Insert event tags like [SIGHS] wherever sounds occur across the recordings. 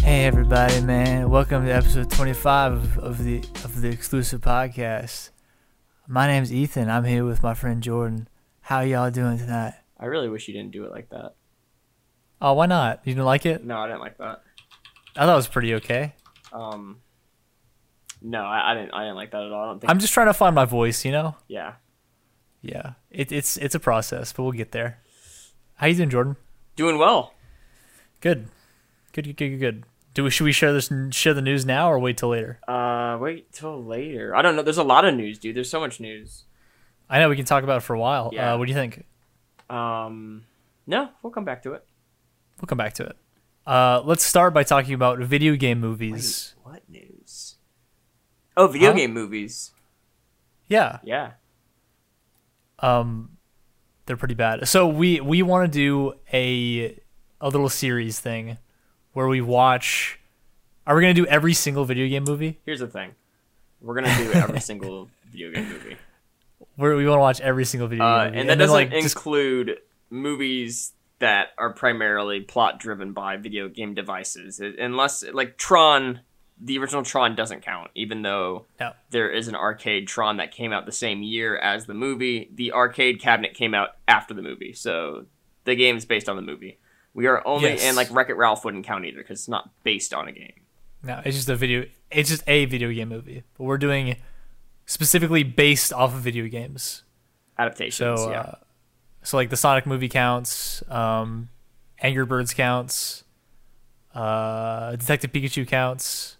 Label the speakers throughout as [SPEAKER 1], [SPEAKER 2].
[SPEAKER 1] Hey everybody, man! Welcome to episode 25 of, of the of the exclusive podcast. My name's Ethan. I'm here with my friend Jordan. How y'all doing tonight?
[SPEAKER 2] I really wish you didn't do it like that.
[SPEAKER 1] Oh, why not? You didn't like it?
[SPEAKER 2] No, I didn't like that.
[SPEAKER 1] I thought it was pretty okay.
[SPEAKER 2] Um, no, I, I didn't. I didn't like that at all. I don't think.
[SPEAKER 1] I'm just trying to find my voice, you know.
[SPEAKER 2] yeah,
[SPEAKER 1] Yeah, it, it's it's a process, but we'll get there. How you doing, Jordan?
[SPEAKER 2] doing well.
[SPEAKER 1] Good, good, good, good, good, good. Do we should we share this share the news now or wait till later?
[SPEAKER 2] Uh, wait till later. I don't know. There's a lot of news, dude. There's so much news.
[SPEAKER 1] I know we can talk about it for a while.
[SPEAKER 2] Yeah.
[SPEAKER 1] Uh, what do you think?
[SPEAKER 2] Um, no, we'll come back to it.
[SPEAKER 1] We'll come back to it. Uh, let's start by talking about video game movies.
[SPEAKER 2] what news? Oh, video
[SPEAKER 1] Huh?
[SPEAKER 2] game movies.
[SPEAKER 1] Yeah,
[SPEAKER 2] Yeah.
[SPEAKER 1] um, they're pretty bad. So we we want to do a a little series thing where we watch. Are we gonna do every single video game movie?
[SPEAKER 2] Here's the thing. We're gonna do
[SPEAKER 1] [LAUGHS]
[SPEAKER 2] every single video game movie,
[SPEAKER 1] Where we want to watch every single video
[SPEAKER 2] uh,
[SPEAKER 1] game movie,
[SPEAKER 2] and that doesn't
[SPEAKER 1] just-
[SPEAKER 2] include movies that are primarily plot driven by video game devices, It- unless like Tron. The original Tron doesn't count, even though
[SPEAKER 1] no.
[SPEAKER 2] there is an arcade Tron that came out the same year as the movie. The arcade cabinet came out after the movie, so the game is based on the movie. We are only
[SPEAKER 1] Yes.
[SPEAKER 2] and like Wreck It Ralph wouldn't count either because it's not based on a game.
[SPEAKER 1] No, it's just a video. It's just a video game movie, but we're doing specifically based off of video games. So,
[SPEAKER 2] Adaptations, yeah.
[SPEAKER 1] uh, so like the Sonic movie counts, um, Angry Birds counts, uh, Detective Pikachu counts,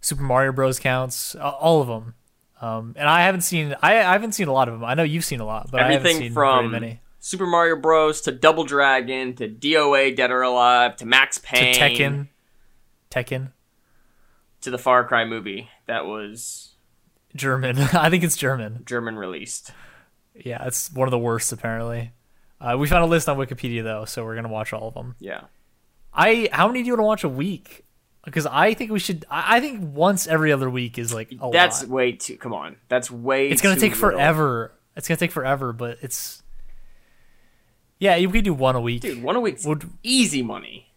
[SPEAKER 1] Super Mario Bros counts, a- all of them. Um, and I haven't seen I, I haven't seen a lot of them. I know you've seen a lot, but I haven't
[SPEAKER 2] Everything
[SPEAKER 1] seen
[SPEAKER 2] from
[SPEAKER 1] very many.
[SPEAKER 2] Super Mario Bros to Double Dragon to DOA Dead or Alive to Max
[SPEAKER 1] To
[SPEAKER 2] Payne
[SPEAKER 1] Tekken, Tekken,
[SPEAKER 2] to the Far Cry movie that was
[SPEAKER 1] German. [LAUGHS] I think it's German.
[SPEAKER 2] German released.
[SPEAKER 1] Yeah, it's one of the worst apparently. Uh, we found a list on Wikipedia though, so we're gonna watch all of them.
[SPEAKER 2] Yeah.
[SPEAKER 1] I how many do you want to watch a week? Because I think we should. I I think once every other week is like a
[SPEAKER 2] That's
[SPEAKER 1] lot.
[SPEAKER 2] way too come on. That's way
[SPEAKER 1] It's gonna
[SPEAKER 2] too
[SPEAKER 1] take
[SPEAKER 2] little.
[SPEAKER 1] forever. It's gonna take forever, but it's yeah. You could do one a week,
[SPEAKER 2] Dude, one a week's
[SPEAKER 1] Would-
[SPEAKER 2] easy money.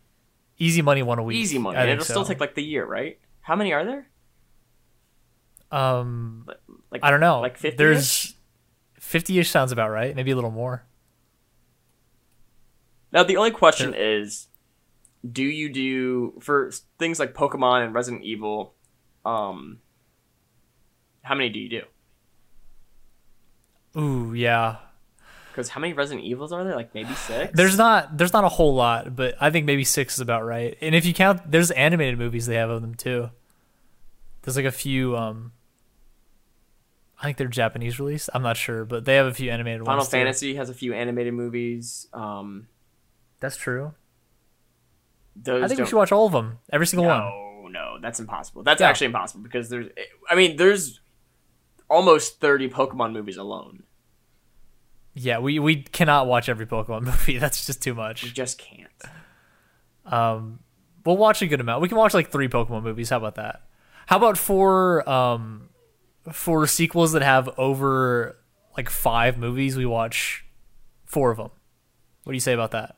[SPEAKER 1] easy money one a week,
[SPEAKER 2] easy money.
[SPEAKER 1] I
[SPEAKER 2] And
[SPEAKER 1] think
[SPEAKER 2] it'll still
[SPEAKER 1] so.
[SPEAKER 2] take like the year, right? How many are there?
[SPEAKER 1] Um,
[SPEAKER 2] Like, like
[SPEAKER 1] I don't know.
[SPEAKER 2] Like fifty.
[SPEAKER 1] There's fifty-ish sounds about right. Maybe a little more.
[SPEAKER 2] now the only question is, do you do for s- things like Pokemon and Resident Evil? Um, how many do you do?
[SPEAKER 1] Ooh, yeah.
[SPEAKER 2] Because how many Resident Evils are there? Like maybe six.
[SPEAKER 1] There's not there's not a whole lot, but I think maybe six is about right. And if you count, there's animated movies they have of them too. There's like a few. um I think they're Japanese released. I'm not sure, but they have a few animated ones.
[SPEAKER 2] Final
[SPEAKER 1] too.
[SPEAKER 2] Fantasy has a few animated movies. Um,
[SPEAKER 1] That's true.
[SPEAKER 2] those
[SPEAKER 1] I think
[SPEAKER 2] don't,
[SPEAKER 1] we should watch all of them, every single one.
[SPEAKER 2] No, no, that's impossible. That's
[SPEAKER 1] Yeah.
[SPEAKER 2] actually impossible because there's. I mean, there's almost thirty Pokemon movies alone.
[SPEAKER 1] Yeah, we we cannot watch every Pokemon [LAUGHS] movie. That's just too
[SPEAKER 2] You
[SPEAKER 1] much.
[SPEAKER 2] just can't.
[SPEAKER 1] We'll watch a good amount. We can watch like three Pokemon movies. How about that? How about four um four sequels that have over like five movies? We watch four of them. What do you say about that?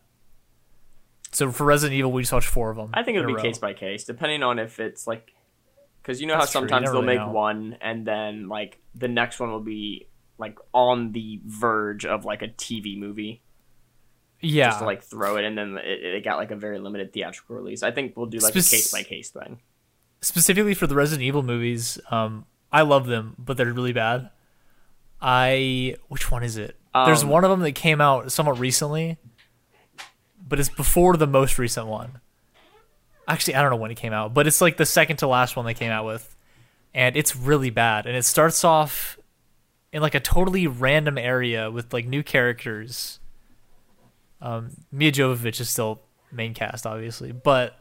[SPEAKER 1] So for Resident Evil, we just watch four of them.
[SPEAKER 2] I think it'll be case
[SPEAKER 1] case
[SPEAKER 2] by case, depending on if it's like, because you know
[SPEAKER 1] That's
[SPEAKER 2] how
[SPEAKER 1] true, you
[SPEAKER 2] sometimes
[SPEAKER 1] never
[SPEAKER 2] they'll
[SPEAKER 1] really
[SPEAKER 2] make
[SPEAKER 1] know.
[SPEAKER 2] one and then like the next one will be like on the verge of like a TV movie,
[SPEAKER 1] yeah.
[SPEAKER 2] just to like throw it, and then it, it got like a very limited theatrical release. I think we'll do like
[SPEAKER 1] Spec-
[SPEAKER 2] a case by case thing.
[SPEAKER 1] specifically for the Resident Evil movies, um, I love them, but they're really bad. I which one is it? There's
[SPEAKER 2] Um,
[SPEAKER 1] one of them that came out somewhat recently, but it's before the most recent one. Actually, I don't know when it came out, but it's like the second to last one they came out with, and it's really bad. And it starts off in like a totally random area with like new characters. Um, Mia Jovovich is still main cast, obviously, but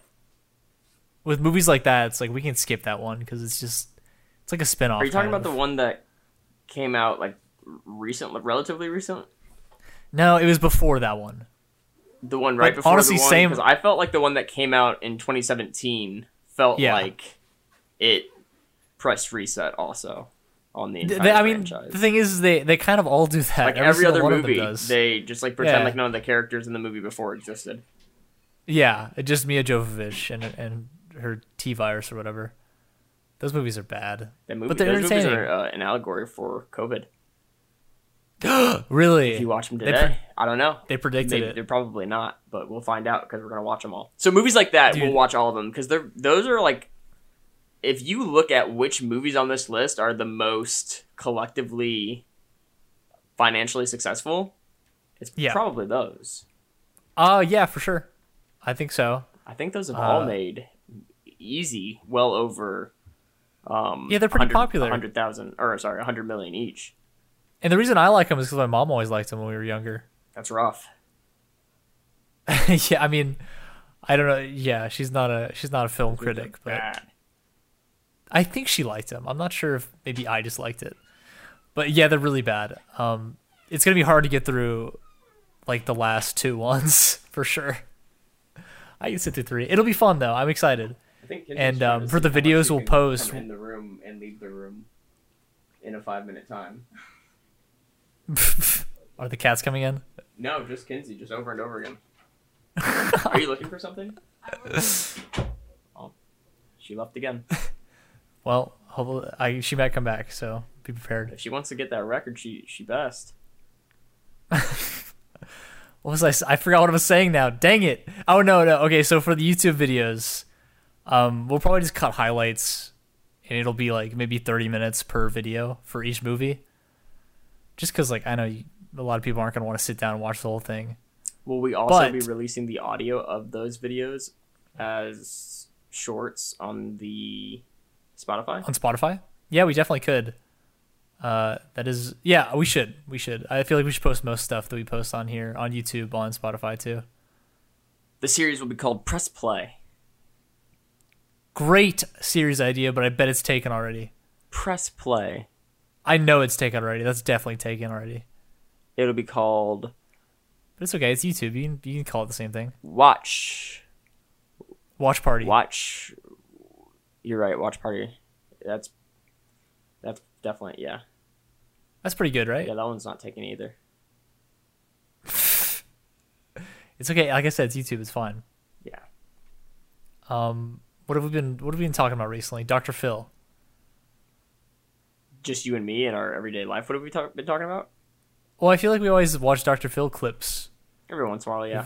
[SPEAKER 1] with movies like that, it's like we can skip that one because it's just it's like a spinoff.
[SPEAKER 2] Are you
[SPEAKER 1] kind
[SPEAKER 2] talking about the
[SPEAKER 1] of.
[SPEAKER 2] one that came out like recent, relatively recent?
[SPEAKER 1] No, it was before that one.
[SPEAKER 2] The one right
[SPEAKER 1] Like,
[SPEAKER 2] before
[SPEAKER 1] honestly,
[SPEAKER 2] the one,
[SPEAKER 1] same-
[SPEAKER 2] 'Cause I felt like the one that came out in 2017 felt
[SPEAKER 1] Yeah.
[SPEAKER 2] like it pressed reset also on the
[SPEAKER 1] Th-
[SPEAKER 2] entire
[SPEAKER 1] they- I mean,
[SPEAKER 2] franchise.
[SPEAKER 1] the thing is, they they kind of all do that.
[SPEAKER 2] like every,
[SPEAKER 1] single
[SPEAKER 2] other
[SPEAKER 1] one of them
[SPEAKER 2] movie,
[SPEAKER 1] does.
[SPEAKER 2] they just like pretend
[SPEAKER 1] Yeah.
[SPEAKER 2] like none of the characters in the movie before existed.
[SPEAKER 1] yeah, it just Mia Jovovich and and her her T virus or whatever. Those movies are bad.
[SPEAKER 2] That movie,
[SPEAKER 1] But they're
[SPEAKER 2] those movies
[SPEAKER 1] entertaining.
[SPEAKER 2] are uh, an allegory for COVID.
[SPEAKER 1] Really?
[SPEAKER 2] If you watch them
[SPEAKER 1] They
[SPEAKER 2] today,
[SPEAKER 1] pre-
[SPEAKER 2] I don't know.
[SPEAKER 1] They predicted
[SPEAKER 2] Maybe,
[SPEAKER 1] it.
[SPEAKER 2] they're probably not, but we'll find out because we're gonna watch them all. So movies like that, we'll
[SPEAKER 1] Dude.
[SPEAKER 2] watch all of them because they're those are like, if you look at which movies on this list are the most collectively financially successful, it's
[SPEAKER 1] Yeah.
[SPEAKER 2] probably those.
[SPEAKER 1] Uh yeah, for sure. I think so.
[SPEAKER 2] I think those have all
[SPEAKER 1] Uh,
[SPEAKER 2] made easy well over. Um,
[SPEAKER 1] Yeah, they're pretty
[SPEAKER 2] 100
[SPEAKER 1] popular.
[SPEAKER 2] 100,000, or sorry, 100 million each.
[SPEAKER 1] And the reason I like them is because my mom always liked them when we were younger. [LAUGHS]
[SPEAKER 2] That's rough.
[SPEAKER 1] yeah, I mean, I don't know. Yeah, she's not a she's not a film critic, but
[SPEAKER 2] Bad.
[SPEAKER 1] I think she liked them. I'm not sure if maybe I just liked it, but yeah, they're really bad. Um, it's gonna be hard to get through, like the last two [LAUGHS] ones for sure. I can sit through three. It'll be fun though. I'm excited. [LAUGHS]
[SPEAKER 3] I think Kendra's
[SPEAKER 1] And,
[SPEAKER 3] trying
[SPEAKER 1] um,
[SPEAKER 3] to
[SPEAKER 1] for
[SPEAKER 3] see
[SPEAKER 1] the
[SPEAKER 3] how much
[SPEAKER 1] videos
[SPEAKER 3] you
[SPEAKER 1] we'll
[SPEAKER 3] can
[SPEAKER 1] post-
[SPEAKER 3] come in the room and leave the room in a five minute time.
[SPEAKER 1] Are the cats coming in?
[SPEAKER 3] No, just Kinsey, just over and over
[SPEAKER 1] [LAUGHS]
[SPEAKER 3] again.
[SPEAKER 2] Are you looking? Oh,
[SPEAKER 3] Looking for something?
[SPEAKER 2] She left again.
[SPEAKER 1] Well, hopefully I, she might come back, so be prepared.
[SPEAKER 2] If she wants to get that record, she she best.
[SPEAKER 1] What was I? s- I forgot what I was saying now. Dang it! Oh no, no. Okay, so for the YouTube videos, um, we'll probably just cut highlights, and it'll be like maybe thirty minutes per video for each movie. Just because, like, I know you, a lot of people aren't gonna want to sit down and watch the whole thing.
[SPEAKER 2] Will we also
[SPEAKER 1] But-
[SPEAKER 2] be releasing the audio of those videos as shorts on the Spotify?
[SPEAKER 1] on Spotify? Yeah, we definitely could. Uh, that is, yeah, we should. We should. I feel like we should post most stuff that we post on here on YouTube, on Spotify too.
[SPEAKER 2] The series will be called Press Play.
[SPEAKER 1] Great series idea, but I bet it's taken already.
[SPEAKER 2] Press Play.
[SPEAKER 1] I know it's taken already. That's definitely taken already.
[SPEAKER 2] It'll be called
[SPEAKER 1] But it's okay. It's YouTube. You can, you can call it the same thing.
[SPEAKER 2] Watch.
[SPEAKER 1] Watch party.
[SPEAKER 2] Watch. You're right. Watch Party. That's that's definitely yeah.
[SPEAKER 1] That's pretty good, right?
[SPEAKER 2] Yeah, that one's not taken either.
[SPEAKER 1] It's okay. Like I said, it's YouTube. It's fine.
[SPEAKER 2] Yeah.
[SPEAKER 1] Um, what have we been? What have we been talking about recently? Doctor Phil.
[SPEAKER 2] Just you and me in our everyday life. What have we talk- been talking about?
[SPEAKER 1] Well, I feel like we always watch Doctor Phil clips
[SPEAKER 2] Every once in a while, yeah.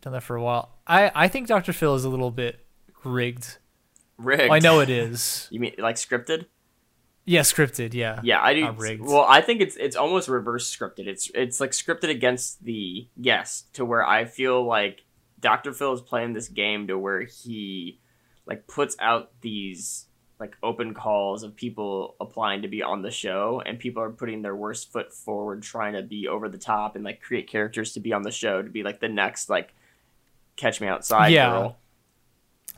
[SPEAKER 1] done that for a while. I, I think Dr. Phil is a little bit rigged.
[SPEAKER 2] Rigged.
[SPEAKER 1] Well, I know it is.
[SPEAKER 2] You mean like scripted?
[SPEAKER 1] Yeah, scripted. Yeah.
[SPEAKER 2] Yeah, I do.
[SPEAKER 1] Not rigged.
[SPEAKER 2] Well, I think it's it's almost reverse scripted. It's it's like scripted against the guest to where I feel like Dr. Phil is playing this game to where he like puts out these like open calls of people applying to be on the show and people are putting their worst foot forward trying to be over the top and like create characters to be on the show to be like the next like catch me outside
[SPEAKER 1] Yeah.
[SPEAKER 2] girl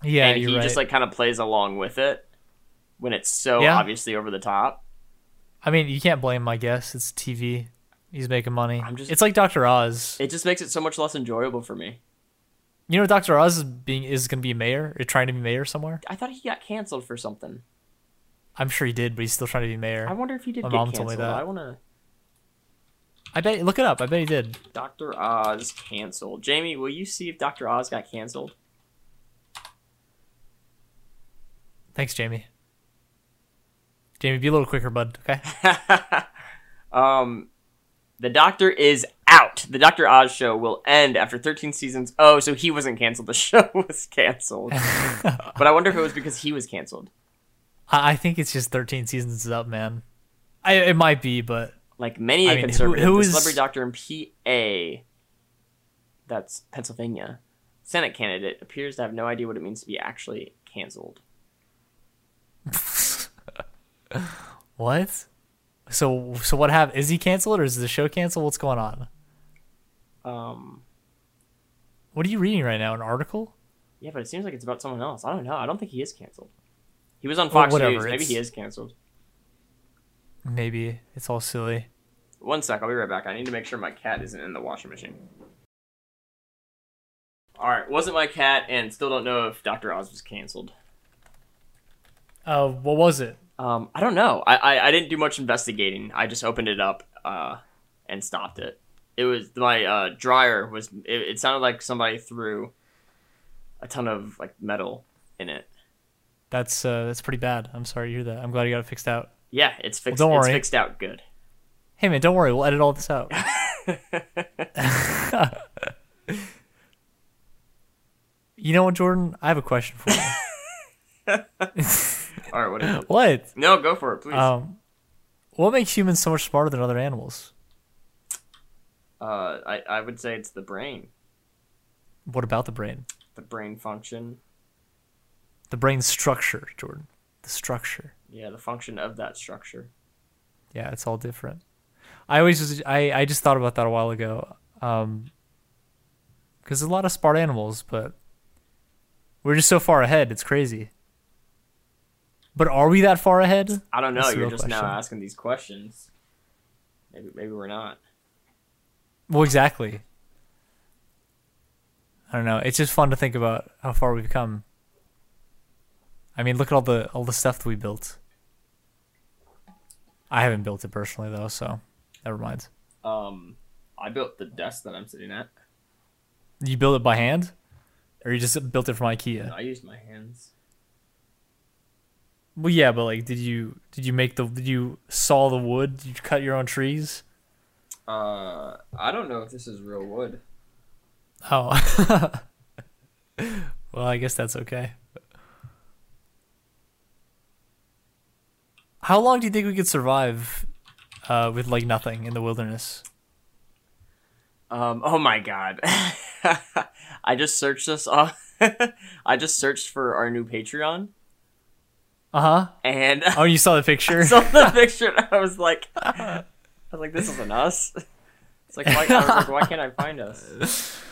[SPEAKER 1] Yeah,
[SPEAKER 2] and
[SPEAKER 1] you're
[SPEAKER 2] he
[SPEAKER 1] right.
[SPEAKER 2] just like kind of plays along with it when it's so
[SPEAKER 1] Yeah.
[SPEAKER 2] obviously over the top
[SPEAKER 1] I mean, you can't blame him, I guess. It's TV. He's making money.
[SPEAKER 2] I'm just-
[SPEAKER 1] It's like Dr. Oz.
[SPEAKER 2] It just makes it so much less enjoyable for me.
[SPEAKER 1] You know, Dr. Oz is being is going to be mayor, or trying to be mayor somewhere.
[SPEAKER 2] I thought he got canceled for something.
[SPEAKER 1] I'm sure he did, but he's still trying to be mayor.
[SPEAKER 2] I wonder if he did
[SPEAKER 1] My
[SPEAKER 2] get
[SPEAKER 1] mom
[SPEAKER 2] canceled.
[SPEAKER 1] told me that.
[SPEAKER 2] I want to.
[SPEAKER 1] I bet. Look it up. I bet he did.
[SPEAKER 2] Dr. Oz canceled. Jamie, will you see if Dr. Oz got canceled? [LAUGHS]
[SPEAKER 1] Thanks, Jamie. Jamie, be a little quicker, bud. Okay.
[SPEAKER 2] um, the Doctor is out. The Dr. Oz show will end after 13 seasons. Oh, so he wasn't canceled. The [LAUGHS] show was
[SPEAKER 1] [LAUGHS]
[SPEAKER 2] canceled. but I wonder if it was because he was canceled.
[SPEAKER 1] I, I think it's just 13 seasons is up, man. I, it might be, but
[SPEAKER 2] Like many
[SPEAKER 1] I
[SPEAKER 2] a
[SPEAKER 1] mean, who-
[SPEAKER 2] conservative,
[SPEAKER 1] who
[SPEAKER 2] the
[SPEAKER 1] is-
[SPEAKER 2] celebrity doctor in PA, that's Pennsylvania, Senate candidate appears to have no idea what it means to be actually canceled.
[SPEAKER 1] What? So so what happened? Is he canceled or is the show canceled? What's going on?
[SPEAKER 2] Um,
[SPEAKER 1] What are you reading right now? An article?
[SPEAKER 2] yeah, but it seems like it's about someone else. I don't know. I don't think he is canceled. He was on
[SPEAKER 1] Well,
[SPEAKER 2] Fox
[SPEAKER 1] whatever,
[SPEAKER 2] News. Maybe
[SPEAKER 1] it's-
[SPEAKER 2] he is canceled.
[SPEAKER 1] Maybe it's all silly.
[SPEAKER 2] One sec. I'll be right back. I need to make sure my cat isn't in the washing machine. All right, wasn't my cat, and still don't know if Dr. Oz was canceled.
[SPEAKER 1] Uh, what was it?
[SPEAKER 2] Um, I don't know. I, I I didn't do much investigating. I just opened it up uh, and stopped it. It was my uh, dryer was. It, it sounded like somebody threw a ton of like metal in it.
[SPEAKER 1] That's uh, that's pretty bad. I'm sorry to hear that. I'm glad you got it fixed out.
[SPEAKER 2] Yeah, it's fixed.
[SPEAKER 1] don't
[SPEAKER 2] it's
[SPEAKER 1] worry.
[SPEAKER 2] fixed out good.
[SPEAKER 1] Hey man, don't worry. We'll edit all this out. [LAUGHS] you know what, Jordan? I have a question for you.
[SPEAKER 2] All right, what?
[SPEAKER 1] [LAUGHS]
[SPEAKER 2] Is it?
[SPEAKER 1] what?
[SPEAKER 2] No, go for it, please.
[SPEAKER 1] Um, what makes humans so much smarter than other animals?
[SPEAKER 2] uh, I I would say it's the brain,
[SPEAKER 1] What about the brain?
[SPEAKER 2] the brain function.
[SPEAKER 1] The brain structure, Jordan. The structure.
[SPEAKER 2] Yeah, the function of that structure.
[SPEAKER 1] Yeah, it's all different. I always just I, I just thought about that a while ago. Um because a lot of smart animals, but we're just so far ahead, it's crazy. But are we that far ahead?
[SPEAKER 2] I don't know.
[SPEAKER 1] That's the
[SPEAKER 2] You're
[SPEAKER 1] real
[SPEAKER 2] just now
[SPEAKER 1] question.
[SPEAKER 2] asking these questions. Maybe maybe we're not.
[SPEAKER 1] Well, exactly. I don't know. It's just fun to think about how far we've come. I mean, look at all the all the stuff that we built. I haven't built it personally though, so never mind.
[SPEAKER 2] Um,
[SPEAKER 3] I built the desk that I'm sitting at.
[SPEAKER 1] You build it by hand, or you just built it from IKEA?
[SPEAKER 3] I used my hands.
[SPEAKER 1] Well, yeah, but like, did you did you make the did you saw the wood? Did you cut your own trees?
[SPEAKER 3] Uh, I don't know if this is real wood.
[SPEAKER 1] Oh. [LAUGHS] well, I guess that's okay. How long do you think we could survive uh, with like nothing in the wilderness?
[SPEAKER 2] Um, oh my god. [LAUGHS] I just searched this off. [LAUGHS] I just searched for our new Patreon
[SPEAKER 1] Uh huh.
[SPEAKER 2] and [LAUGHS]
[SPEAKER 1] Oh, you saw the picture.
[SPEAKER 2] Uh-huh. I saw
[SPEAKER 3] [LAUGHS]
[SPEAKER 2] the picture and I was like [LAUGHS] I was like, this isn't us. It's like why, I was like, why can't I find us?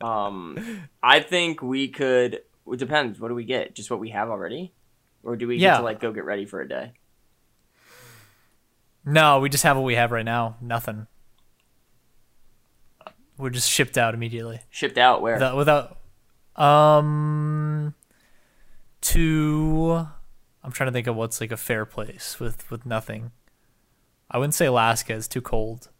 [SPEAKER 2] Um I think we could it depends, what do we get? Just what we have already? Or do we get
[SPEAKER 1] Yeah.
[SPEAKER 2] to like go get ready for a day?
[SPEAKER 1] [LAUGHS] no, we just have what we have right now. Nothing. We're just shipped out immediately.
[SPEAKER 2] Shipped out where?
[SPEAKER 1] Without, without, um, to, I'm trying to think of what's like a fair place with with nothing. I wouldn't say Alaska is too cold.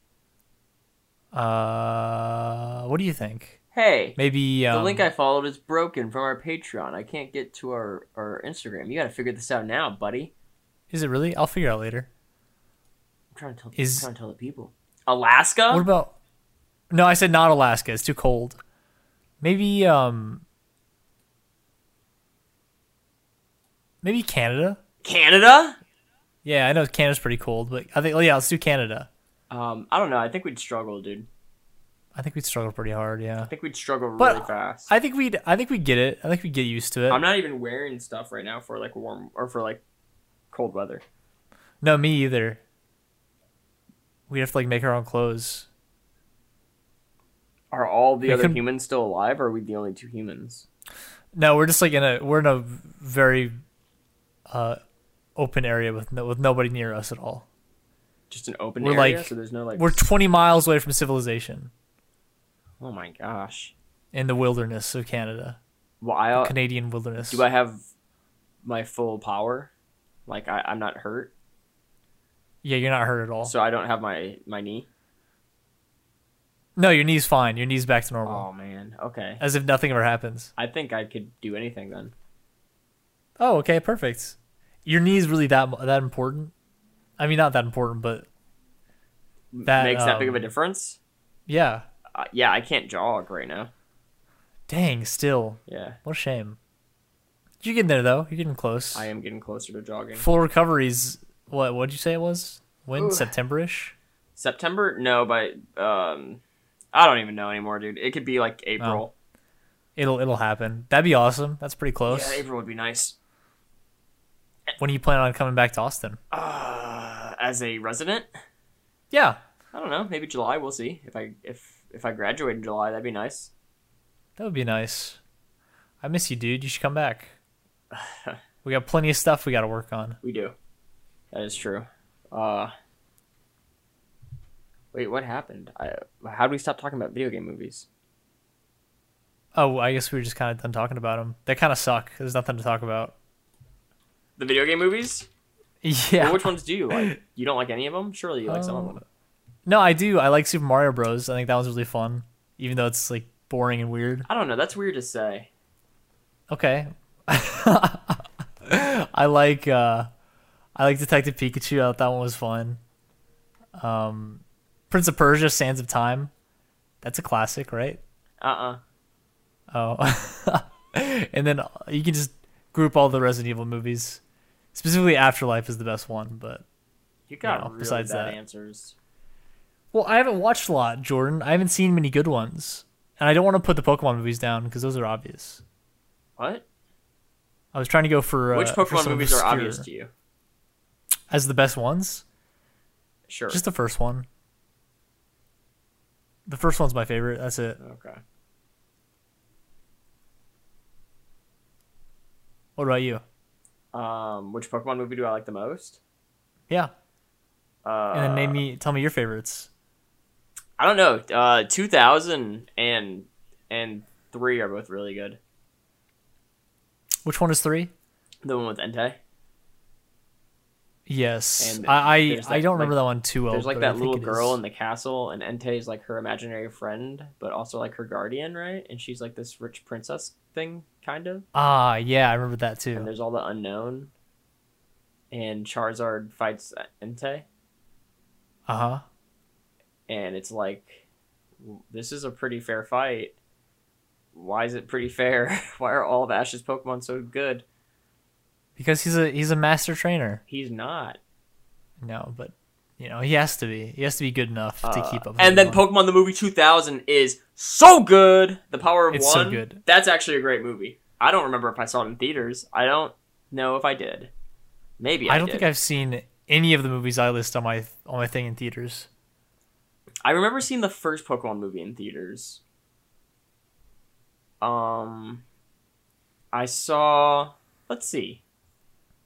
[SPEAKER 1] Uh, what do you think?
[SPEAKER 2] hey.
[SPEAKER 1] Maybe um,
[SPEAKER 2] the link I followed is broken from our Patreon. I can't get to our, our Instagram. You gotta figure this out now, buddy.
[SPEAKER 1] is it really? I'll figure out later.
[SPEAKER 2] I'm trying to tell,
[SPEAKER 1] Is-
[SPEAKER 2] I'm trying to tell the people. Alaska?
[SPEAKER 1] What about? No, I said not Alaska. It's too cold. Maybe um, maybe Canada.
[SPEAKER 2] Canada?
[SPEAKER 1] Yeah, I know Canada's pretty cold, but I think oh yeah, let's do Canada.
[SPEAKER 2] Um, I don't know. I think we'd struggle, dude.
[SPEAKER 1] I think we'd struggle pretty hard. Yeah.
[SPEAKER 2] I think we'd struggle really
[SPEAKER 1] But
[SPEAKER 2] fast. I,
[SPEAKER 1] I think we'd I think we get it. I think we get used to it.
[SPEAKER 2] am not even wearing stuff right now for like warm or for like cold weather.
[SPEAKER 1] no, me either. We'd have to like make our own clothes.
[SPEAKER 2] Are all the
[SPEAKER 1] We
[SPEAKER 2] other
[SPEAKER 1] can-
[SPEAKER 2] humans still alive? Or are we the only two humans?
[SPEAKER 1] No, we're just like in a we're in a very uh open area with no, with nobody near us at all.
[SPEAKER 2] Just an open
[SPEAKER 1] We're
[SPEAKER 2] area,
[SPEAKER 1] like-
[SPEAKER 2] so there's no like.
[SPEAKER 1] We're 20 miles away from civilization
[SPEAKER 2] oh my gosh.
[SPEAKER 1] in the wilderness of Canada,
[SPEAKER 2] Well, I,
[SPEAKER 1] Canadian wilderness.
[SPEAKER 2] Uh, do I have my full power? Like I, I'm not hurt,
[SPEAKER 1] yeah, you're not hurt at all.
[SPEAKER 2] so I don't have my my knee.
[SPEAKER 1] no, your knee's fine. Your knee's back to normal.
[SPEAKER 2] Oh man. Okay.
[SPEAKER 1] As if nothing ever happens.
[SPEAKER 2] I think I could do anything then.
[SPEAKER 1] Oh, okay, perfect. Your knee's really that that important? I mean, not that important, but That,
[SPEAKER 2] Makes that big of a
[SPEAKER 1] um,
[SPEAKER 2] difference?
[SPEAKER 1] yeah.
[SPEAKER 2] Uh, yeah, I can't jog right now.
[SPEAKER 1] Dang, still.
[SPEAKER 2] Yeah,
[SPEAKER 1] What a shame. You're getting there though. You're getting close.
[SPEAKER 2] I am getting closer to jogging.
[SPEAKER 1] Full recoveries. What? What'd you say it was? When?
[SPEAKER 2] Ooh.
[SPEAKER 1] Septemberish?
[SPEAKER 2] September? No, but um, I don't even know anymore, dude. It could be like April.
[SPEAKER 1] It'll it'll happen. That'd be awesome. That's pretty close.
[SPEAKER 2] yeah, April would be nice.
[SPEAKER 1] When do you plan on coming back to Austin?
[SPEAKER 2] Uh, as a resident,
[SPEAKER 1] Yeah,
[SPEAKER 2] I don't know. Maybe July. We'll see. If I if if I graduate in July, that'd be nice.
[SPEAKER 1] that would be nice. I miss you, dude. You should come
[SPEAKER 2] [LAUGHS]
[SPEAKER 1] back. we got plenty of stuff we got to work on.
[SPEAKER 2] We do. That is true. Uh, wait, what happened? I, how do we stop talking about video game movies?
[SPEAKER 1] Oh, I guess we were just kind of done talking about them. They kind of suck. There's nothing to talk about. [LAUGHS]
[SPEAKER 2] The video game movies?
[SPEAKER 1] Yeah.
[SPEAKER 2] Well, which ones do
[SPEAKER 1] [LAUGHS]
[SPEAKER 2] you like? You don't like any of them? Surely you like some of
[SPEAKER 1] Um,
[SPEAKER 2] them.
[SPEAKER 1] No, I do. I like Super Mario Bros. I think that one's really fun, even though it's like boring and weird.
[SPEAKER 2] I don't know. That's weird to say.
[SPEAKER 1] Okay. [LAUGHS] I like uh, I like Detective Pikachu. I thought that one was fun. Um, Prince of Persia: Sands of Time. That's a classic, right?
[SPEAKER 2] Uh uh
[SPEAKER 1] Oh, [LAUGHS] and then uh, you can just group all the Resident Evil movies. Specifically, Afterlife is the best one, but
[SPEAKER 2] You got
[SPEAKER 1] No,
[SPEAKER 2] really
[SPEAKER 1] besides
[SPEAKER 2] bad
[SPEAKER 1] that.
[SPEAKER 2] answers.
[SPEAKER 1] well, I haven't watched a lot, Jordan. I haven't seen many good ones, and I don't want to put the Pokemon movies down because those are obvious.
[SPEAKER 2] What?
[SPEAKER 1] I was trying to go for uh,
[SPEAKER 2] Which
[SPEAKER 1] for
[SPEAKER 2] Pokemon
[SPEAKER 1] some
[SPEAKER 2] movies are
[SPEAKER 1] obscure-
[SPEAKER 2] obvious to you?
[SPEAKER 1] as the best ones.
[SPEAKER 2] Sure.
[SPEAKER 1] Just the first one. The first one's my favorite. That's it.
[SPEAKER 2] okay.
[SPEAKER 1] What about you?
[SPEAKER 2] Um, which Pokemon movie do I like the most?
[SPEAKER 1] Yeah,
[SPEAKER 2] Uh,
[SPEAKER 1] and then name me, tell me your favorites.
[SPEAKER 2] I don't know. Uh, two thousand and and three are both really good.
[SPEAKER 1] Which one is three?
[SPEAKER 2] The one with Entei.
[SPEAKER 1] Yes,
[SPEAKER 2] And
[SPEAKER 1] I I,
[SPEAKER 2] there's
[SPEAKER 1] I
[SPEAKER 2] that,
[SPEAKER 1] don't remember
[SPEAKER 2] like-
[SPEAKER 1] that one too well.
[SPEAKER 2] There's like
[SPEAKER 1] but I
[SPEAKER 2] that
[SPEAKER 1] think
[SPEAKER 2] little
[SPEAKER 1] it
[SPEAKER 2] girl
[SPEAKER 1] is.
[SPEAKER 2] in the castle, and Entei is like her imaginary friend, but also like her guardian, right? And she's like this rich princess thing, kind of.
[SPEAKER 1] ah, yeah, I remember that
[SPEAKER 2] And
[SPEAKER 1] too.
[SPEAKER 2] there's all the unknown. And Charizard fights Entei,
[SPEAKER 1] Uh huh.
[SPEAKER 2] and it's like, this is a pretty fair fight. Why is it pretty fair? [LAUGHS] Why are all of Ash's Pokemon so good?
[SPEAKER 1] Because he's a he's a master trainer.
[SPEAKER 2] He's not.
[SPEAKER 1] No, but you know he has to be. He has to be good enough to
[SPEAKER 2] Uh,
[SPEAKER 1] keep up. with
[SPEAKER 2] And then
[SPEAKER 1] everyone.
[SPEAKER 2] Pokemon the movie 2000 is so good. The Power of
[SPEAKER 1] It's so
[SPEAKER 2] One.
[SPEAKER 1] good.
[SPEAKER 2] That's actually a great movie. I don't remember if I saw it in theaters. I don't know if I did. Maybe I,
[SPEAKER 1] I don't
[SPEAKER 2] did.
[SPEAKER 1] think I've seen any of the movies I list on my on my thing in theaters.
[SPEAKER 2] I remember seeing the first Pokemon movie in theaters. Um, I saw. Let's see.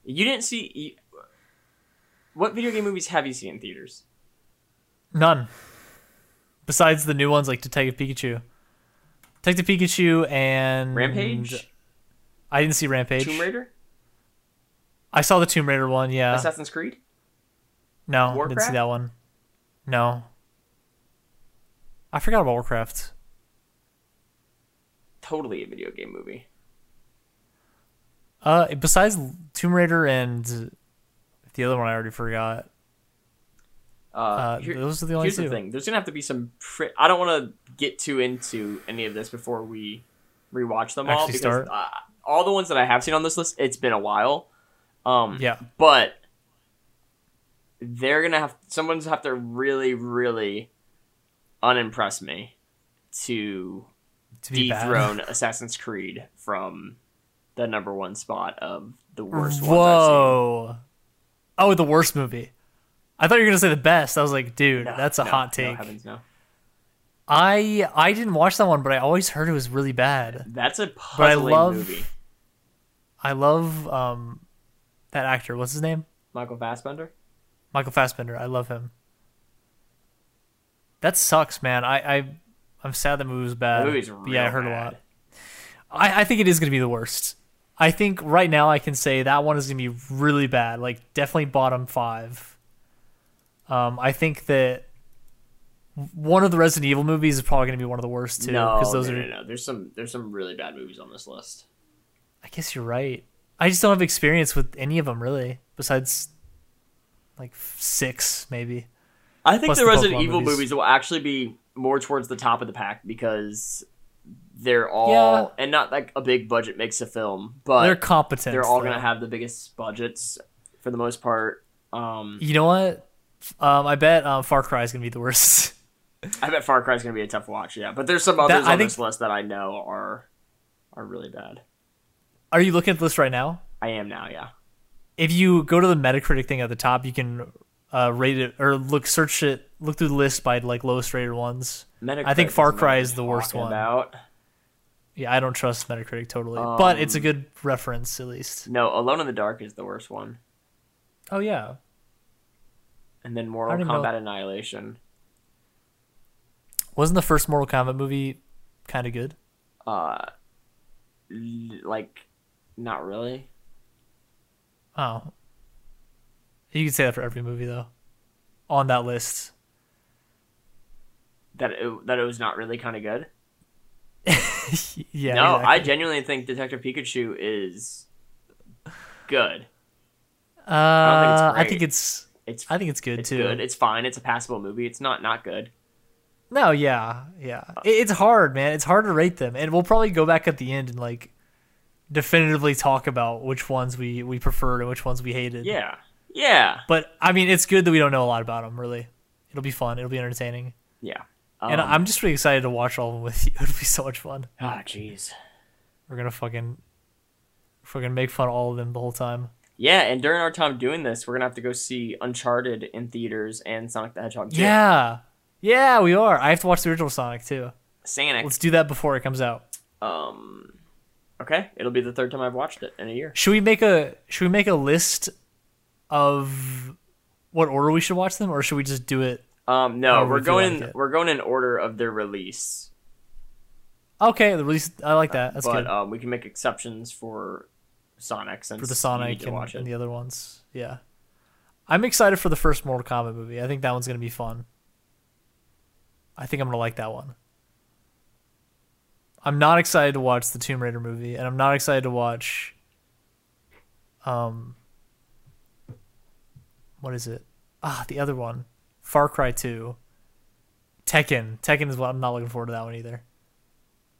[SPEAKER 2] You didn't see. You, what video game movies have you seen in theaters?
[SPEAKER 1] None. Besides the new ones like Detective Pikachu. Detective Pikachu and
[SPEAKER 2] Rampage,
[SPEAKER 1] I didn't see Rampage.
[SPEAKER 2] Tomb Raider,
[SPEAKER 1] I saw the Tomb Raider one, yeah.
[SPEAKER 2] Assassin's Creed.
[SPEAKER 1] no, didn't
[SPEAKER 2] Warcraft?
[SPEAKER 1] see that one. No. I forgot about Warcraft.
[SPEAKER 2] Totally a video game movie.
[SPEAKER 1] Uh besides Tomb Raider and the other one I already forgot.
[SPEAKER 2] Uh,
[SPEAKER 1] Uh,
[SPEAKER 2] here-
[SPEAKER 1] those are the only
[SPEAKER 2] here's
[SPEAKER 1] two.
[SPEAKER 2] the thing. There's gonna have to be some. Pre- I don't want to get too into any of this before we rewatch them all
[SPEAKER 1] Actually
[SPEAKER 2] because
[SPEAKER 1] start.
[SPEAKER 2] Uh, all the ones that I have seen on this list, it's been a while. Um,
[SPEAKER 1] Yeah.
[SPEAKER 2] but they're gonna have someone's have to really, really unimpress me to
[SPEAKER 1] To be bad. [LAUGHS]
[SPEAKER 2] dethrone Assassin's Creed from the number one spot of the worst ones I've seen.
[SPEAKER 1] Whoa. Oh, the worst movie. I thought you were gonna say the best. I was like, dude,
[SPEAKER 2] No,
[SPEAKER 1] that's a
[SPEAKER 2] no,
[SPEAKER 1] hot
[SPEAKER 2] no,
[SPEAKER 1] take.
[SPEAKER 2] heavens no.
[SPEAKER 1] I I didn't watch that one, but I always heard it was really bad.
[SPEAKER 2] That's a
[SPEAKER 1] But I
[SPEAKER 2] puzzling
[SPEAKER 1] love
[SPEAKER 2] movie.
[SPEAKER 1] I love um that actor. What's his name?
[SPEAKER 2] Michael Fassbender.
[SPEAKER 1] Michael Fassbender. I love him. That sucks, man. I, I I'm sad the movie was bad.
[SPEAKER 2] That movie's
[SPEAKER 1] but
[SPEAKER 2] real
[SPEAKER 1] yeah, I heard a
[SPEAKER 2] bad.
[SPEAKER 1] lot. I, I think it is gonna be the worst. I think right now I can say that one is gonna be really bad. Like definitely bottom five. Um, I think that one of the Resident Evil movies is probably gonna be one of the worst too.
[SPEAKER 2] no,
[SPEAKER 1] those
[SPEAKER 2] no,
[SPEAKER 1] are
[SPEAKER 2] no, no. There's some there's some really bad movies on this list.
[SPEAKER 1] I guess you're right. I just don't have experience with any of them really, besides like f- six maybe.
[SPEAKER 2] I think
[SPEAKER 1] Plus
[SPEAKER 2] the
[SPEAKER 1] the
[SPEAKER 2] Resident
[SPEAKER 1] Pokemon
[SPEAKER 2] Evil movies.
[SPEAKER 1] movies.
[SPEAKER 2] will actually be more towards the top of the pack because they're all and not like a big budget makes a film, but
[SPEAKER 1] they're
[SPEAKER 2] they're,
[SPEAKER 1] competent.
[SPEAKER 2] all
[SPEAKER 1] though.
[SPEAKER 2] gonna have the biggest budgets for the most part. Um,
[SPEAKER 1] You know what? Um, I bet um, Far Cry is gonna be the worst. [LAUGHS]
[SPEAKER 2] I bet Far Cry's gonna be a tough watch, yeah. But there's some others
[SPEAKER 1] I
[SPEAKER 2] on
[SPEAKER 1] think-
[SPEAKER 2] this list that I know are are really bad.
[SPEAKER 1] Are you looking at the list right now?
[SPEAKER 2] I am now, yeah.
[SPEAKER 1] If you go to the Metacritic thing at the top, you can uh, rate it or look, search it, look through the list by like lowest rated ones.
[SPEAKER 2] Metacritic
[SPEAKER 1] think Far
[SPEAKER 2] what
[SPEAKER 1] Cry
[SPEAKER 2] I'm
[SPEAKER 1] is the worst
[SPEAKER 2] talking
[SPEAKER 1] one.
[SPEAKER 2] About.
[SPEAKER 1] Yeah, I don't trust Metacritic totally, but it's a
[SPEAKER 2] Um,
[SPEAKER 1] good reference at least.
[SPEAKER 2] No, Alone in the Dark is the worst one,
[SPEAKER 1] Oh yeah,
[SPEAKER 2] and then
[SPEAKER 1] I
[SPEAKER 2] Mortal
[SPEAKER 1] don't even know-
[SPEAKER 2] Kombat Annihilation.
[SPEAKER 1] wasn't the first Mortal Kombat movie kind of good?
[SPEAKER 2] uh l- like not really
[SPEAKER 1] Oh. You could say that for every movie though. On that list.
[SPEAKER 2] that it, that it was not really kind of good
[SPEAKER 1] yeah.
[SPEAKER 2] no i
[SPEAKER 1] exactly.
[SPEAKER 2] genuinely think detective pikachu is good
[SPEAKER 1] Uh, I,
[SPEAKER 2] great.
[SPEAKER 1] think it's
[SPEAKER 2] It's
[SPEAKER 1] I think it's good
[SPEAKER 2] it's
[SPEAKER 1] too.
[SPEAKER 2] good. It's fine. It's a passable movie. It's not not good.
[SPEAKER 1] No, yeah, yeah. It, it's hard, man. It's hard to rate them, and we'll probably go back at the end and like definitively talk about which ones we we preferred and which ones we hated.
[SPEAKER 2] Yeah. Yeah.
[SPEAKER 1] But I mean, it's good that we don't know a lot about them. Really, it'll be fun. It'll be entertaining,
[SPEAKER 2] Yeah. Um,
[SPEAKER 1] and I'm just really excited to watch all of them with [LAUGHS] you. It'll be so much fun.
[SPEAKER 2] ah jeez.
[SPEAKER 1] We're gonna fucking fucking make fun of all of them the whole time.
[SPEAKER 2] Yeah, and during our time doing this, we're gonna have to go see Uncharted in theaters and Sonic the Hedgehog. 2.
[SPEAKER 1] Yeah, yeah, we are. I have to watch the original Sonic too.
[SPEAKER 2] Sonic.
[SPEAKER 1] Let's do that before it comes out.
[SPEAKER 2] Um. Okay, it'll be the third time I've watched it in a year.
[SPEAKER 1] Should we make a should we make a list of what order we should watch them, or should we just do it?
[SPEAKER 2] Um. No,
[SPEAKER 1] Oh,
[SPEAKER 2] we're
[SPEAKER 1] we feel
[SPEAKER 2] going.
[SPEAKER 1] like it.
[SPEAKER 2] we're going in order of their release.
[SPEAKER 1] Okay, the release. I like that. That's
[SPEAKER 2] but
[SPEAKER 1] good
[SPEAKER 2] um, we can make exceptions for Sonic since
[SPEAKER 1] for the
[SPEAKER 2] you need
[SPEAKER 1] Sonic
[SPEAKER 2] to
[SPEAKER 1] and,
[SPEAKER 2] watch it.
[SPEAKER 1] and the other ones. Yeah, I'm excited for the first Mortal Kombat movie. I think that one's gonna be fun. I think I'm gonna like that one. I'm not excited to watch the Tomb Raider movie, and I'm not excited to watch. Um. What is it? Ah, the other one, Far Cry Two. Tekken. Tekken is what I'm not looking forward to that one either.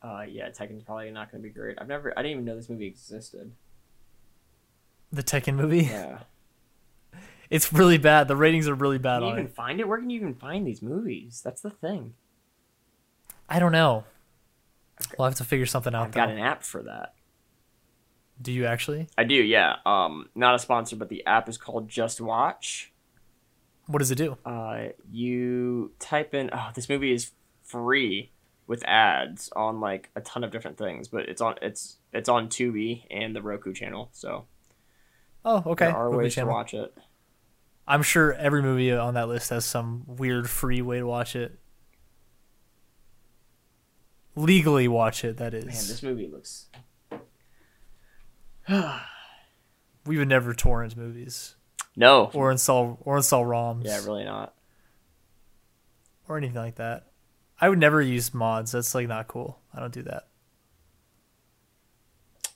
[SPEAKER 2] Uh, yeah, Tekken's probably not going to be great. I've never, I didn't even know this
[SPEAKER 1] [LAUGHS]
[SPEAKER 2] movie existed.
[SPEAKER 1] The Tekken movie.
[SPEAKER 2] Yeah,
[SPEAKER 1] [LAUGHS] It's really bad. The ratings are really bad
[SPEAKER 2] can you
[SPEAKER 1] on
[SPEAKER 2] even
[SPEAKER 1] it.
[SPEAKER 2] find it? Where can you even find these movies? That's the thing.
[SPEAKER 1] I don't know. We'll have to figure something out.
[SPEAKER 2] I've got
[SPEAKER 1] though.
[SPEAKER 2] an app for that.
[SPEAKER 1] Do you actually?
[SPEAKER 2] I do, yeah. Um, not a sponsor, but the app is called Just Watch.
[SPEAKER 1] What does it do?
[SPEAKER 2] Uh, you type in. Oh, this movie is free with ads on like a ton of different things, but it's on it's it's on Tubi and the Roku channel. So
[SPEAKER 1] Oh, okay.
[SPEAKER 2] there are
[SPEAKER 1] Movie
[SPEAKER 2] ways to
[SPEAKER 1] channel.
[SPEAKER 2] watch it.
[SPEAKER 1] I'm sure every movie on that list has some weird free way to watch it. Legally watch it. That is.
[SPEAKER 2] Man, this movie looks
[SPEAKER 1] we would never torrent movies
[SPEAKER 2] no.
[SPEAKER 1] or install or install ROMs
[SPEAKER 2] yeah, really not.
[SPEAKER 1] or anything like that. I would never use mods. That's like not cool. I don't do that.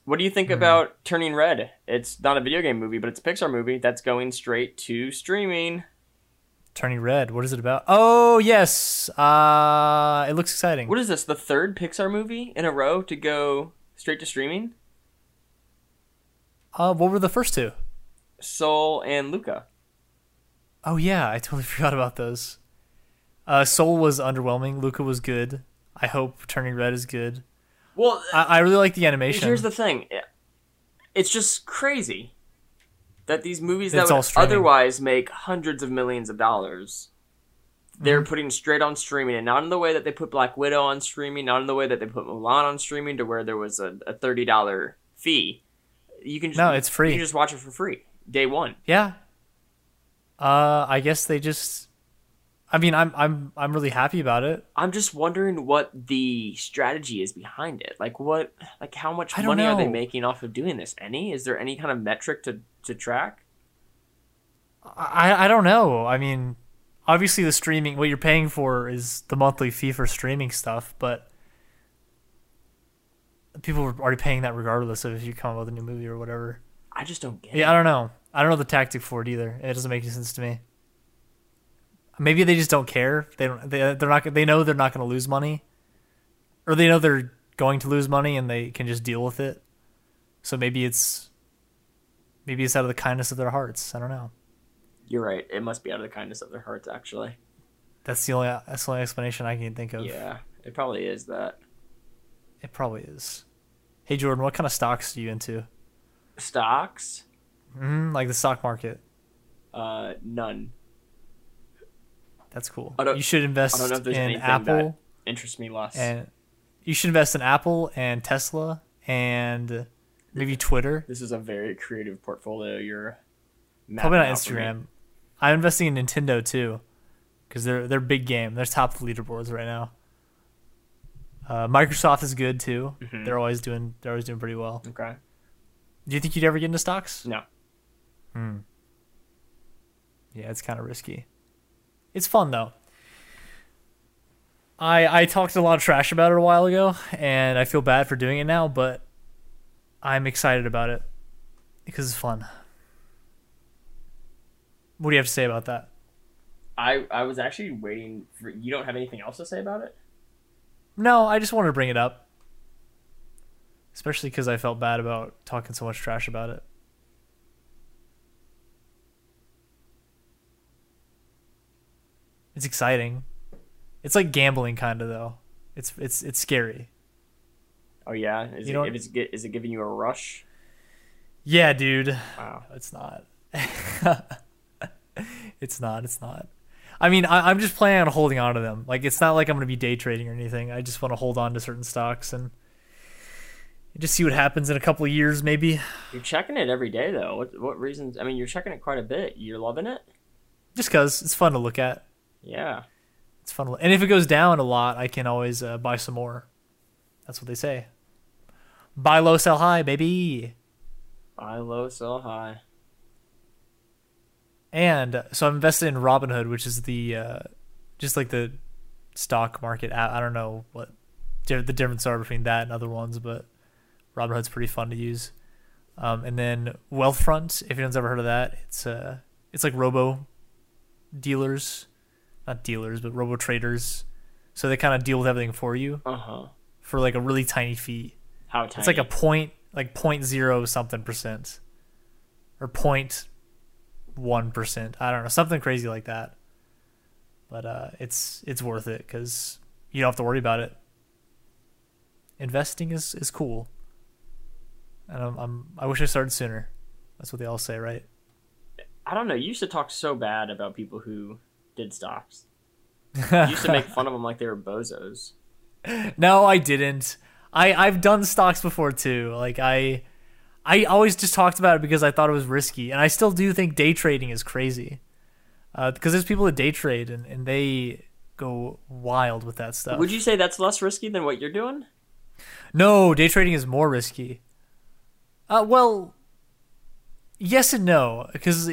[SPEAKER 2] What do you think about Turning Red? It's not a video game movie, but it's a Pixar movie that's going straight to streaming.
[SPEAKER 1] Turning red. What is it about? Oh yes. Uh, it looks exciting.
[SPEAKER 2] What is this? The third Pixar movie in a row to go straight to streaming?
[SPEAKER 1] uh, what were the first two?
[SPEAKER 2] Soul and Luca.
[SPEAKER 1] Oh yeah, I totally [LAUGHS] forgot about those. Uh, Soul was underwhelming. Luca was good. I hope Turning Red is good.
[SPEAKER 2] Well,
[SPEAKER 1] I, I really like the animation.
[SPEAKER 2] here's the thing. It's just crazy that these movies that
[SPEAKER 1] It's all
[SPEAKER 2] would
[SPEAKER 1] streaming.
[SPEAKER 2] otherwise make hundreds of millions of dollars, they're
[SPEAKER 1] Mm-hmm.
[SPEAKER 2] putting straight on streaming, and not in the way that they put Black Widow on streaming, not in the way that they put Mulan on streaming, to where there was a, a thirty dollar fee. You can just,
[SPEAKER 1] No, it's free.
[SPEAKER 2] You can just watch it for free day one.
[SPEAKER 1] yeah. Uh, I guess they just. I mean, I'm I'm I'm really happy about it.
[SPEAKER 2] I'm just wondering what the strategy is behind it. Like what like how much
[SPEAKER 1] I don't
[SPEAKER 2] money are they
[SPEAKER 1] know.
[SPEAKER 2] making off of doing this? Any? Is there any kind of metric to, to track?
[SPEAKER 1] I I- I don't know. I mean, obviously the streaming what you're paying for is the monthly fee for streaming stuff, but people are already paying that regardless of if you come up with a new movie or whatever.
[SPEAKER 2] I just don't get
[SPEAKER 1] Yeah, I don't know. I don't know the tactic for it either. It doesn't make any sense to me. Maybe they just don't care. They don't. They, they're not. They know they're not going to lose money, or they know they're going to lose money and they can just deal with it. So maybe it's, maybe it's out of the kindness of their hearts. I don't know.
[SPEAKER 2] it. You're right. It must be out of the kindness of their hearts actually.
[SPEAKER 1] That's the only. That's the only explanation I can think of.
[SPEAKER 2] Yeah. It probably is that.
[SPEAKER 1] It probably is. Hey Jordan, what kind of stocks are you into?
[SPEAKER 2] Stocks?
[SPEAKER 1] Mm, like the stock market.
[SPEAKER 2] Uh none.
[SPEAKER 1] That's cool.
[SPEAKER 2] I don't-
[SPEAKER 1] You should invest
[SPEAKER 2] I don't know if there's
[SPEAKER 1] in
[SPEAKER 2] anything
[SPEAKER 1] Apple.
[SPEAKER 2] that interests me less.
[SPEAKER 1] and you should invest in Apple and Tesla and maybe Twitter.
[SPEAKER 2] this is a very creative portfolio you're
[SPEAKER 1] Probably not
[SPEAKER 2] mapping out for me.
[SPEAKER 1] Instagram. I'm investing in Nintendo too, because they're they're big game. They're top of the leaderboards right now. Uh, Microsoft is good too.
[SPEAKER 2] Mm-hmm.
[SPEAKER 1] They're always doing they're always doing pretty well.
[SPEAKER 2] Okay.
[SPEAKER 1] Do you think you'd ever get into stocks?
[SPEAKER 2] No.
[SPEAKER 1] Yeah, it's kind of risky. It's fun though. I I talked a lot of trash about it a while ago, and I feel bad for doing it now, but I'm excited about it because it's fun. What do you have to say about that?
[SPEAKER 2] I I was actually waiting for you. Don't have anything else to say about it?
[SPEAKER 1] No, I just wanted to bring it up. Especially because I felt bad about talking so much trash about it. It's exciting. It's like gambling, kind of though. It's it's it's scary.
[SPEAKER 2] Oh yeah, is
[SPEAKER 1] You
[SPEAKER 2] it,
[SPEAKER 1] know-
[SPEAKER 2] if it's gi- is it giving you a rush?
[SPEAKER 1] Yeah, dude.
[SPEAKER 2] Wow.
[SPEAKER 1] No, it's not. [LAUGHS] it's not. It's not. I mean, I, I'm just planning on holding on to them. Like, it's not like I'm going to be day trading or anything. I just want to hold on to certain stocks and just see what happens in a couple of years, maybe.
[SPEAKER 2] You're checking it every day though. What what reasons? I mean, you're checking it quite a bit. You're loving it.
[SPEAKER 1] Just because it's fun to look at.
[SPEAKER 2] Yeah.
[SPEAKER 1] It's fun. To look. And if it goes down a lot, I can always uh, buy some more. That's what they say. Buy low, sell high, baby.
[SPEAKER 2] Buy low, sell high.
[SPEAKER 1] And so I'm invested in Robinhood, which is the uh, just like the stock market app. I don't know what di- the difference are between that and other ones, but Robinhood's pretty fun to use. Um, and then Wealthfront, if anyone's ever heard of that, it's uh, it's like robo dealers, not dealers, but robo traders. So they kind of deal with everything for you
[SPEAKER 2] Uh huh.
[SPEAKER 1] for like a really tiny fee.
[SPEAKER 2] How tiny?
[SPEAKER 1] It's like a point, like point zero something percent, or point one percent. I don't know, something crazy like that. But uh, it's it's worth it because you don't have to worry about it. Investing is is cool, and I'm, I'm I wish I started sooner. That's what they all say, right?
[SPEAKER 2] I don't know. You used to talk so bad about people who did stocks. You used
[SPEAKER 1] [LAUGHS]
[SPEAKER 2] to make fun of them like they were bozos.
[SPEAKER 1] No, I didn't. I I've done stocks before too. Like I I always just talked about it because I thought it was risky, and I still do think day trading is crazy. Uh, because there's people that day trade and, and they go wild with that stuff.
[SPEAKER 2] Would you say that's less risky than what you're doing?
[SPEAKER 1] No, day trading is more risky. Uh, well, yes and no, because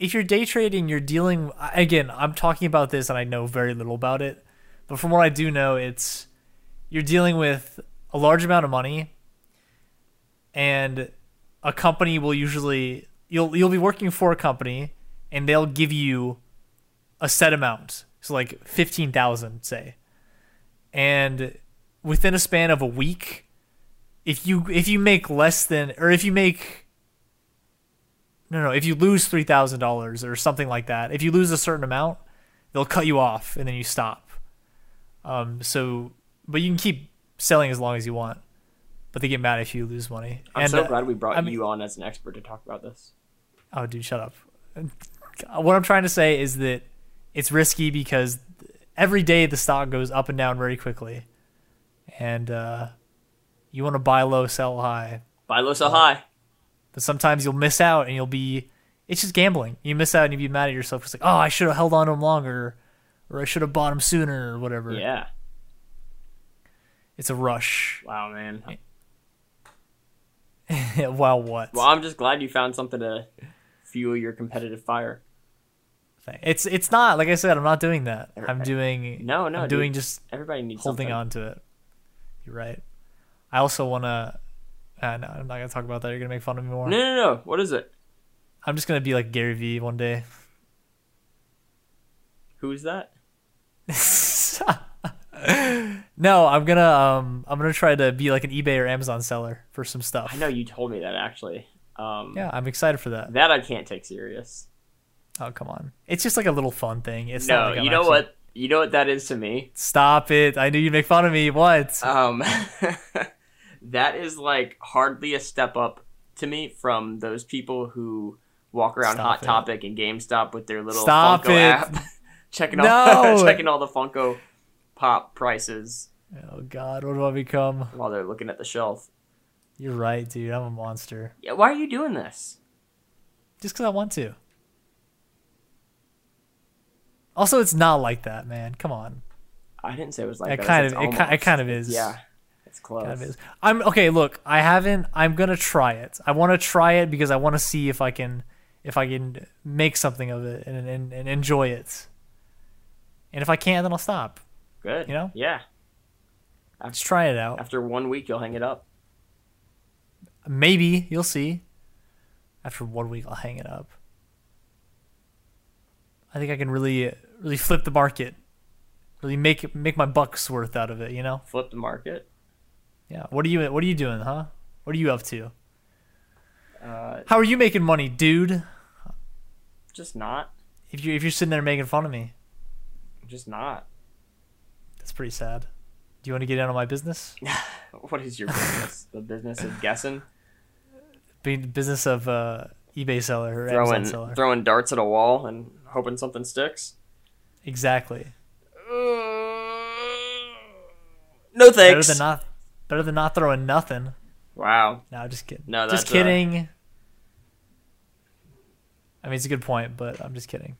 [SPEAKER 1] if you're day trading, you're dealing. Again, I'm talking about this, and I know very little about it, but from what I do know, it's you're dealing with a large amount of money, and a company will usually you'll you'll be working for a company, and they'll give you a set amount, so like fifteen thousand, say, and within a span of a week if you if you make less than or if you make no no if you lose three thousand dollars or something like that if you lose a certain amount they'll cut you off and then you stop um so but you can keep selling as long as you want but they get mad if you lose money
[SPEAKER 2] I'm
[SPEAKER 1] And,
[SPEAKER 2] so
[SPEAKER 1] uh,
[SPEAKER 2] glad we brought
[SPEAKER 1] I mean-
[SPEAKER 2] you on as an expert to talk about this.
[SPEAKER 1] Oh, dude, shut up. Uh, What I'm trying to say is that it's risky because every day the stock goes up and down very quickly, and uh, you want to buy low, sell high.
[SPEAKER 2] Buy low,
[SPEAKER 1] Uh,
[SPEAKER 2] sell high.
[SPEAKER 1] But sometimes you'll miss out, and you'll be. It's just gambling. You miss out, and you'll be mad at yourself. It's like, oh, I should have held on to them longer, or I should have bought them sooner, or whatever.
[SPEAKER 2] Yeah.
[SPEAKER 1] It's a rush. [LAUGHS]
[SPEAKER 2] Wow, man.
[SPEAKER 1] wow, what?
[SPEAKER 2] Well, I'm just glad you found something to fuel your competitive fire.
[SPEAKER 1] It's it's not like I said. I'm not doing that. I'm
[SPEAKER 2] Right.
[SPEAKER 1] doing
[SPEAKER 2] No, no,
[SPEAKER 1] I'm
[SPEAKER 2] dude.
[SPEAKER 1] doing just
[SPEAKER 2] Everybody needs
[SPEAKER 1] holding
[SPEAKER 2] something.
[SPEAKER 1] on to it. You're right. I also want to. Uh, no, I'm not gonna talk about that. You're gonna make fun of me more.
[SPEAKER 2] No, no, no. What is it?
[SPEAKER 1] I'm just gonna be like Gary Vee one day. [LAUGHS]
[SPEAKER 2] Who is that?
[SPEAKER 1] no, I'm gonna um, I'm gonna try to be like an eBay or Amazon seller for some stuff.
[SPEAKER 2] I know you told me that actually. Um,
[SPEAKER 1] Yeah, I'm excited for that.
[SPEAKER 2] That I can't take serious.
[SPEAKER 1] Oh come on, it's just like a little fun thing. It's not
[SPEAKER 2] no,
[SPEAKER 1] like I'm
[SPEAKER 2] you know
[SPEAKER 1] actually-
[SPEAKER 2] what? You know what that is to me.
[SPEAKER 1] Stop it! I knew you'd make fun of me. What?
[SPEAKER 2] Um, [LAUGHS] that is like hardly a step up to me from those people who walk around
[SPEAKER 1] Stop
[SPEAKER 2] Hot
[SPEAKER 1] it.
[SPEAKER 2] Topic and GameStop with their little
[SPEAKER 1] Stop
[SPEAKER 2] Funko
[SPEAKER 1] it.
[SPEAKER 2] app, [LAUGHS] checking all
[SPEAKER 1] No.
[SPEAKER 2] [LAUGHS] checking all the Funko Pop prices
[SPEAKER 1] oh God, what do I become?
[SPEAKER 2] while they're looking at the shelf.
[SPEAKER 1] You're right, dude. I'm a monster.
[SPEAKER 2] Yeah, why are you doing this?
[SPEAKER 1] Just 'cause I want to. Also, it's not like that, man. Come on.
[SPEAKER 2] I didn't say it was like
[SPEAKER 1] It
[SPEAKER 2] that. I
[SPEAKER 1] kind
[SPEAKER 2] said
[SPEAKER 1] of-
[SPEAKER 2] it's
[SPEAKER 1] it ki- it
[SPEAKER 2] almost.
[SPEAKER 1] kind of is.
[SPEAKER 2] Yeah, it's close.
[SPEAKER 1] Kind of is. I'm okay. Look, I haven't. I'm gonna try it. I want to try it because I want to see if I can, if I can make something of it and, and and enjoy it. And if I can't, then I'll stop.
[SPEAKER 2] Good.
[SPEAKER 1] you know?
[SPEAKER 2] Yeah.
[SPEAKER 1] Let's try it out.
[SPEAKER 2] After one week, you'll hang it up.
[SPEAKER 1] Maybe you'll see. After one week, I'll hang it up. I think I can really really flip the market, really make make my bucks worth out of it. You know?
[SPEAKER 2] Flip the market.
[SPEAKER 1] Yeah. What are you What are you doing, huh? What are you up to?
[SPEAKER 2] Uh,
[SPEAKER 1] How are you making money, dude?
[SPEAKER 2] just not.
[SPEAKER 1] If you if you're sitting there making fun of me,
[SPEAKER 2] Just not. [LAUGHS]
[SPEAKER 1] that's pretty sad. Do you want to get in on my business?
[SPEAKER 2] What is your business? the business of guessing,
[SPEAKER 1] Be business of uh, eBay seller or Amazon
[SPEAKER 2] throwing
[SPEAKER 1] seller.
[SPEAKER 2] throwing darts at a wall and hoping something sticks.
[SPEAKER 1] exactly.
[SPEAKER 2] No
[SPEAKER 1] Better
[SPEAKER 2] thanks.
[SPEAKER 1] than not. Better than not throwing nothing.
[SPEAKER 2] wow.
[SPEAKER 1] No, just kidding.
[SPEAKER 2] No,
[SPEAKER 1] just
[SPEAKER 2] that's, uh,
[SPEAKER 1] kidding. I mean, it's a good point, but I'm just kidding.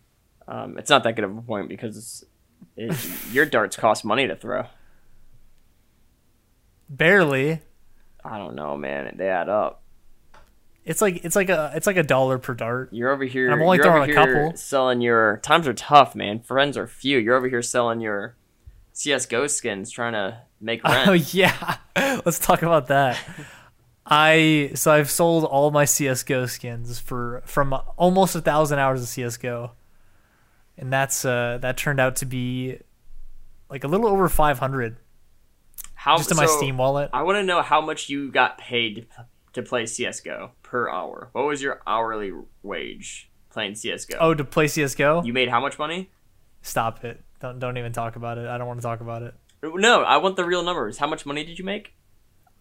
[SPEAKER 2] Um, it's not that good of a point because it, your darts cost money to throw.
[SPEAKER 1] Barely.
[SPEAKER 2] I don't know, man. They add up.
[SPEAKER 1] It's like it's like a it's like a dollar per dart.
[SPEAKER 2] You're over here.
[SPEAKER 1] I'm only
[SPEAKER 2] you're
[SPEAKER 1] throwing
[SPEAKER 2] over
[SPEAKER 1] a
[SPEAKER 2] here
[SPEAKER 1] couple.
[SPEAKER 2] Selling your times are tough, man. Friends are few. You're over here selling your CS:GO skins, trying to make
[SPEAKER 1] [LAUGHS]
[SPEAKER 2] rent.
[SPEAKER 1] Oh yeah, let's talk about that. I so I've sold all my CS:GO skins for from almost a thousand hours of CS:GO, and that's uh that turned out to be like a little over 500
[SPEAKER 2] How
[SPEAKER 1] just in my
[SPEAKER 2] Um, so,
[SPEAKER 1] Steam wallet.
[SPEAKER 2] I want to know how much you got paid to play CS:GO per hour. What was your hourly wage playing CS:GO?
[SPEAKER 1] Oh, to play CS:GO?
[SPEAKER 2] You made how much money?
[SPEAKER 1] Stop it! Don't don't even talk about it. I don't want to talk about it.
[SPEAKER 2] No, I want the real numbers. How much money did you make?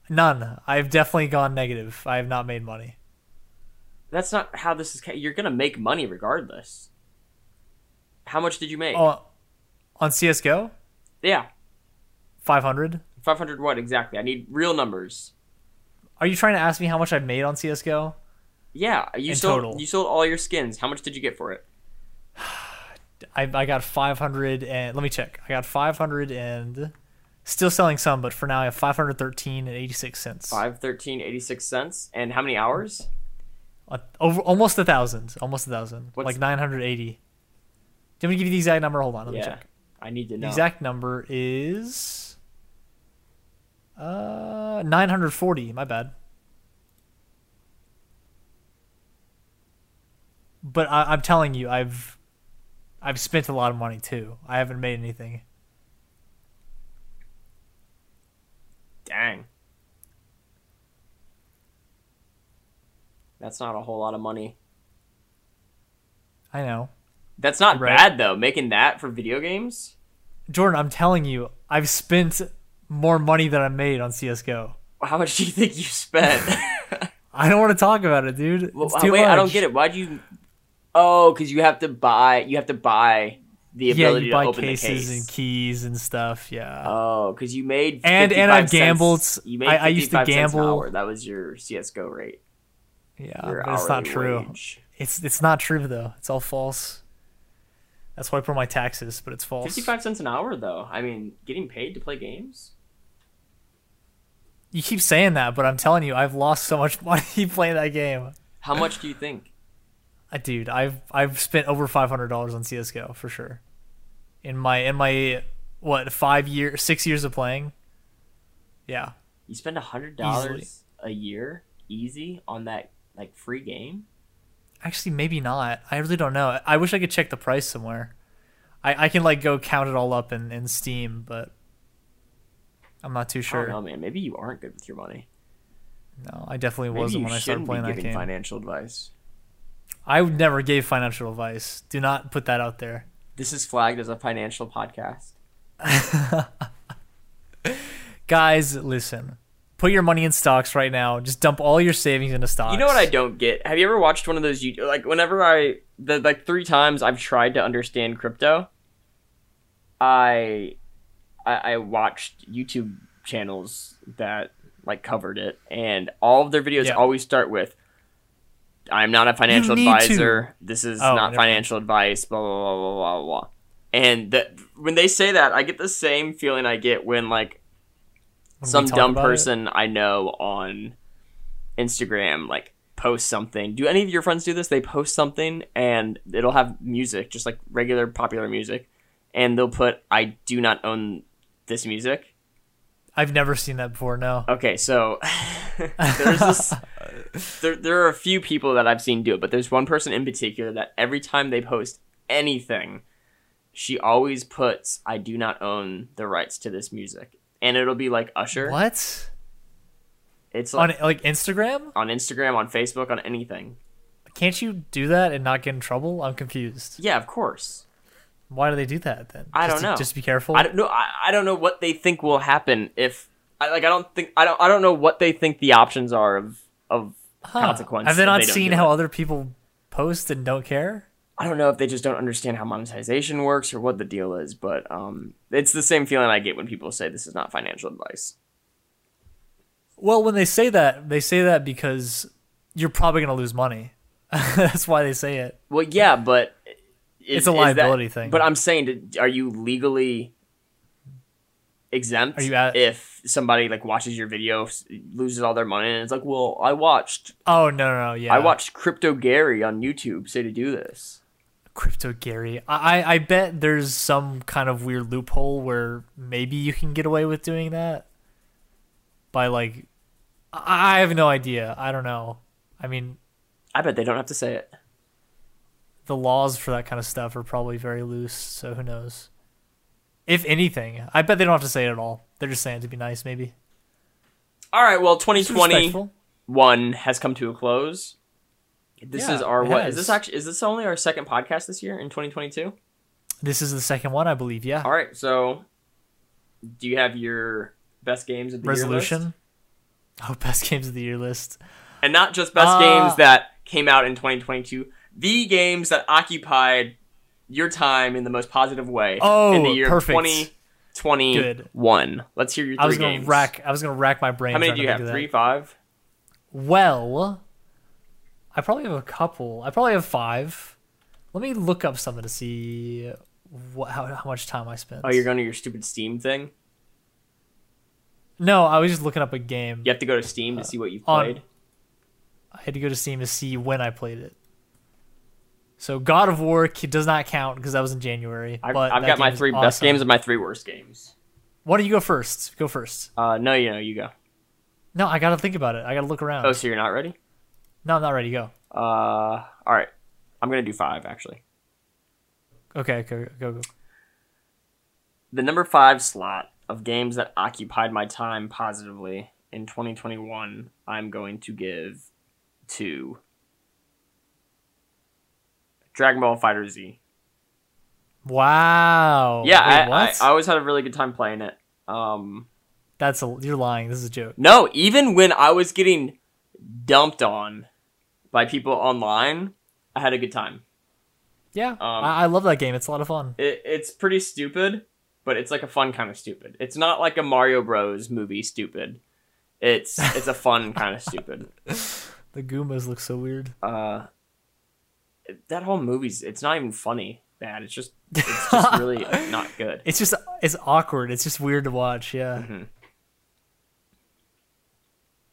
[SPEAKER 1] None. I've definitely gone negative. I have not made money.
[SPEAKER 2] That's not how this is. ca- You're gonna make money regardless. How much did you make?
[SPEAKER 1] Oh, on CS:GO,
[SPEAKER 2] Yeah,
[SPEAKER 1] 500.
[SPEAKER 2] five hundred. What exactly? I need real numbers.
[SPEAKER 1] Are you trying to ask me how much I made on CS:GO?
[SPEAKER 2] Yeah, you
[SPEAKER 1] In
[SPEAKER 2] sold.
[SPEAKER 1] total.
[SPEAKER 2] You sold all your skins. How much did you get for it?
[SPEAKER 1] I, I got 500 and let me check. I got 500 and still selling some, but for now I have 513 and 86 cents.
[SPEAKER 2] Five, thirteen, eighty-six cents. And how many hours?
[SPEAKER 1] Uh, over almost a thousand, almost a thousand,
[SPEAKER 2] What's-
[SPEAKER 1] like 980. Let me give you the exact number. Hold on, let me
[SPEAKER 2] yeah,
[SPEAKER 1] check.
[SPEAKER 2] I need to
[SPEAKER 1] The
[SPEAKER 2] know.
[SPEAKER 1] exact number is uh 940. My bad. But I, I'm telling you, I've I've spent a lot of money too. I haven't made anything.
[SPEAKER 2] Dang. That's not a whole lot of money.
[SPEAKER 1] I know.
[SPEAKER 2] That's not
[SPEAKER 1] Right.
[SPEAKER 2] bad though. Making that for video games.
[SPEAKER 1] Jordan, I'm telling you, I've spent more money than I made on CSGO.
[SPEAKER 2] How much do you think
[SPEAKER 1] [LAUGHS]
[SPEAKER 2] you spent? [LAUGHS]
[SPEAKER 1] I don't want to talk about it, dude.
[SPEAKER 2] Well,
[SPEAKER 1] it's
[SPEAKER 2] uh,
[SPEAKER 1] too
[SPEAKER 2] wait,
[SPEAKER 1] much.
[SPEAKER 2] I don't get it. Why'd you? Oh, because you have to buy. You have to buy the
[SPEAKER 1] Yeah,
[SPEAKER 2] ability
[SPEAKER 1] you buy
[SPEAKER 2] to open
[SPEAKER 1] cases
[SPEAKER 2] the case.
[SPEAKER 1] and keys and stuff. Yeah.
[SPEAKER 2] oh, because you made
[SPEAKER 1] And- and
[SPEAKER 2] 55
[SPEAKER 1] I've gambled.
[SPEAKER 2] Cents, you made
[SPEAKER 1] I- I used to
[SPEAKER 2] 55 cents an
[SPEAKER 1] gamble.
[SPEAKER 2] hour. That was your CS:GO rate.
[SPEAKER 1] yeah.
[SPEAKER 2] Your
[SPEAKER 1] But it's not
[SPEAKER 2] hourly
[SPEAKER 1] true.
[SPEAKER 2] wage.
[SPEAKER 1] It's it's not true though. It's all false. That's why I put my taxes, but it's false.
[SPEAKER 2] Fifty-five cents an hour, though. I mean, getting paid to play games.
[SPEAKER 1] You keep saying that, but I'm telling you, I've lost so much [LAUGHS] money playing that game. [SIGHS]
[SPEAKER 2] How much do you think?
[SPEAKER 1] Uh, dude, I've I've spent over five hundred dollars on CS:GO for sure. In my in my what five year six years of playing. Yeah,
[SPEAKER 2] You spend a hundred dollars a year, easy, on that like free game.
[SPEAKER 1] actually maybe not. I really don't know. I wish I could check the price somewhere. I I can like go count it all up in in Steam, but I'm not too
[SPEAKER 2] I
[SPEAKER 1] sure.
[SPEAKER 2] don't know, man. Maybe you aren't good with your money.
[SPEAKER 1] no, I definitely
[SPEAKER 2] Maybe
[SPEAKER 1] wasn't
[SPEAKER 2] you
[SPEAKER 1] when I started
[SPEAKER 2] shouldn't be
[SPEAKER 1] playing that
[SPEAKER 2] giving
[SPEAKER 1] game.
[SPEAKER 2] financial advice.
[SPEAKER 1] I would never gave financial advice. Do not put that out there. [LAUGHS]
[SPEAKER 2] This is flagged as a financial podcast.
[SPEAKER 1] Guys, listen. Put your money in stocks right now. Just dump all your savings into stocks.
[SPEAKER 2] You know what I don't get? Have you ever watched one of those YouTube like whenever I the like three times I've tried to understand crypto, I I, I watched YouTube channels that like covered it and all of their videos
[SPEAKER 1] Yeah.
[SPEAKER 2] always start with I'm not a financial
[SPEAKER 1] need to-
[SPEAKER 2] advisor. This is
[SPEAKER 1] Oh,
[SPEAKER 2] not
[SPEAKER 1] never mind.
[SPEAKER 2] financial advice, blah blah blah blah blah blah. And that when they say that, I get the same feeling I get when like
[SPEAKER 1] When we
[SPEAKER 2] some
[SPEAKER 1] talk
[SPEAKER 2] dumb
[SPEAKER 1] about it.
[SPEAKER 2] person I know on Instagram like post something. Do any of your friends do this? They post something and it'll have music, just like regular popular music, and they'll put I do not own this music.
[SPEAKER 1] I've never seen that before. No.
[SPEAKER 2] Okay, so [LAUGHS]
[SPEAKER 1] [LAUGHS]
[SPEAKER 2] there's this there, there are a few people that I've seen do it, but there's one person in particular that every time they post anything, she always puts "I do not own the rights to this music," and it'll be like Usher.
[SPEAKER 1] What Oh,
[SPEAKER 2] It's
[SPEAKER 1] on
[SPEAKER 2] like
[SPEAKER 1] like Instagram?
[SPEAKER 2] on Instagram, on Facebook, on anything.
[SPEAKER 1] Can't you do that and not get in trouble? I'm confused.
[SPEAKER 2] Yeah, of course.
[SPEAKER 1] Why do they do that then?
[SPEAKER 2] I
[SPEAKER 1] Just
[SPEAKER 2] don't
[SPEAKER 1] to-
[SPEAKER 2] know.
[SPEAKER 1] Just be careful.
[SPEAKER 2] I don't know. I, I don't know what they think will happen if I like. I don't think I don't. I don't know what they think the options are of of
[SPEAKER 1] Huh.
[SPEAKER 2] consequence.
[SPEAKER 1] Have they
[SPEAKER 2] if
[SPEAKER 1] not
[SPEAKER 2] don't
[SPEAKER 1] seen
[SPEAKER 2] do
[SPEAKER 1] how
[SPEAKER 2] it.
[SPEAKER 1] other people post and don't care?
[SPEAKER 2] I don't know if they just don't understand how monetization works or what the deal is, but um, it's the same feeling I get when people say this is not financial advice.
[SPEAKER 1] Well, when they say that, they say that because you're probably going to lose money. [LAUGHS] That's why they say it.
[SPEAKER 2] Well, yeah, but
[SPEAKER 1] It's
[SPEAKER 2] is-
[SPEAKER 1] a
[SPEAKER 2] is that-
[SPEAKER 1] liability thing.
[SPEAKER 2] But I'm saying, did- are you legally exempt
[SPEAKER 1] Are you at-
[SPEAKER 2] if somebody like watches your video s- loses all their money and it's like well i watched
[SPEAKER 1] Oh no, no, no yeah.
[SPEAKER 2] i watched crypto gary on youtube say to do this
[SPEAKER 1] Crypto Gary. I, I I bet there's some kind of weird loophole where maybe you can get away with doing that by like I I have no idea. I don't know. I mean,
[SPEAKER 2] I bet they don't have to say it.
[SPEAKER 1] the laws for that kind of stuff are probably very loose, so who knows? If anything, I bet they don't have to say it at all. They're just saying it to be nice, maybe.
[SPEAKER 2] All right, well,
[SPEAKER 1] It's
[SPEAKER 2] 2021
[SPEAKER 1] respectful.
[SPEAKER 2] has come to a close. This
[SPEAKER 1] Yeah,
[SPEAKER 2] is our
[SPEAKER 1] it
[SPEAKER 2] what is
[SPEAKER 1] has.
[SPEAKER 2] this actually is this only our second podcast this year in 2022?
[SPEAKER 1] This is the second one, I believe. Yeah.
[SPEAKER 2] All right, so do you have your best games of the year list?
[SPEAKER 1] Resolution. Oh, best games of the year list.
[SPEAKER 2] and not just best
[SPEAKER 1] Uh,
[SPEAKER 2] games that came out in 2022, the games that occupied your time in the most positive way
[SPEAKER 1] Oh,
[SPEAKER 2] in the year
[SPEAKER 1] perfect.
[SPEAKER 2] 2021. Let's hear your three
[SPEAKER 1] I was gonna
[SPEAKER 2] games.
[SPEAKER 1] rack. I was gonna rack my brain.
[SPEAKER 2] How many
[SPEAKER 1] trying
[SPEAKER 2] do
[SPEAKER 1] to
[SPEAKER 2] you
[SPEAKER 1] think
[SPEAKER 2] have?
[SPEAKER 1] of that.
[SPEAKER 2] Three, five.
[SPEAKER 1] Well, I probably have a couple. I probably have five. Let me look up something to see what, how, how much time I spent.
[SPEAKER 2] Oh, you're going to your stupid Steam thing.
[SPEAKER 1] No, I was just looking up a game.
[SPEAKER 2] You have to go to Steam to see what you've
[SPEAKER 1] Uh, on-
[SPEAKER 2] played.
[SPEAKER 1] I had to go to Steam to see when I played it. So God of War c- does not count because that was in January.
[SPEAKER 2] I've,
[SPEAKER 1] but
[SPEAKER 2] I've
[SPEAKER 1] that
[SPEAKER 2] got my
[SPEAKER 1] game is
[SPEAKER 2] three best
[SPEAKER 1] awesome.
[SPEAKER 2] games and my three worst games.
[SPEAKER 1] Why don't you go first? Go first.
[SPEAKER 2] Uh, no, you know, you go.
[SPEAKER 1] No, I gotta think about it. I gotta look around.
[SPEAKER 2] Oh, so you're not ready?
[SPEAKER 1] No, I'm not ready. Go.
[SPEAKER 2] Uh, all right. I'm gonna do five actually.
[SPEAKER 1] Okay, go go go.
[SPEAKER 2] The number five slot of games that occupied my time positively in 2021, I'm going to give to Dragon Ball Fighter Z.
[SPEAKER 1] Wow.
[SPEAKER 2] yeah,
[SPEAKER 1] Wait,
[SPEAKER 2] I, I,
[SPEAKER 1] what?
[SPEAKER 2] I always had a really good time playing it. Um,
[SPEAKER 1] That's a you're lying. This is a joke.
[SPEAKER 2] No, even when I was getting dumped on by people online, I had a good time.
[SPEAKER 1] Yeah,
[SPEAKER 2] Um,
[SPEAKER 1] I, I love that game. It's a lot of fun.
[SPEAKER 2] It, it's pretty stupid, but it's like a fun kind of stupid. It's not like a Mario Bros. movie stupid. It's it's a fun kind of stupid.
[SPEAKER 1] The Goombas look so weird.
[SPEAKER 2] Uh, that whole movie's it's not even funny. Bad.
[SPEAKER 1] [LAUGHS]
[SPEAKER 2] It's just it's just really not good.
[SPEAKER 1] It's just it's awkward. It's just weird to watch. Yeah.
[SPEAKER 2] Mhm.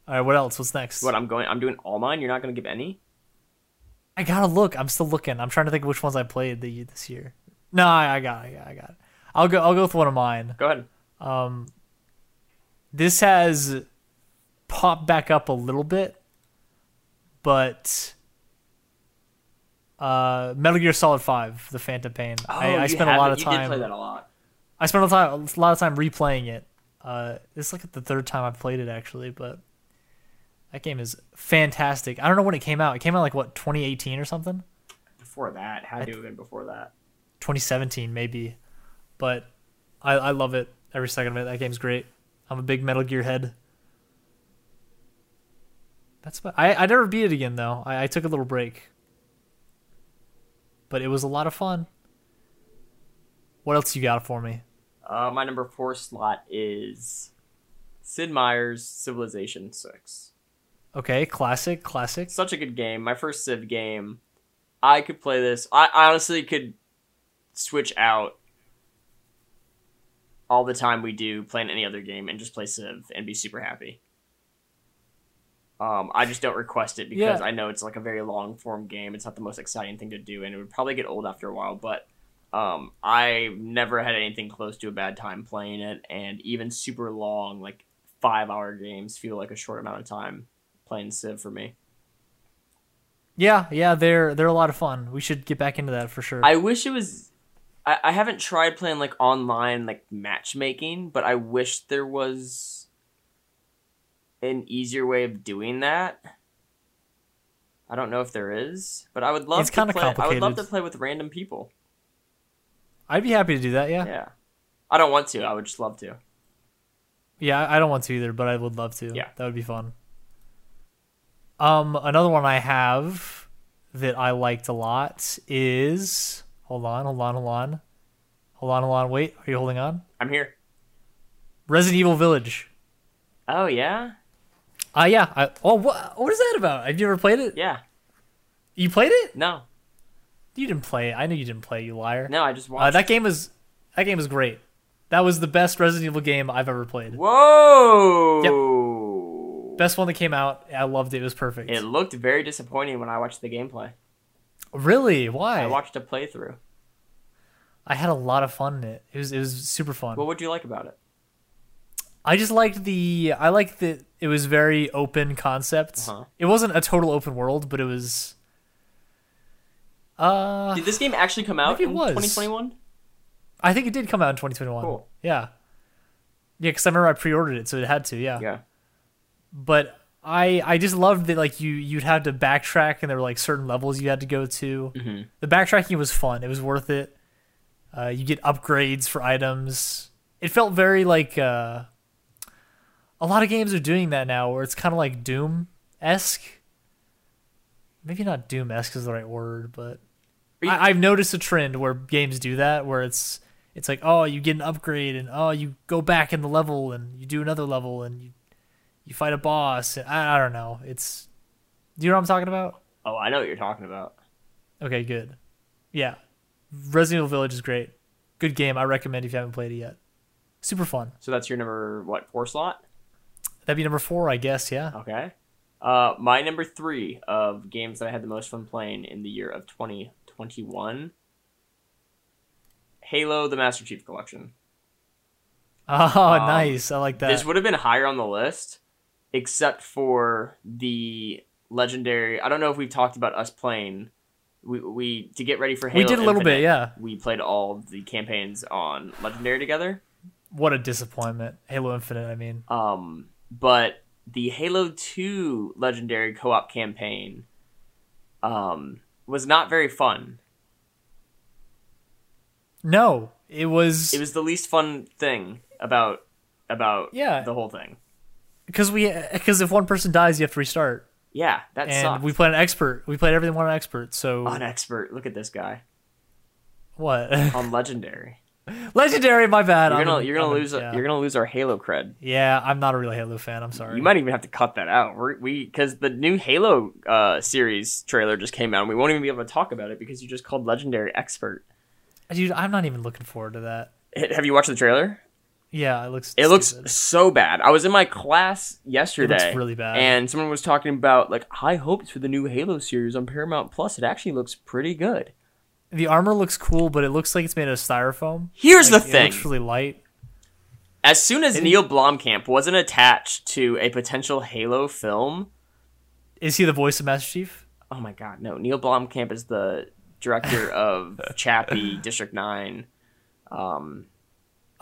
[SPEAKER 1] All right. What else? What's next?
[SPEAKER 2] What I'm going, I'm doing all mine. You're not gonna give any.
[SPEAKER 1] I gotta look. I'm still looking. I'm trying to think which ones I played the, this year. No, I, I got. It, I got. It, I got. It. I'll go. I'll go with one of mine.
[SPEAKER 2] Go ahead.
[SPEAKER 1] Um, this has popped back up a little bit, but uh, Metal Gear Solid Five: The Phantom Pain. I, I
[SPEAKER 2] Oh, you
[SPEAKER 1] spent a lot of
[SPEAKER 2] haven't-
[SPEAKER 1] time.
[SPEAKER 2] You did play that a lot.
[SPEAKER 1] I spent a lot, a lot of time replaying it. Uh, it's like the third time I've played it actually, but that game is fantastic. I don't know when it came out. It came out like what 2018 or something,
[SPEAKER 2] Before that, had to have been before that.
[SPEAKER 1] 2017 maybe. But I, I love it every second of it. That game's great. I'm a big Metal Gear head. That's about, I I never beat it again though. I, I took a little break, but it was a lot of fun. What else you got for me?
[SPEAKER 2] Uh, my number four slot is Sid Meier's Civilization Six.
[SPEAKER 1] Okay, classic, classic.
[SPEAKER 2] Such a good game. My first Civ game. I could play this. I I honestly could switch out all the time we do playing any other game and just play Civ and be super happy. Um, I just don't request it because
[SPEAKER 1] Yeah.
[SPEAKER 2] I know it's like a very long form game. It's not the most exciting thing to do, and it would probably get old after a while. But um, I never had anything close to a bad time playing it, and even super long, like five hour games, feel like a short amount of time playing Civ for me.
[SPEAKER 1] Yeah, yeah, they're they're a lot of fun. We should get back into that for sure.
[SPEAKER 2] I wish it was. I, I haven't tried playing like online like matchmaking, but I wish there was an easier way of doing that. I don't know if there is, but I would love
[SPEAKER 1] It's
[SPEAKER 2] to
[SPEAKER 1] kinda
[SPEAKER 2] play. I would love
[SPEAKER 1] complicated.
[SPEAKER 2] to play with random people.
[SPEAKER 1] I'd be happy to do that. Yeah. yeah,
[SPEAKER 2] Yeah, I don't want to. I would just love to.
[SPEAKER 1] I I don't want to either, but I would love to.
[SPEAKER 2] Yeah.
[SPEAKER 1] that would be fun. Um, another one I have that I liked a lot is hold on, hold on, hold on, hold on, hold on. Wait, are you holding on?
[SPEAKER 2] I'm here.
[SPEAKER 1] Resident Evil Village.
[SPEAKER 2] Oh yeah,
[SPEAKER 1] Uh, yeah. I, oh, what what is that about? Have you ever played it?
[SPEAKER 2] yeah.
[SPEAKER 1] You played it?
[SPEAKER 2] No,
[SPEAKER 1] You didn't play it. I knew you didn't play. it, You liar.
[SPEAKER 2] no. I just
[SPEAKER 1] Uh,
[SPEAKER 2] watched.
[SPEAKER 1] that game is that game is great. That was the best Resident Evil game I've ever played.
[SPEAKER 2] Whoa.
[SPEAKER 1] Best one that came out. I loved it. It was perfect.
[SPEAKER 2] It looked very disappointing when I watched the gameplay.
[SPEAKER 1] really? Why?
[SPEAKER 2] I
[SPEAKER 1] I,
[SPEAKER 2] watched a playthrough.
[SPEAKER 1] had a lot of fun in it. It was it was super fun.
[SPEAKER 2] What would you like about it?
[SPEAKER 1] I just liked the I liked that it was very open concept.
[SPEAKER 2] Uh-huh.
[SPEAKER 1] It wasn't a total open world, but it was. Uh,
[SPEAKER 2] Did this game actually come out
[SPEAKER 1] Maybe it
[SPEAKER 2] in
[SPEAKER 1] was.
[SPEAKER 2] 2021?
[SPEAKER 1] I think it did come out in 2021.
[SPEAKER 2] Cool.
[SPEAKER 1] Yeah. Yeah, because I remember I pre-ordered it, so it had to. Yeah.
[SPEAKER 2] Yeah.
[SPEAKER 1] But I I just loved that like you you'd have to backtrack, and there were like certain levels you had to go to.
[SPEAKER 2] Mm-hmm.
[SPEAKER 1] The backtracking was fun. It was worth it. Uh, you get upgrades for items. It felt very like uh, a lot of games are doing that now, where it's kind of like Doom esque. Maybe not Doom esque is the right word, but
[SPEAKER 2] Are you-
[SPEAKER 1] I, I've noticed a trend where games do that, where it's it's like oh you get an upgrade and oh you go back in the level and you do another level and you you fight a boss. And I, I don't know. It's do you know what I'm talking about?
[SPEAKER 2] Oh, I know what you're talking about.
[SPEAKER 1] Okay, good. Yeah. Resident Evil Village is great. Good game. I recommend if you haven't played it yet. Super fun.
[SPEAKER 2] So that's your number what four slot?
[SPEAKER 1] That'd be number four, I guess. Yeah. [LAUGHS]
[SPEAKER 2] Okay. Uh, my number three of games that I had the most fun playing in the year of 2021. Halo: The Master Chief Collection.
[SPEAKER 1] Oh,
[SPEAKER 2] Um,
[SPEAKER 1] nice. I like that.
[SPEAKER 2] This would have been higher on the list, except for the legendary. I don't know if we've talked about us playing. We, we to get ready for Halo.
[SPEAKER 1] we did a little bit.
[SPEAKER 2] Infinite,
[SPEAKER 1] Yeah.
[SPEAKER 2] We played all the campaigns on legendary together.
[SPEAKER 1] What a disappointment. Halo Infinite. I mean,
[SPEAKER 2] Um, but the Halo 2 legendary co-op campaign um was not very fun.
[SPEAKER 1] no. It was
[SPEAKER 2] It was the least fun thing about about
[SPEAKER 1] Yeah.
[SPEAKER 2] the whole thing.
[SPEAKER 1] because we because if one person dies, you have to restart.
[SPEAKER 2] Yeah, that
[SPEAKER 1] and
[SPEAKER 2] sucked.
[SPEAKER 1] we played an expert. We played everything on an expert. So
[SPEAKER 2] on expert. Look at this guy
[SPEAKER 1] what? [LAUGHS]
[SPEAKER 2] on legendary.
[SPEAKER 1] Legendary. My bad.
[SPEAKER 2] You're
[SPEAKER 1] I'm
[SPEAKER 2] gonna
[SPEAKER 1] an-
[SPEAKER 2] you're gonna
[SPEAKER 1] I'm an-
[SPEAKER 2] lose
[SPEAKER 1] yeah.
[SPEAKER 2] you're gonna lose our Halo cred.
[SPEAKER 1] Yeah, I'm not a real Halo fan. I'm sorry.
[SPEAKER 2] You might even have to cut that out. We're, we because the new Halo uh, series trailer just came out, and we won't even be able to talk about it because you just called legendary expert.
[SPEAKER 1] Dude, I'm not even looking forward to that.
[SPEAKER 2] H- have you watched the trailer?
[SPEAKER 1] Yeah, it looks.
[SPEAKER 2] It looks
[SPEAKER 1] stupid.
[SPEAKER 2] so bad. I was in my class yesterday.
[SPEAKER 1] really bad.
[SPEAKER 2] And someone was talking about like high hopes for the new Halo series on Paramount Plus. It actually looks pretty good.
[SPEAKER 1] The armor looks cool, but it looks like it's made out of styrofoam.
[SPEAKER 2] Here's
[SPEAKER 1] Like,
[SPEAKER 2] the
[SPEAKER 1] it
[SPEAKER 2] thing.
[SPEAKER 1] looks really light.
[SPEAKER 2] As soon as Neil Blomkamp wasn't attached to a potential Halo film,
[SPEAKER 1] Is he the voice of Master Chief?
[SPEAKER 2] oh my god, no. Neil Blomkamp is the
[SPEAKER 1] [LAUGHS]
[SPEAKER 2] director of Chappie, District 9. Um,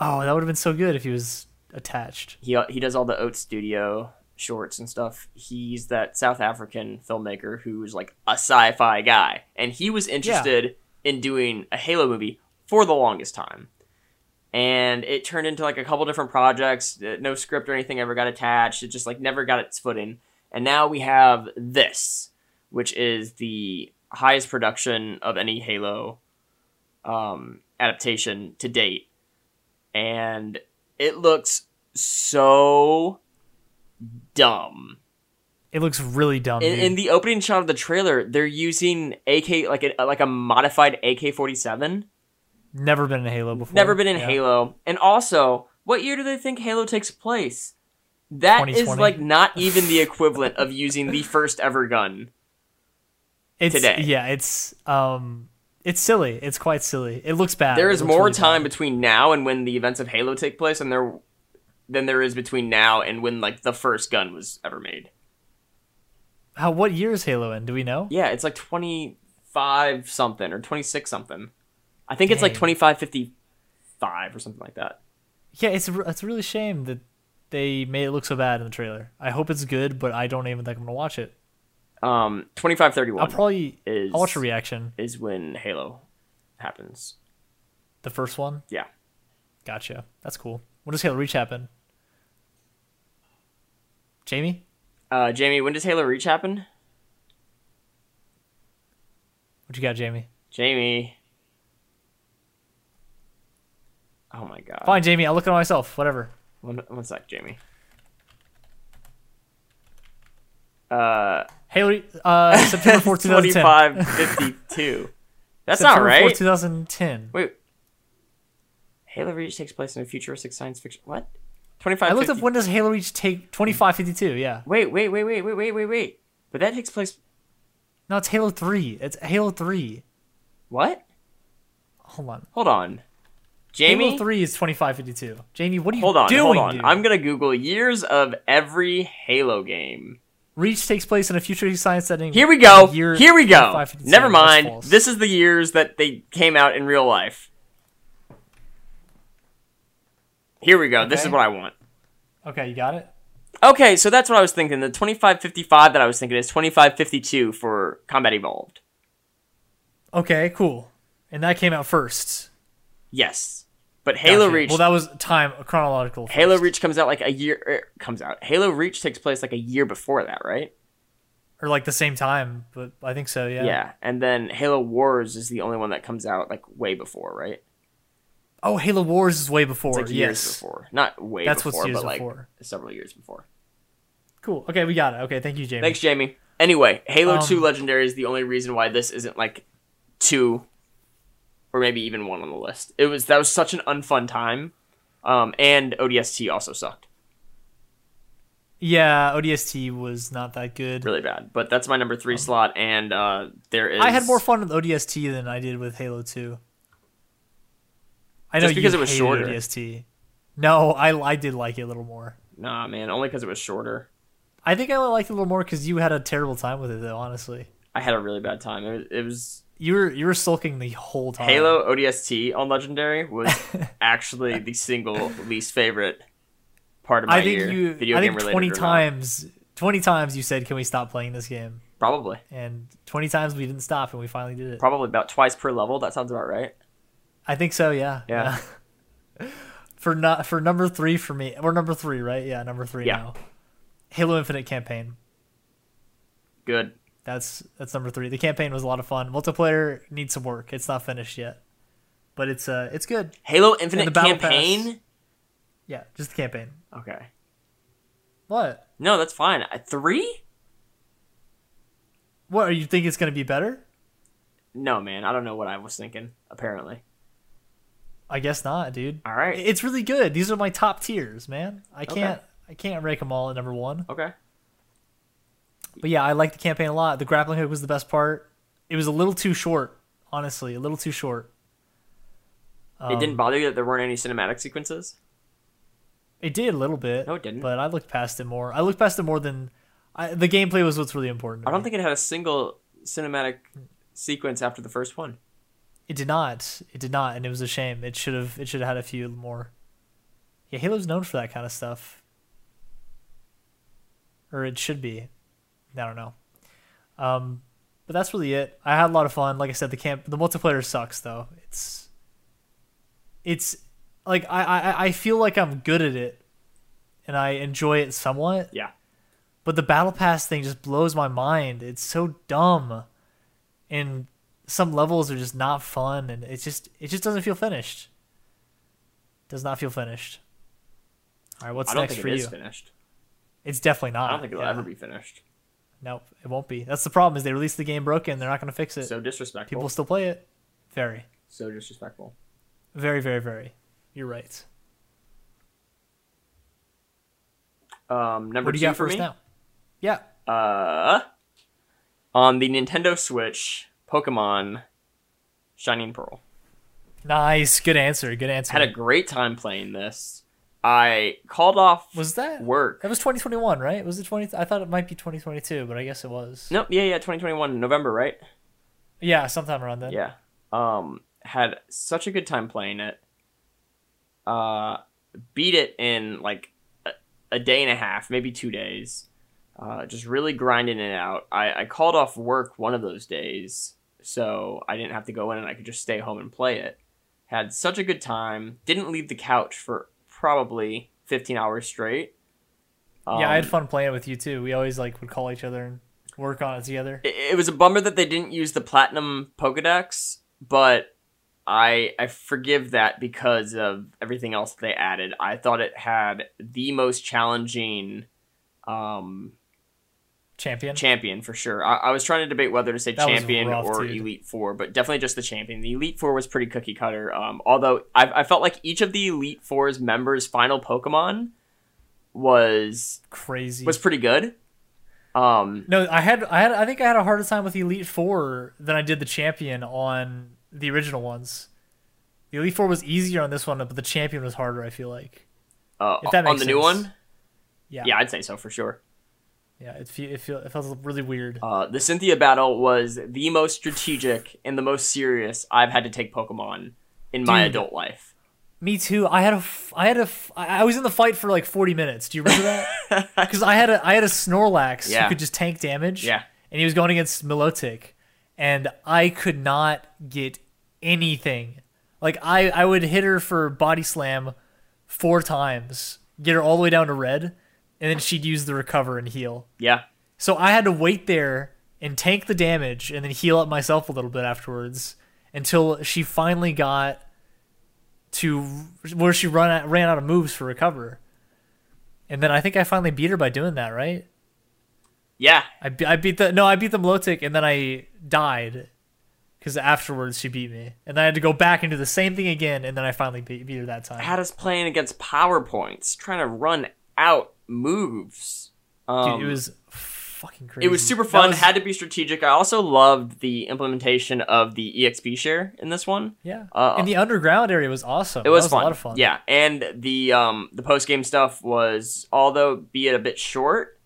[SPEAKER 1] Oh, that would have been so good if he was attached.
[SPEAKER 2] he he does all the Oat Studio shorts and stuff. He's that South African filmmaker who's like a sci-fi guy, and he was interested in doing a Halo movie for the longest time. And it turned into like a couple different projects. Uh, No script or anything ever got attached. It just like never got its footing. And now we have this, which is the highest production of any Halo um, adaptation to date, and it looks so dumb.
[SPEAKER 1] It looks really dumb.
[SPEAKER 2] In,
[SPEAKER 1] dude.
[SPEAKER 2] in the opening shot of the trailer, they're using AK like a like a modified AK forty seven.
[SPEAKER 1] Never been in Halo before.
[SPEAKER 2] Never been in
[SPEAKER 1] Yeah.
[SPEAKER 2] Halo, and also, what year do they think Halo takes place? That is
[SPEAKER 1] 2020.
[SPEAKER 2] like not even the equivalent of using the [LAUGHS] first ever gun.
[SPEAKER 1] It's,
[SPEAKER 2] today.
[SPEAKER 1] Yeah, it's um, it's silly. It's quite silly. It looks bad.
[SPEAKER 2] There
[SPEAKER 1] It
[SPEAKER 2] is
[SPEAKER 1] looks
[SPEAKER 2] more
[SPEAKER 1] really
[SPEAKER 2] time
[SPEAKER 1] bad.
[SPEAKER 2] between now and when the events of Halo take place, and there than there is between now and when like the first gun was ever made.
[SPEAKER 1] How what year is Halo in? Do we know?
[SPEAKER 2] Yeah, it's like 25 something or 26 something. I think it's like
[SPEAKER 1] Dang.
[SPEAKER 2] 2555 or something like that.
[SPEAKER 1] Yeah, it's a, re- it's a really shame that they made it look so bad in the trailer. I hope it's good, but I don't even think I'm gonna watch it.
[SPEAKER 2] Um
[SPEAKER 1] I'll
[SPEAKER 2] 2531
[SPEAKER 1] probably
[SPEAKER 2] is
[SPEAKER 1] I'll watch a reaction.
[SPEAKER 2] is when Halo happens.
[SPEAKER 1] The first one.
[SPEAKER 2] Yeah.
[SPEAKER 1] Gotcha. That's cool. When does Halo Reach happen? Jamie?
[SPEAKER 2] Uh Jamie, when does Halo Reach happen?
[SPEAKER 1] What you got, Jamie?
[SPEAKER 2] Jamie. Oh my god.
[SPEAKER 1] Fine, Jamie. I'll look at it myself. Whatever.
[SPEAKER 2] One, one sec, Jamie. Uh,
[SPEAKER 1] Halo, Re-
[SPEAKER 2] [LAUGHS]
[SPEAKER 1] uh, September 4th, 2010. [LAUGHS]
[SPEAKER 2] 2552. That's
[SPEAKER 1] September
[SPEAKER 2] not right.
[SPEAKER 1] 4th, 2010.
[SPEAKER 2] Wait. Halo Reach takes place in a futuristic science fiction. What?
[SPEAKER 1] I
[SPEAKER 2] 25.
[SPEAKER 1] looked up when does Halo Reach take 2552, yeah.
[SPEAKER 2] Wait, wait, wait, wait, wait, wait, wait, wait. But that takes place.
[SPEAKER 1] No, it's Halo 3. It's Halo 3.
[SPEAKER 2] What?
[SPEAKER 1] Hold on.
[SPEAKER 2] Hold on. Jamie?
[SPEAKER 1] Halo 3 is 2552. Jamie, what are you
[SPEAKER 2] Hold on,
[SPEAKER 1] doing?
[SPEAKER 2] hold on.
[SPEAKER 1] dude?
[SPEAKER 2] I'm gonna Google years of every Halo game.
[SPEAKER 1] Reach takes place in a futuristic science setting.
[SPEAKER 2] Here we go.
[SPEAKER 1] Year
[SPEAKER 2] Here we go.
[SPEAKER 1] 2557.
[SPEAKER 2] Never
[SPEAKER 1] That's
[SPEAKER 2] mind.
[SPEAKER 1] false.
[SPEAKER 2] This is the years that they came out in real life. Here we go. This is
[SPEAKER 1] Okay.
[SPEAKER 2] what I want.
[SPEAKER 1] Okay, you got it?
[SPEAKER 2] Okay, so that's what I was thinking. The 2555 that I was thinking is 2552 for Combat Evolved.
[SPEAKER 1] Okay, cool. And that came out first.
[SPEAKER 2] Yes. But Halo
[SPEAKER 1] Gotcha.
[SPEAKER 2] Reach
[SPEAKER 1] Well, that was time chronological.
[SPEAKER 2] Halo
[SPEAKER 1] first.
[SPEAKER 2] Reach comes out like a year er, comes out. Halo Reach takes place like a year before that, right?
[SPEAKER 1] or like the same time, but I think so. Yeah.
[SPEAKER 2] Yeah. And then Halo Wars is the only one that comes out like way before, right?
[SPEAKER 1] Oh, Halo Wars is way before.
[SPEAKER 2] It's like years
[SPEAKER 1] yes.
[SPEAKER 2] before. Not way
[SPEAKER 1] That's what's
[SPEAKER 2] before,
[SPEAKER 1] years
[SPEAKER 2] but like
[SPEAKER 1] before.
[SPEAKER 2] several years before.
[SPEAKER 1] Cool. Okay, we got it. Okay, thank you, Jamie.
[SPEAKER 2] Thanks, Jamie. Anyway, Halo
[SPEAKER 1] Um,
[SPEAKER 2] 2 Legendary is the only reason why this isn't like two or maybe even one on the list. It was that was such an unfun time. Um, and ODST also sucked
[SPEAKER 1] Yeah, ODST was not that good.
[SPEAKER 2] really bad. But that's my number three slot, and uh, there is
[SPEAKER 1] Oh. I had more fun with ODST than I did with Halo 2. I know
[SPEAKER 2] Just because
[SPEAKER 1] you
[SPEAKER 2] it was
[SPEAKER 1] hated
[SPEAKER 2] shorter.
[SPEAKER 1] ODST. No, I, I did like it a little more.
[SPEAKER 2] Nah, man, only because it was shorter.
[SPEAKER 1] I think I liked it a little more because you had a terrible time with it, though. Honestly,
[SPEAKER 2] I had a really bad time. It was, it was
[SPEAKER 1] you were you were sulking the whole time.
[SPEAKER 2] Halo ODST on
[SPEAKER 1] [LAUGHS]
[SPEAKER 2] Legendary was actually the single least favorite part of my
[SPEAKER 1] I think
[SPEAKER 2] year.
[SPEAKER 1] you.
[SPEAKER 2] video
[SPEAKER 1] I
[SPEAKER 2] game
[SPEAKER 1] think
[SPEAKER 2] related
[SPEAKER 1] twenty
[SPEAKER 2] or not.
[SPEAKER 1] times. Twenty times you said, "Can we stop playing this game?"
[SPEAKER 2] probably,
[SPEAKER 1] And twenty times we didn't stop, and we finally did it.
[SPEAKER 2] probably about twice per level. That sounds about right.
[SPEAKER 1] I think so. Yeah. [LAUGHS]
[SPEAKER 2] Yeah.
[SPEAKER 1] Yeah. for not for number three for me, we're number three, right? Yeah, number three
[SPEAKER 2] Yeah.
[SPEAKER 1] now. Halo Infinite campaign.
[SPEAKER 2] Good.
[SPEAKER 1] That's that's number three. The campaign was a lot of fun. Multiplayer needs some work. It's not finished yet, but it's uh it's good.
[SPEAKER 2] Halo Infinite
[SPEAKER 1] And the Battle
[SPEAKER 2] campaign.
[SPEAKER 1] Yeah, just the campaign.
[SPEAKER 2] Okay.
[SPEAKER 1] What?
[SPEAKER 2] No, that's fine. I- Three?
[SPEAKER 1] What are you think it's gonna be better?
[SPEAKER 2] No, man. I don't know what I was thinking. Apparently.
[SPEAKER 1] I guess not, dude.
[SPEAKER 2] All right.
[SPEAKER 1] It's really good. These are my top tiers, man. I
[SPEAKER 2] Okay.
[SPEAKER 1] can't I can't rank them all at number one.
[SPEAKER 2] Okay.
[SPEAKER 1] But yeah, I like the campaign a lot. The grappling hook was the best part. It was a little too short, honestly, a little too short. Um,
[SPEAKER 2] it didn't bother you that there weren't any cinematic sequences.
[SPEAKER 1] It did a little bit.
[SPEAKER 2] No, it didn't.
[SPEAKER 1] But I looked past it more. I looked past it more than I, the gameplay was what's really important. to
[SPEAKER 2] I don't
[SPEAKER 1] me.
[SPEAKER 2] think it had a single cinematic sequence after the first one.
[SPEAKER 1] it did not. It did not, and it was a shame. It should have. It should have had a few more. Yeah, Halo's known for that kind of stuff, or it should be. I don't know. Um, but that's really it. I had a lot of fun. Like I said, the camp, the multiplayer sucks though. It's, it's like I I I feel like I'm good at it, and I enjoy it somewhat.
[SPEAKER 2] Yeah.
[SPEAKER 1] But the battle pass thing just blows my mind. It's so dumb, and some levels are just not fun, and it's just it just doesn't feel finished. Does not feel finished. All right, what's
[SPEAKER 2] I don't
[SPEAKER 1] next
[SPEAKER 2] think
[SPEAKER 1] for
[SPEAKER 2] it is
[SPEAKER 1] you?
[SPEAKER 2] finished.
[SPEAKER 1] It's definitely not.
[SPEAKER 2] I don't think it'll
[SPEAKER 1] yeah.
[SPEAKER 2] ever be finished.
[SPEAKER 1] Nope, it won't be. That's the problem. Is they released the game broken. They're not going to fix it.
[SPEAKER 2] So disrespectful.
[SPEAKER 1] People still play it. Very,
[SPEAKER 2] So disrespectful.
[SPEAKER 1] very, very, very. You're right.
[SPEAKER 2] Um, number
[SPEAKER 1] What do
[SPEAKER 2] two
[SPEAKER 1] you got
[SPEAKER 2] for
[SPEAKER 1] first
[SPEAKER 2] me.
[SPEAKER 1] now? Yeah.
[SPEAKER 2] Uh, on the Nintendo Switch, Pokemon Shining Pearl.
[SPEAKER 1] Nice. Good answer. Good answer.
[SPEAKER 2] had a great time playing this. I called off
[SPEAKER 1] Was that
[SPEAKER 2] work.
[SPEAKER 1] that was 2021, right? Was it 20? I thought it might be 2022, but I guess it was.
[SPEAKER 2] Nope. Yeah, yeah. 2021 November, right?
[SPEAKER 1] Yeah, sometime around then.
[SPEAKER 2] Yeah. Um, had such a good time playing it. Uh, beat it in like a, a day and a half, maybe two days. Uh, just really grinding it out. I, I called off work one of those days, so I didn't have to go in and I could just stay home and play it. Had such a good time. Didn't leave the couch for probably 15 hours straight.
[SPEAKER 1] yeah, I
[SPEAKER 2] Um,
[SPEAKER 1] had fun playing with you too. We always like would call each other and work on it together.
[SPEAKER 2] it, it was a bummer that they didn't use the platinum Pokedex, but I I forgive that because of everything else that they added. I thought it had the most challenging um,
[SPEAKER 1] Champion.
[SPEAKER 2] champion for sure. I, I was trying to debate whether to say
[SPEAKER 1] That was
[SPEAKER 2] champion
[SPEAKER 1] rough,
[SPEAKER 2] or
[SPEAKER 1] dude.
[SPEAKER 2] elite four, but definitely just the champion. The elite four was pretty cookie cutter. Um, although I, I felt like each of the elite four's members' final Pokemon was
[SPEAKER 1] Crazy.
[SPEAKER 2] was pretty good. Um,
[SPEAKER 1] No, I had I had I think I had a harder time with the Elite Four than I did the Champion on the original ones. The Elite Four was easier on this one, but the Champion was harder. I feel like.
[SPEAKER 2] uh,
[SPEAKER 1] If that
[SPEAKER 2] on the
[SPEAKER 1] makes
[SPEAKER 2] new
[SPEAKER 1] sense.
[SPEAKER 2] one,
[SPEAKER 1] Yeah.
[SPEAKER 2] yeah, I'd say so for sure.
[SPEAKER 1] Yeah. It feel, it, feel, it felt really weird.
[SPEAKER 2] Uh, the Cynthia battle was the most strategic and the most serious I've had to take Pokemon in my
[SPEAKER 1] Dude.
[SPEAKER 2] adult life.
[SPEAKER 1] Me too. I had a f- I had a f- I I was in the fight for like forty minutes. Do you remember that?
[SPEAKER 2] [LAUGHS]
[SPEAKER 1] Because I had a I had a Snorlax
[SPEAKER 2] Yeah.
[SPEAKER 1] who could just tank damage.
[SPEAKER 2] Yeah.
[SPEAKER 1] And he was going against Milotic, and I could not get anything. Like I I would hit her for body slam four times, get her all the way down to red, and then she'd use the recover and heal.
[SPEAKER 2] yeah,
[SPEAKER 1] So I had to wait there and tank the damage and then heal up myself a little bit afterwards until she finally got to where she run out, ran out of moves for recover. And then I think I finally beat her by doing that, right?
[SPEAKER 2] yeah,
[SPEAKER 1] I, be- I beat the no, I beat the Melotic and then I died because afterwards she beat me, and then I had to go back and do the same thing again, and then I finally beat, beat her that time.
[SPEAKER 2] had us playing against PowerPoints, trying to run out moves. Um,
[SPEAKER 1] Dude, it was fucking crazy.
[SPEAKER 2] it was super
[SPEAKER 1] That
[SPEAKER 2] fun.
[SPEAKER 1] was-
[SPEAKER 2] Had to be strategic. I also loved the implementation of the EXP share in this one.
[SPEAKER 1] yeah,
[SPEAKER 2] uh,
[SPEAKER 1] and the underground area was awesome.
[SPEAKER 2] It was,
[SPEAKER 1] that was
[SPEAKER 2] fun.
[SPEAKER 1] a lot of fun.
[SPEAKER 2] Yeah, and the um the post game stuff was although be it a bit short,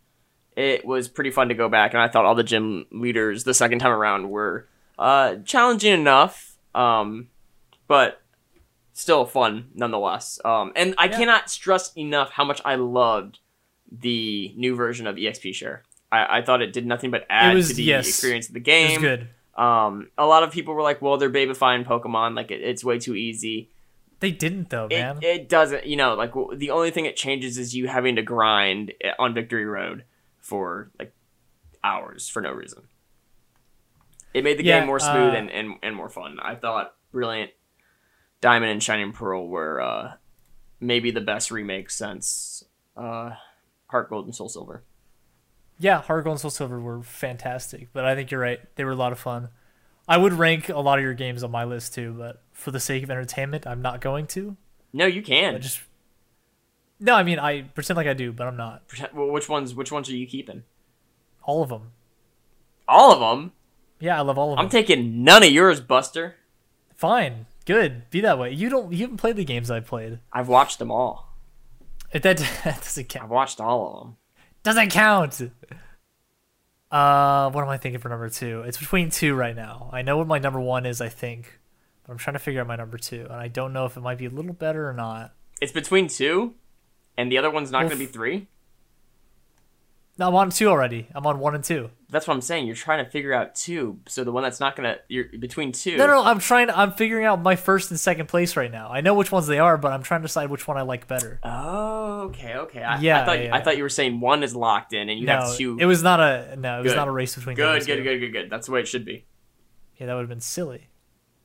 [SPEAKER 2] it was pretty fun to go back and I thought all the gym leaders the second time around were uh challenging enough um but still fun nonetheless. Um and I
[SPEAKER 1] Yeah.
[SPEAKER 2] cannot stress enough how much I loved the new version of EXP share. I, I thought it did nothing but add
[SPEAKER 1] was-
[SPEAKER 2] to the
[SPEAKER 1] yes.
[SPEAKER 2] experience of the
[SPEAKER 1] it was
[SPEAKER 2] game
[SPEAKER 1] good.
[SPEAKER 2] um a lot of people were like well they're babifying pokemon like it, it's way too easy
[SPEAKER 1] They didn't though, man.
[SPEAKER 2] it, it doesn't you know like w- the only thing it changes is you having to grind eh, on victory road for like hours for no reason it made the
[SPEAKER 1] Yeah,
[SPEAKER 2] game more smooth
[SPEAKER 1] uh,
[SPEAKER 2] and, and and more fun i thought brilliant diamond and shining pearl were uh maybe the best remake since uh heart gold and soul silver
[SPEAKER 1] yeah, Heart Gold and Soul Silver were fantastic, but I think you're right. They were a lot of fun. I would rank a lot of your games on my list too, but for the sake of entertainment, I'm not going to.
[SPEAKER 2] no you
[SPEAKER 1] I
[SPEAKER 2] can
[SPEAKER 1] just no. I mean, I pretend like I do, but I'm not.
[SPEAKER 2] Pretend- well, which ones which ones are you keeping
[SPEAKER 1] All of them.
[SPEAKER 2] all of them
[SPEAKER 1] Yeah, I love all of
[SPEAKER 2] i'm
[SPEAKER 1] them.
[SPEAKER 2] taking none of yours buster
[SPEAKER 1] Fine, good. Be that way. You don't. You haven't played the games I've played.
[SPEAKER 2] I've watched them all.
[SPEAKER 1] If that, [LAUGHS] that doesn't
[SPEAKER 2] I've
[SPEAKER 1] count.
[SPEAKER 2] watched all of them.
[SPEAKER 1] Doesn't count. Uh, what am I thinking for number two? It's between two right now. I know what my number one is. I think, but I'm trying to figure out my number two, and I don't know if it might be a little better or not.
[SPEAKER 2] It's between two, and the other one's not
[SPEAKER 1] Well,
[SPEAKER 2] going to be three.
[SPEAKER 1] No, I'm on two already. I'm on one and two.
[SPEAKER 2] That's what I'm saying. You're trying to figure out two, so the one that's not going to you're between two.
[SPEAKER 1] No, no, I'm trying. I'm figuring out my first and second place right now. I know which ones they are, but I'm trying to decide which one I like better.
[SPEAKER 2] Oh, okay, okay. I, I
[SPEAKER 1] Yeah,
[SPEAKER 2] thought
[SPEAKER 1] yeah,
[SPEAKER 2] I thought you were saying one is locked in, and you
[SPEAKER 1] no,
[SPEAKER 2] have two.
[SPEAKER 1] it was not a no. It was
[SPEAKER 2] Good.
[SPEAKER 1] not a race between.
[SPEAKER 2] good,
[SPEAKER 1] those
[SPEAKER 2] good,
[SPEAKER 1] two.
[SPEAKER 2] good, good, good. That's the way it should be.
[SPEAKER 1] Yeah, that would have been silly.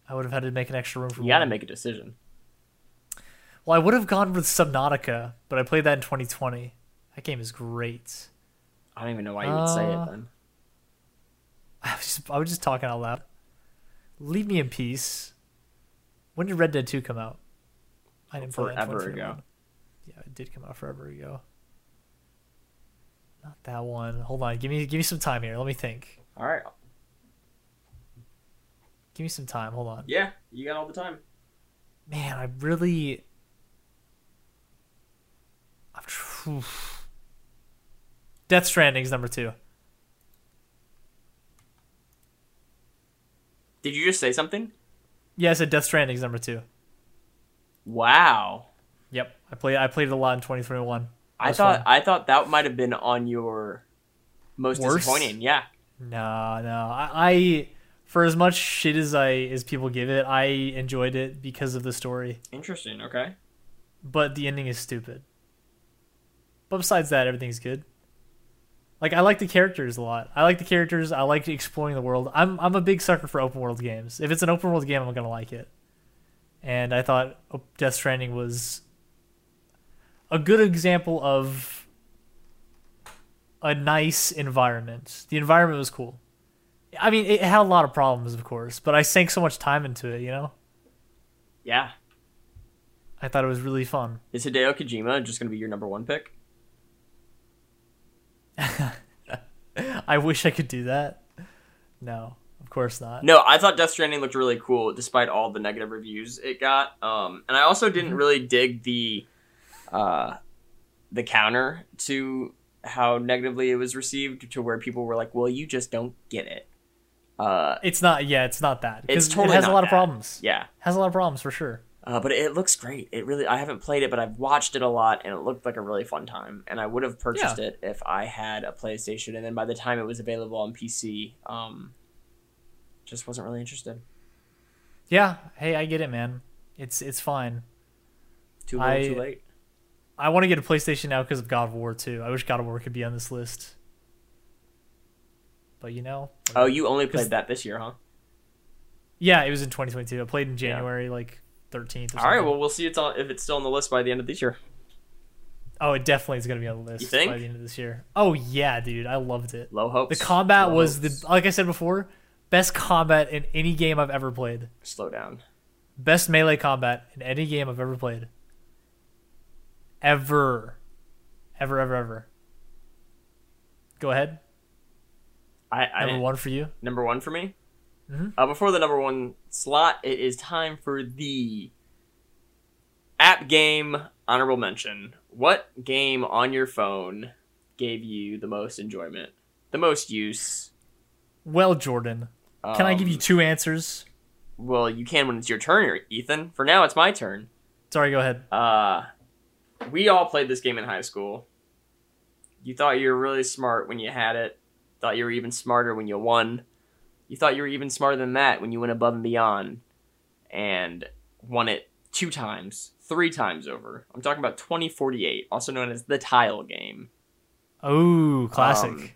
[SPEAKER 1] I would have had to make an extra room for
[SPEAKER 2] You got to
[SPEAKER 1] one.
[SPEAKER 2] make a decision.
[SPEAKER 1] Well, I would have gone with Subnautica, but I played that in 2020. That game is great.
[SPEAKER 2] I don't even know why you would say
[SPEAKER 1] Uh,
[SPEAKER 2] it then.
[SPEAKER 1] I was, just, I was just talking out loud. Leave me in peace. When did Red Dead 2 come out? I didn't play that in
[SPEAKER 2] Forever ago.
[SPEAKER 1] 2021. Yeah, it did come out forever ago. Not that one. Hold on. Give me give me some time here. Let me think.
[SPEAKER 2] All right.
[SPEAKER 1] Give me some time. Hold on.
[SPEAKER 2] Yeah, you got all the time.
[SPEAKER 1] Man, I really I'm tr- [SIGHS] oof. Death Stranding's number two.
[SPEAKER 2] Did you just say something?
[SPEAKER 1] Yeah, I said Death Stranding's number two.
[SPEAKER 2] Wow.
[SPEAKER 1] Yep, I played. I played it a lot in 2021.
[SPEAKER 2] I
[SPEAKER 1] was
[SPEAKER 2] thought
[SPEAKER 1] fun.
[SPEAKER 2] I thought that might have been on your most
[SPEAKER 1] Worst?
[SPEAKER 2] disappointing. Yeah.
[SPEAKER 1] No, no. I, I for as much shit as I as people give it, I enjoyed it because of the story.
[SPEAKER 2] Interesting. Okay.
[SPEAKER 1] But the ending is stupid. But besides that, everything's good. Like I like the characters a lot. I like the characters. I like exploring the world. I'm I'm a big sucker for open world games. If it's an open world game, I'm gonna like it. And I thought Death Stranding was a good example of a nice environment. The environment was cool. I mean, it had a lot of problems, of course, but I sank so much time into it. You know,
[SPEAKER 2] Yeah.
[SPEAKER 1] I thought it was really fun.
[SPEAKER 2] Is Hideo Kojima just going to be your number one pick?
[SPEAKER 1] [LAUGHS] I wish I could do that. No, of course not.
[SPEAKER 2] No, I thought Death Stranding looked really cool despite all the negative reviews it got. Um, and I also didn't really dig the uh, the counter to how negatively it was received to where people were like, "Well, you just don't get it." Uh,
[SPEAKER 1] It's not. Yeah, it's not that. 'Cause
[SPEAKER 2] It's totally
[SPEAKER 1] It has a
[SPEAKER 2] not
[SPEAKER 1] lot of
[SPEAKER 2] that.
[SPEAKER 1] problems.
[SPEAKER 2] yeah.
[SPEAKER 1] Has a lot of problems for sure.
[SPEAKER 2] Uh, but it looks great. It really I haven't played it, but I've watched it a lot and it looked like a really fun time. And I would have purchased it if I had a PlayStation and then by the time it was available on PC, um just wasn't really interested.
[SPEAKER 1] Yeah. Hey, I get it, man. It's it's fine.
[SPEAKER 2] Too little,
[SPEAKER 1] I-
[SPEAKER 2] too late.
[SPEAKER 1] I want to get a PlayStation now because of God of War too. I wish God of War could be on this list. But you know.
[SPEAKER 2] Oh, you only
[SPEAKER 1] 'Cause-
[SPEAKER 2] played that this year, huh?
[SPEAKER 1] Yeah, it was in 2022. I played in January, like 13th. Or
[SPEAKER 2] All right,
[SPEAKER 1] something.
[SPEAKER 2] well, we'll see it's on, if it's still on the list by the end of this year.
[SPEAKER 1] Oh, it definitely is gonna be on the list
[SPEAKER 2] You think?
[SPEAKER 1] by the end of this year. Oh yeah, dude, I loved it.
[SPEAKER 2] Low hopes.
[SPEAKER 1] The combat
[SPEAKER 2] Low
[SPEAKER 1] was the
[SPEAKER 2] hopes.
[SPEAKER 1] like I said before, best combat in any game I've ever played.
[SPEAKER 2] slow down.
[SPEAKER 1] Best melee combat in any game I've ever played. Ever. Ever, ever, ever. Go ahead.
[SPEAKER 2] I, I
[SPEAKER 1] Number
[SPEAKER 2] number, one.
[SPEAKER 1] one for you.
[SPEAKER 2] number one for me.
[SPEAKER 1] Mhm.
[SPEAKER 2] Uh, before the number one slot, it is time for the app game honorable mention. What game on your phone gave you the most enjoyment, the most use?
[SPEAKER 1] Well, Jordan, can I give
[SPEAKER 2] Um,
[SPEAKER 1] you two answers?
[SPEAKER 2] Well, you can when it's your turn, Ethan. For now, it's my turn.
[SPEAKER 1] Sorry, go ahead.
[SPEAKER 2] Uh, we all played this game in high school. You thought you were really smart when you had it. Thought you were even smarter when you won. You thought you were even smarter than that when you went above and beyond and won it two times, three times over. I'm talking about 2048, also known as the tile game.
[SPEAKER 1] Oh, classic.
[SPEAKER 2] Um,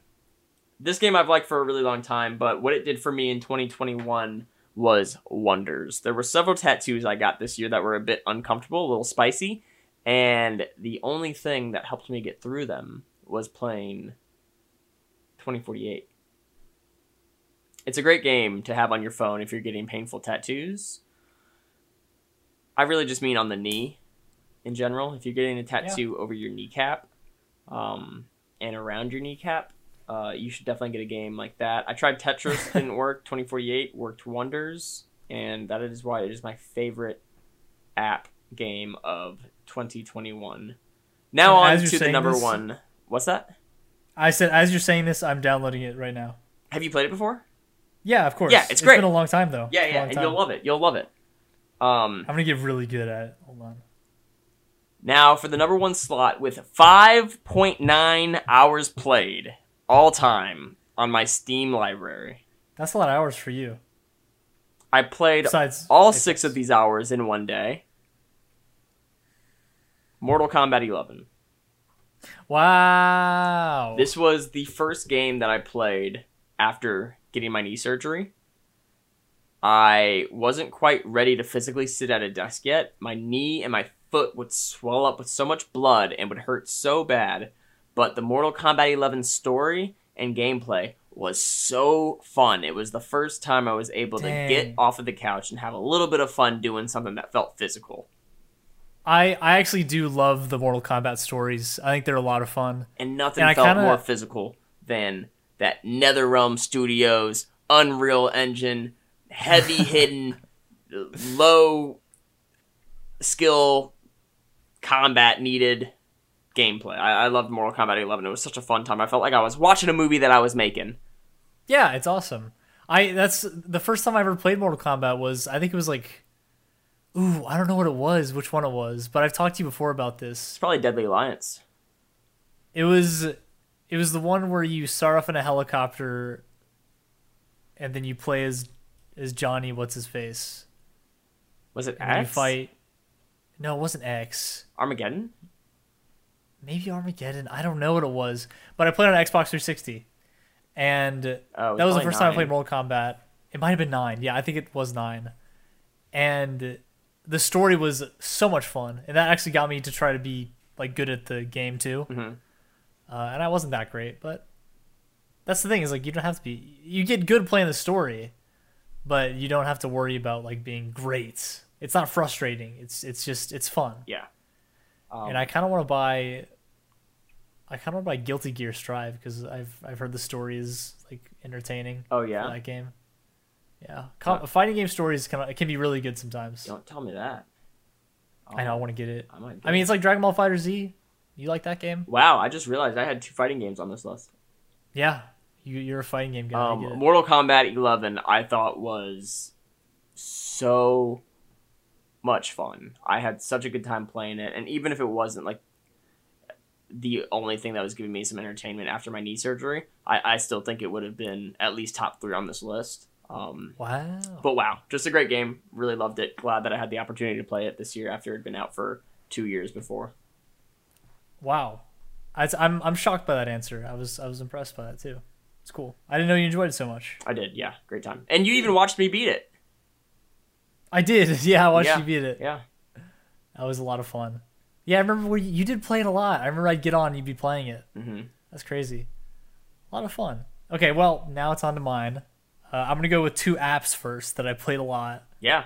[SPEAKER 2] This game I've liked for a really long time, but what it did for me in 2021 was wonders. There were several tattoos I got this year that were a bit uncomfortable, a little spicy, and the only thing that helped me get through them was playing 2048. It's a great game to have on your phone if you're getting painful tattoos. I really just mean on the knee in general. If you're getting a tattoo over your kneecap um, and around your kneecap, uh, you should definitely get a game like that. I tried Tetris, didn't work. 2048 worked wonders, and that is why it is my favorite app game of 2021. Now
[SPEAKER 1] And
[SPEAKER 2] on
[SPEAKER 1] as you're
[SPEAKER 2] to the
[SPEAKER 1] saying
[SPEAKER 2] number
[SPEAKER 1] this-
[SPEAKER 2] one. What's that?
[SPEAKER 1] I said, as you're saying this, I'm downloading it right now.
[SPEAKER 2] Have you played it before?
[SPEAKER 1] Yeah, of course.
[SPEAKER 2] Yeah, it's great.
[SPEAKER 1] It's been a long time though.
[SPEAKER 2] Yeah,
[SPEAKER 1] It's been a
[SPEAKER 2] yeah,
[SPEAKER 1] long
[SPEAKER 2] and
[SPEAKER 1] time.
[SPEAKER 2] you'll love it. You'll love it. Um,
[SPEAKER 1] I'm gonna get really good at it. Hold on.
[SPEAKER 2] now for the number one slot with 5.9 hours played all time on my Steam library.
[SPEAKER 1] That's a lot of hours for you.
[SPEAKER 2] I played
[SPEAKER 1] Besides
[SPEAKER 2] all six of these hours in one day. Mortal Kombat 11.
[SPEAKER 1] Wow.
[SPEAKER 2] This was the first game that I played after getting my knee surgery. I wasn't quite ready to physically sit at a desk yet. My knee and my foot would swell up with so much blood and would hurt so bad. But the Mortal Kombat 11 story and gameplay was so fun. It was the first time I was able
[SPEAKER 1] Dang.
[SPEAKER 2] to get off of the couch and have a little bit of fun doing something that felt physical.
[SPEAKER 1] I I actually do love the Mortal Kombat stories. I think they're a lot of fun.
[SPEAKER 2] and nothing
[SPEAKER 1] And I
[SPEAKER 2] felt
[SPEAKER 1] kinda-
[SPEAKER 2] more physical than that NetherRealm Studios Unreal Engine
[SPEAKER 1] [LAUGHS]
[SPEAKER 2] heavy hidden low skill combat needed gameplay. I, I loved Mortal Kombat 11. It was such a fun time. I felt like I was watching a movie that I was making.
[SPEAKER 1] Yeah, it's awesome. I that's the first time I ever played Mortal Kombat was I think it was like, ooh, I don't know what it was, which one it was, but I've talked to you before about this.
[SPEAKER 2] It's probably Deadly Alliance.
[SPEAKER 1] It was it was the one where you start off in a helicopter and then you play as as Johnny what's his face.
[SPEAKER 2] Was it
[SPEAKER 1] And then you
[SPEAKER 2] X?
[SPEAKER 1] fight No, it wasn't X.
[SPEAKER 2] Armageddon?
[SPEAKER 1] Maybe Armageddon. I don't know what it was. But I played on Xbox 360. And
[SPEAKER 2] Oh, it
[SPEAKER 1] that was the
[SPEAKER 2] probably
[SPEAKER 1] first time I
[SPEAKER 2] nine.
[SPEAKER 1] played Mortal Kombat. It might have been nine. Yeah, I think it was nine. And the story was so much fun, and that actually got me to try to be like good at the game too.
[SPEAKER 2] Mhm.
[SPEAKER 1] Uh, and I wasn't that great, but that's the thing is like you don't have to be. You get good playing the story, but you don't have to worry about like being great. It's not frustrating. It's it's just it's fun.
[SPEAKER 2] Yeah. Um,
[SPEAKER 1] And I kind of want to buy. I kind of want to buy Guilty Gear Strive because I've I've heard the story is like entertaining
[SPEAKER 2] oh
[SPEAKER 1] for
[SPEAKER 2] yeah.
[SPEAKER 1] that game. Yeah, Com- fighting game stories can it can be really good sometimes.
[SPEAKER 2] Don't tell me that.
[SPEAKER 1] I know I want to get it.
[SPEAKER 2] I might.
[SPEAKER 1] I mean, it's like Dragon Ball Fighter Z. You like that game?
[SPEAKER 2] wow! I just realized I had two fighting games on this list.
[SPEAKER 1] Yeah, you you're a fighting game guy. I get it.
[SPEAKER 2] Um, Mortal Kombat 11, I thought was so much fun. I had such a good time playing it, and even if it wasn't like the only thing that was giving me some entertainment after my knee surgery, I, I still think it would have been at least top three on this list. Um,
[SPEAKER 1] wow.
[SPEAKER 2] but wow, just a great game. Really loved it. Glad that I had the opportunity to play it this year after it had been out for two years before.
[SPEAKER 1] Wow. I, I'm I'm shocked by that answer. I was I was impressed by that too. It's cool. I didn't know you enjoyed it so much.
[SPEAKER 2] I did, yeah, great time. And you even watched me beat it.
[SPEAKER 1] I did. [LAUGHS] Yeah, I watched
[SPEAKER 2] Yeah.
[SPEAKER 1] you beat it.
[SPEAKER 2] Yeah.
[SPEAKER 1] That was a lot of fun. Yeah, I remember where you, you did play it a lot. I remember I'd get on, and you'd be playing it.
[SPEAKER 2] Mm-hmm.
[SPEAKER 1] That's crazy. A lot of fun. Okay, well, now it's on to mine. Uh, I'm going to go with two apps first that I played a lot.
[SPEAKER 2] Yeah.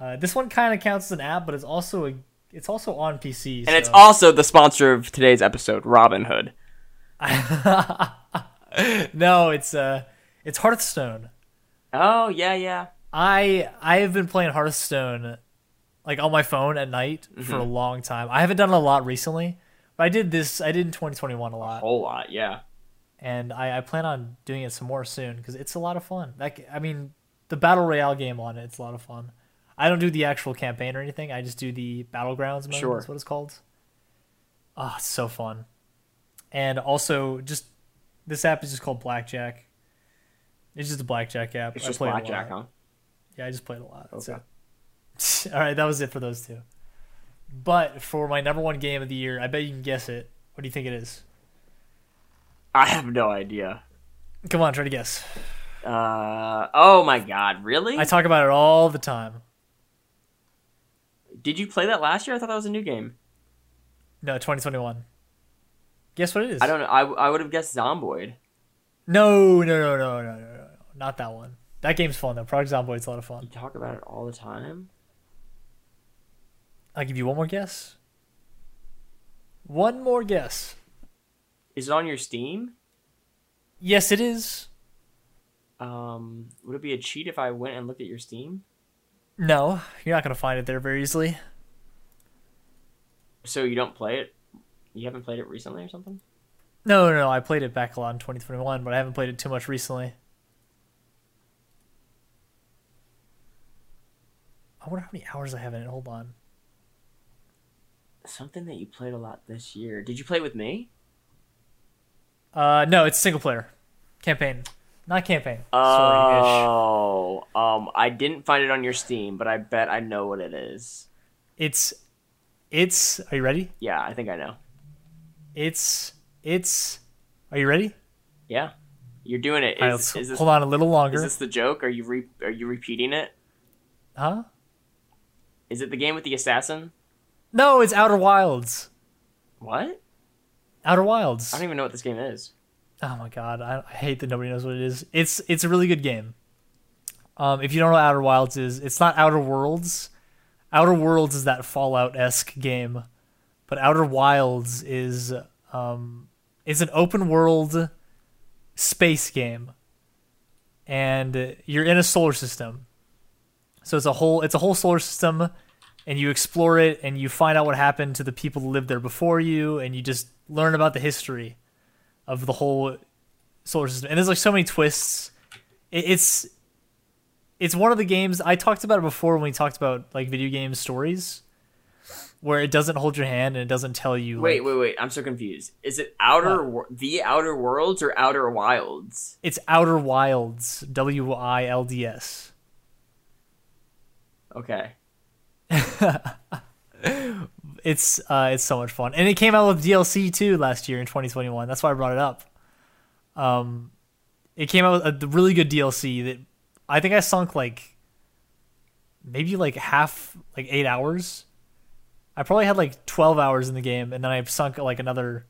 [SPEAKER 1] Uh, this one kind of counts as an app, but it's also a, it's also on PC.
[SPEAKER 2] And it's
[SPEAKER 1] so-
[SPEAKER 2] also the sponsor of today's episode, Robinhood.
[SPEAKER 1] [LAUGHS] no, it's uh, it's Hearthstone.
[SPEAKER 2] Oh yeah, yeah.
[SPEAKER 1] I I have been playing Hearthstone like on my phone at night
[SPEAKER 2] Mm-hmm.
[SPEAKER 1] for a long time. I haven't done it a lot recently, but I did this I did in 2021 a lot.
[SPEAKER 2] Whole lot, yeah.
[SPEAKER 1] and I, I plan on doing it some more soon because it's a lot of fun. That g- I mean, the battle royale game on it, it's a lot of fun. I don't do the actual campaign or anything. I just do the battlegrounds mode.
[SPEAKER 2] Sure.
[SPEAKER 1] That's what it's called. Ah, it's so fun. And also, just this app is just called Blackjack. It's just a blackjack app.
[SPEAKER 2] It's
[SPEAKER 1] I
[SPEAKER 2] just
[SPEAKER 1] play it a
[SPEAKER 2] blackjack,
[SPEAKER 1] lot.
[SPEAKER 2] huh?
[SPEAKER 1] Yeah, I just played a lot. That's
[SPEAKER 2] Okay.
[SPEAKER 1] it. [LAUGHS] All right, that was it for those two. But for my number one game of the year, I bet you can guess it. What do you think it is?
[SPEAKER 2] I have no idea.
[SPEAKER 1] Come on, try to guess.
[SPEAKER 2] Uh oh my god, really?
[SPEAKER 1] I talk about it all the time.
[SPEAKER 2] Did you play that last year? I thought that was a new game.
[SPEAKER 1] No, 2021. Guess what it is?
[SPEAKER 2] I don't know. I, I would have guessed Zomboid.
[SPEAKER 1] No, no, no, no, no, no, no. Not that one. That game's fun though. Project Zomboid's a lot of fun.
[SPEAKER 2] You talk about it all the time.
[SPEAKER 1] I'll give you one more guess. One more guess.
[SPEAKER 2] Is it on your Steam?
[SPEAKER 1] Yes, it is.
[SPEAKER 2] Um, would it be a cheat if I went and looked at your Steam?
[SPEAKER 1] No, you're not gonna find it there very easily.
[SPEAKER 2] So you don't play it? You haven't played it recently or something?
[SPEAKER 1] No, no, no. I played it back a lot in 2021, but I haven't played it too much recently. I wonder how many hours I have in it. Hold on.
[SPEAKER 2] Something that you played a lot this year. Did you play with me?
[SPEAKER 1] Uh, no, it's single player, campaign, not campaign. Sorry, ish.
[SPEAKER 2] Oh, um, I didn't find it on your Steam, but I bet I know what it is.
[SPEAKER 1] It's, it's. Are you ready?
[SPEAKER 2] Yeah, I think I know.
[SPEAKER 1] It's it's. Are you ready?
[SPEAKER 2] Yeah, you're doing it.
[SPEAKER 1] All right,
[SPEAKER 2] Is,
[SPEAKER 1] let's
[SPEAKER 2] is this
[SPEAKER 1] hold on a little
[SPEAKER 2] is
[SPEAKER 1] longer,
[SPEAKER 2] this the joke? Are you re- are you repeating it?
[SPEAKER 1] huh?
[SPEAKER 2] Is it the game with the assassin?
[SPEAKER 1] No, it's Outer Wilds.
[SPEAKER 2] What?
[SPEAKER 1] Outer Wilds.
[SPEAKER 2] I don't even know what this game is.
[SPEAKER 1] Oh my god, I, I hate that nobody knows what it is. It's it's a really good game. Um, if you don't know what Outer Wilds is, it's not Outer Worlds. Outer Worlds is that Fallout esque game, but Outer Wilds is um, is an open world space game, and uh, you're in a solar system. So it's a whole it's a whole solar system, and you explore it and you find out what happened to the people who lived there before you and you just learn about the history of the whole solar system and there's like so many twists it, it's it's one of the games i talked about it before when we talked about like video game stories where it doesn't hold your hand and it doesn't tell you
[SPEAKER 2] Wait,
[SPEAKER 1] like,
[SPEAKER 2] wait, wait. I'm so confused. Is it Outer Wor- The Outer Worlds or Outer Wilds?
[SPEAKER 1] it's outer wilds w-i-l-d-s
[SPEAKER 2] Okay.
[SPEAKER 1] it's uh, it's so much fun, and it came out with DLC too last year in 2021. That's why I brought it up. Um, it came out with a really good DLC that I think I sunk like maybe like half like eight hours. I probably had like 12 hours in the game, and then I've sunk like another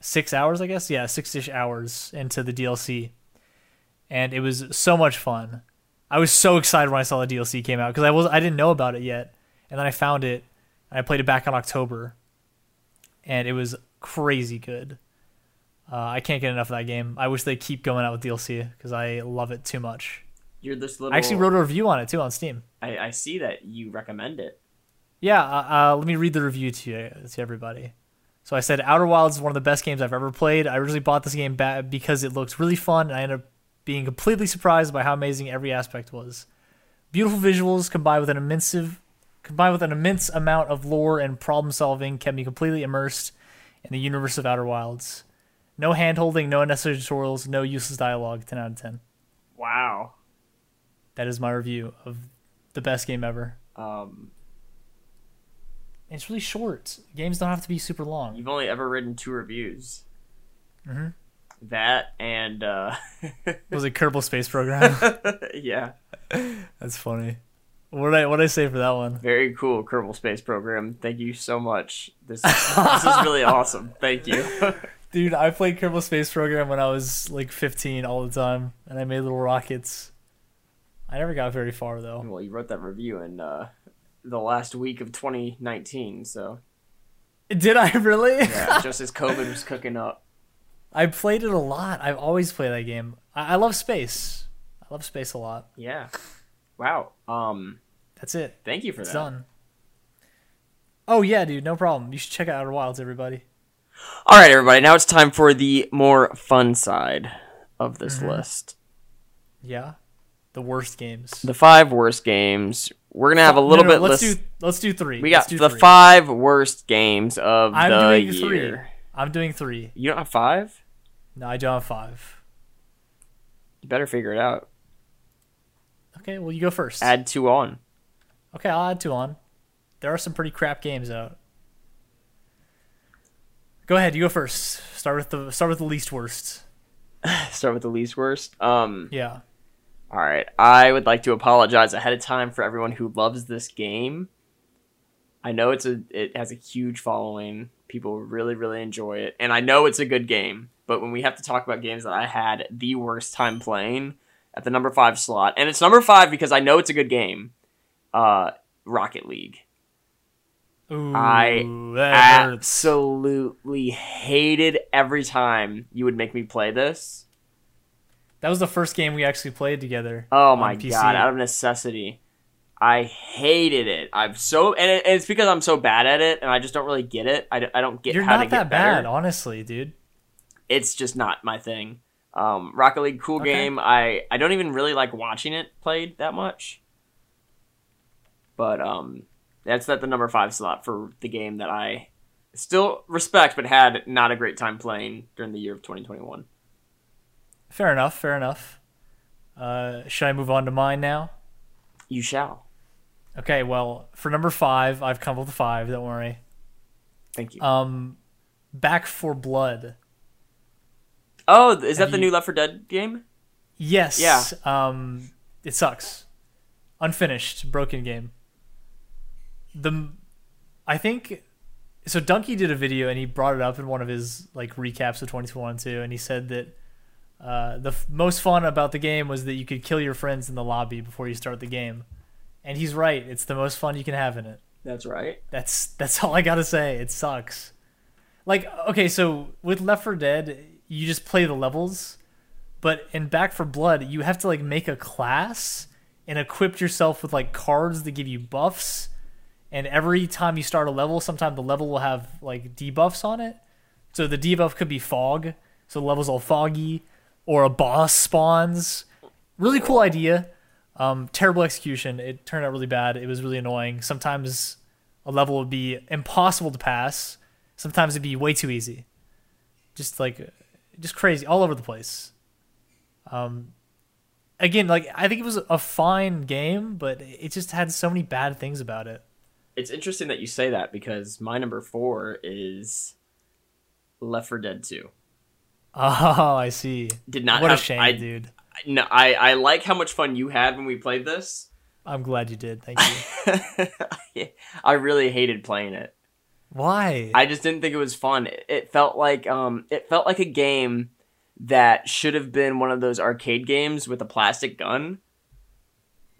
[SPEAKER 1] six hours, I guess. Yeah, six ish hours into the DLC, and it was so much fun. I was so excited when I saw the DLC came out because I was I didn't know about it yet, and then I found it and I played it back in October, and it was crazy good. Uh, I can't get enough of that game. I wish they keep going out with DLC because I love it too much.
[SPEAKER 2] You're this little.
[SPEAKER 1] I actually wrote a review on it too on Steam.
[SPEAKER 2] I, I see that you recommend it.
[SPEAKER 1] Yeah, uh, uh, let me read the review to you, to everybody. So I said, Outer Wilds is one of the best games I've ever played. I originally bought this game ba- because it looks really fun, and I ended up being completely surprised by how amazing every aspect was. Beautiful visuals combined with an immense, combined with an immense amount of lore and problem solving kept me completely immersed in the universe of Outer Wilds. No hand holding, no unnecessary tutorials, no useless dialogue. Ten out of ten.
[SPEAKER 2] Wow.
[SPEAKER 1] That is my review of the best game ever.
[SPEAKER 2] Um,
[SPEAKER 1] And it's really short. Games don't have to be super long.
[SPEAKER 2] you've only ever written two reviews. Mm-hmm. That and uh, [LAUGHS]
[SPEAKER 1] It was a Kerbal Space Program.
[SPEAKER 2] yeah,
[SPEAKER 1] That's funny. What did I what did I say for that one?
[SPEAKER 2] very cool Kerbal Space Program. Thank you so much.
[SPEAKER 1] [LAUGHS]
[SPEAKER 2] This this is really awesome. Thank you.
[SPEAKER 1] Dude, I played Kerbal Space Program when I was like 15 all the time, and I made little rockets. I never got very far though.
[SPEAKER 2] well, you wrote that review in uh, the last week of 2019, so
[SPEAKER 1] Did I [LAUGHS] really?
[SPEAKER 2] yeah, [LAUGHS] just as COVID was cooking up.
[SPEAKER 1] I played it a lot. I've always played that game. I, I love space. I love space a lot.
[SPEAKER 2] Yeah. Wow. Um.
[SPEAKER 1] That's it.
[SPEAKER 2] Thank you for
[SPEAKER 1] It's
[SPEAKER 2] that.
[SPEAKER 1] done. Oh yeah, dude, no problem. You should check out Outer Wilds, everybody.
[SPEAKER 2] All right, everybody. Now it's time for the more fun side of this
[SPEAKER 1] Mm-hmm.
[SPEAKER 2] list.
[SPEAKER 1] Yeah. The worst games.
[SPEAKER 2] The five worst games. We're gonna have a
[SPEAKER 1] No,
[SPEAKER 2] little
[SPEAKER 1] no,
[SPEAKER 2] bit
[SPEAKER 1] Let's
[SPEAKER 2] list.
[SPEAKER 1] do let's do three.
[SPEAKER 2] we
[SPEAKER 1] Let's
[SPEAKER 2] got
[SPEAKER 1] do
[SPEAKER 2] the
[SPEAKER 1] three.
[SPEAKER 2] five worst games of
[SPEAKER 1] I'm
[SPEAKER 2] the
[SPEAKER 1] doing three.
[SPEAKER 2] year.
[SPEAKER 1] I'm doing three.
[SPEAKER 2] You don't have five?
[SPEAKER 1] No, I don't have five.
[SPEAKER 2] You better figure it out.
[SPEAKER 1] Okay, well you go first.
[SPEAKER 2] Add two on.
[SPEAKER 1] Okay, I'll add two on. There are some pretty crap games out. Go ahead, you go first. Start with the start with the least worst.
[SPEAKER 2] Start with the least worst. Um.
[SPEAKER 1] Yeah.
[SPEAKER 2] All right. I would like to apologize ahead of time for everyone who loves this game. I know it's a it has a huge following. People really really enjoy it, and I know it's a good game. But when we have to talk about games that I had the worst time playing at the number five slot, and it's number five because I know it's a good game. Uh, Rocket League.
[SPEAKER 1] Ooh,
[SPEAKER 2] I
[SPEAKER 1] that hurts.
[SPEAKER 2] Absolutely hated every time you would make me play this.
[SPEAKER 1] That was the first game we actually played together.
[SPEAKER 2] Oh
[SPEAKER 1] on
[SPEAKER 2] my
[SPEAKER 1] PC.
[SPEAKER 2] god, out of necessity. I hated it. I'm so and, it, and it's because I'm so bad at it and I just don't really get it. I, d- I don't get
[SPEAKER 1] You're
[SPEAKER 2] how
[SPEAKER 1] not
[SPEAKER 2] to
[SPEAKER 1] that
[SPEAKER 2] get
[SPEAKER 1] bad,
[SPEAKER 2] better.
[SPEAKER 1] honestly, dude.
[SPEAKER 2] It's just not my thing. Um Rocket League cool
[SPEAKER 1] Okay.
[SPEAKER 2] game. I I don't even really like watching it played that much. But um that's at the number 5 slot for the game that I still respect but had not a great time playing during the year of 2021.
[SPEAKER 1] Fair enough, fair enough. Uh, should I move on to mine now?
[SPEAKER 2] You shall.
[SPEAKER 1] Okay, well, for number five, I've come up with five, don't worry.
[SPEAKER 2] Thank you.
[SPEAKER 1] Um, Back for Blood.
[SPEAKER 2] oh, is that
[SPEAKER 1] have
[SPEAKER 2] the
[SPEAKER 1] you-
[SPEAKER 2] new Left 4 Dead game?
[SPEAKER 1] Yes.
[SPEAKER 2] Yeah.
[SPEAKER 1] Um, it sucks. Unfinished, broken game. The, I think, so Donkey did a video and he brought it up in one of his like recaps of 2022, and he said that uh, the f- most fun about the game was that you could kill your friends in the lobby before you start the game, and he's right. It's the most fun you can have in it.
[SPEAKER 2] That's right.
[SPEAKER 1] That's that's all I gotta say. It sucks. Like okay, so with Left 4 Dead, you just play the levels, but in Back for Blood, you have to like make a class and equipped yourself with like cards that give you buffs. And every time you start a level, sometimes the level will have like debuffs on it. So the debuff could be fog, so the level's all foggy, or a boss spawns. Really cool idea. Um, terrible execution. It turned out really bad. It was really annoying. Sometimes a level would be impossible to pass. Sometimes it'd be way too easy. Just like, just crazy, all over the place. Um, again, like I think it was a fine game, but it just had so many bad things about it. [LAUGHS]
[SPEAKER 2] It's interesting that you say that because my number four is Left 4 Dead 2.
[SPEAKER 1] Oh, I see.
[SPEAKER 2] Did not
[SPEAKER 1] What
[SPEAKER 2] have-
[SPEAKER 1] a shame,
[SPEAKER 2] I-
[SPEAKER 1] dude.
[SPEAKER 2] I- No, I, I like how much fun you had when we played this. [LAUGHS]
[SPEAKER 1] I'm glad you did. Thank you.
[SPEAKER 2] I really hated playing it.
[SPEAKER 1] Why?
[SPEAKER 2] I just didn't think it was fun. It, it felt like um, it felt like a game that should have been one of those arcade games with a plastic gun.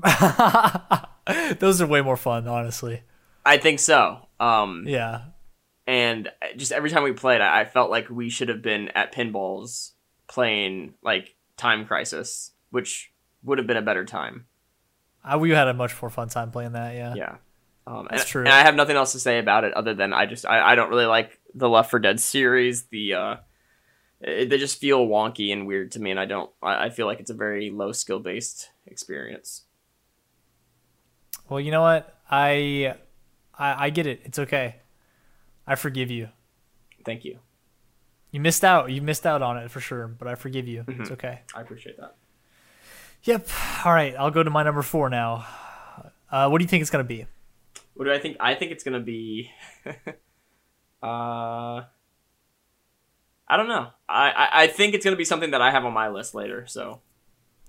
[SPEAKER 1] [LAUGHS] Those are way more fun, honestly.
[SPEAKER 2] I think so. Um,
[SPEAKER 1] Yeah.
[SPEAKER 2] and uh, just every time we played, I, I felt like we should have been at pinballs playing like Time Crisis, which would have been a better time.
[SPEAKER 1] I, we had a much more fun time playing that, yeah.
[SPEAKER 2] Yeah, um,
[SPEAKER 1] That's
[SPEAKER 2] and,
[SPEAKER 1] true.
[SPEAKER 2] And I have nothing else to say about it other than I just I, I don't really like the Left for Dead series. The uh, it, they just feel wonky and weird to me, and I don't. I, I feel like it's a very low skill based experience.
[SPEAKER 1] Well, you know what? I, I I get it. It's okay. I forgive you.
[SPEAKER 2] Thank you.
[SPEAKER 1] You missed out. You missed out on it for sure, but I forgive you. It's okay.
[SPEAKER 2] I appreciate that.
[SPEAKER 1] Yep. All right. I'll go to my number four now. Uh, what do you think it's gonna be?
[SPEAKER 2] What do I think? I think it's gonna be. [LAUGHS] uh, I don't know. I, I I think it's gonna be something that I have on my list later. So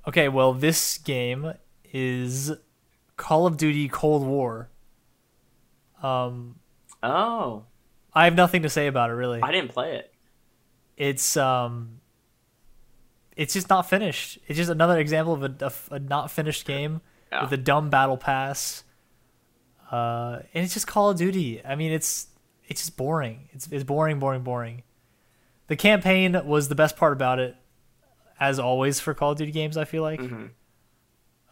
[SPEAKER 1] Okay. Well, this game is Call of Duty Cold War. Um,
[SPEAKER 2] oh,
[SPEAKER 1] I have nothing to say about it really.
[SPEAKER 2] I didn't play it.
[SPEAKER 1] it's um it's just not finished it's just another example of a, of a not finished game
[SPEAKER 2] Yeah.
[SPEAKER 1] with a dumb battle pass uh and it's just call of duty i mean it's it's just boring it's, it's boring boring boring the campaign was the best part about it as always for call of duty games i feel like
[SPEAKER 2] Mm-hmm.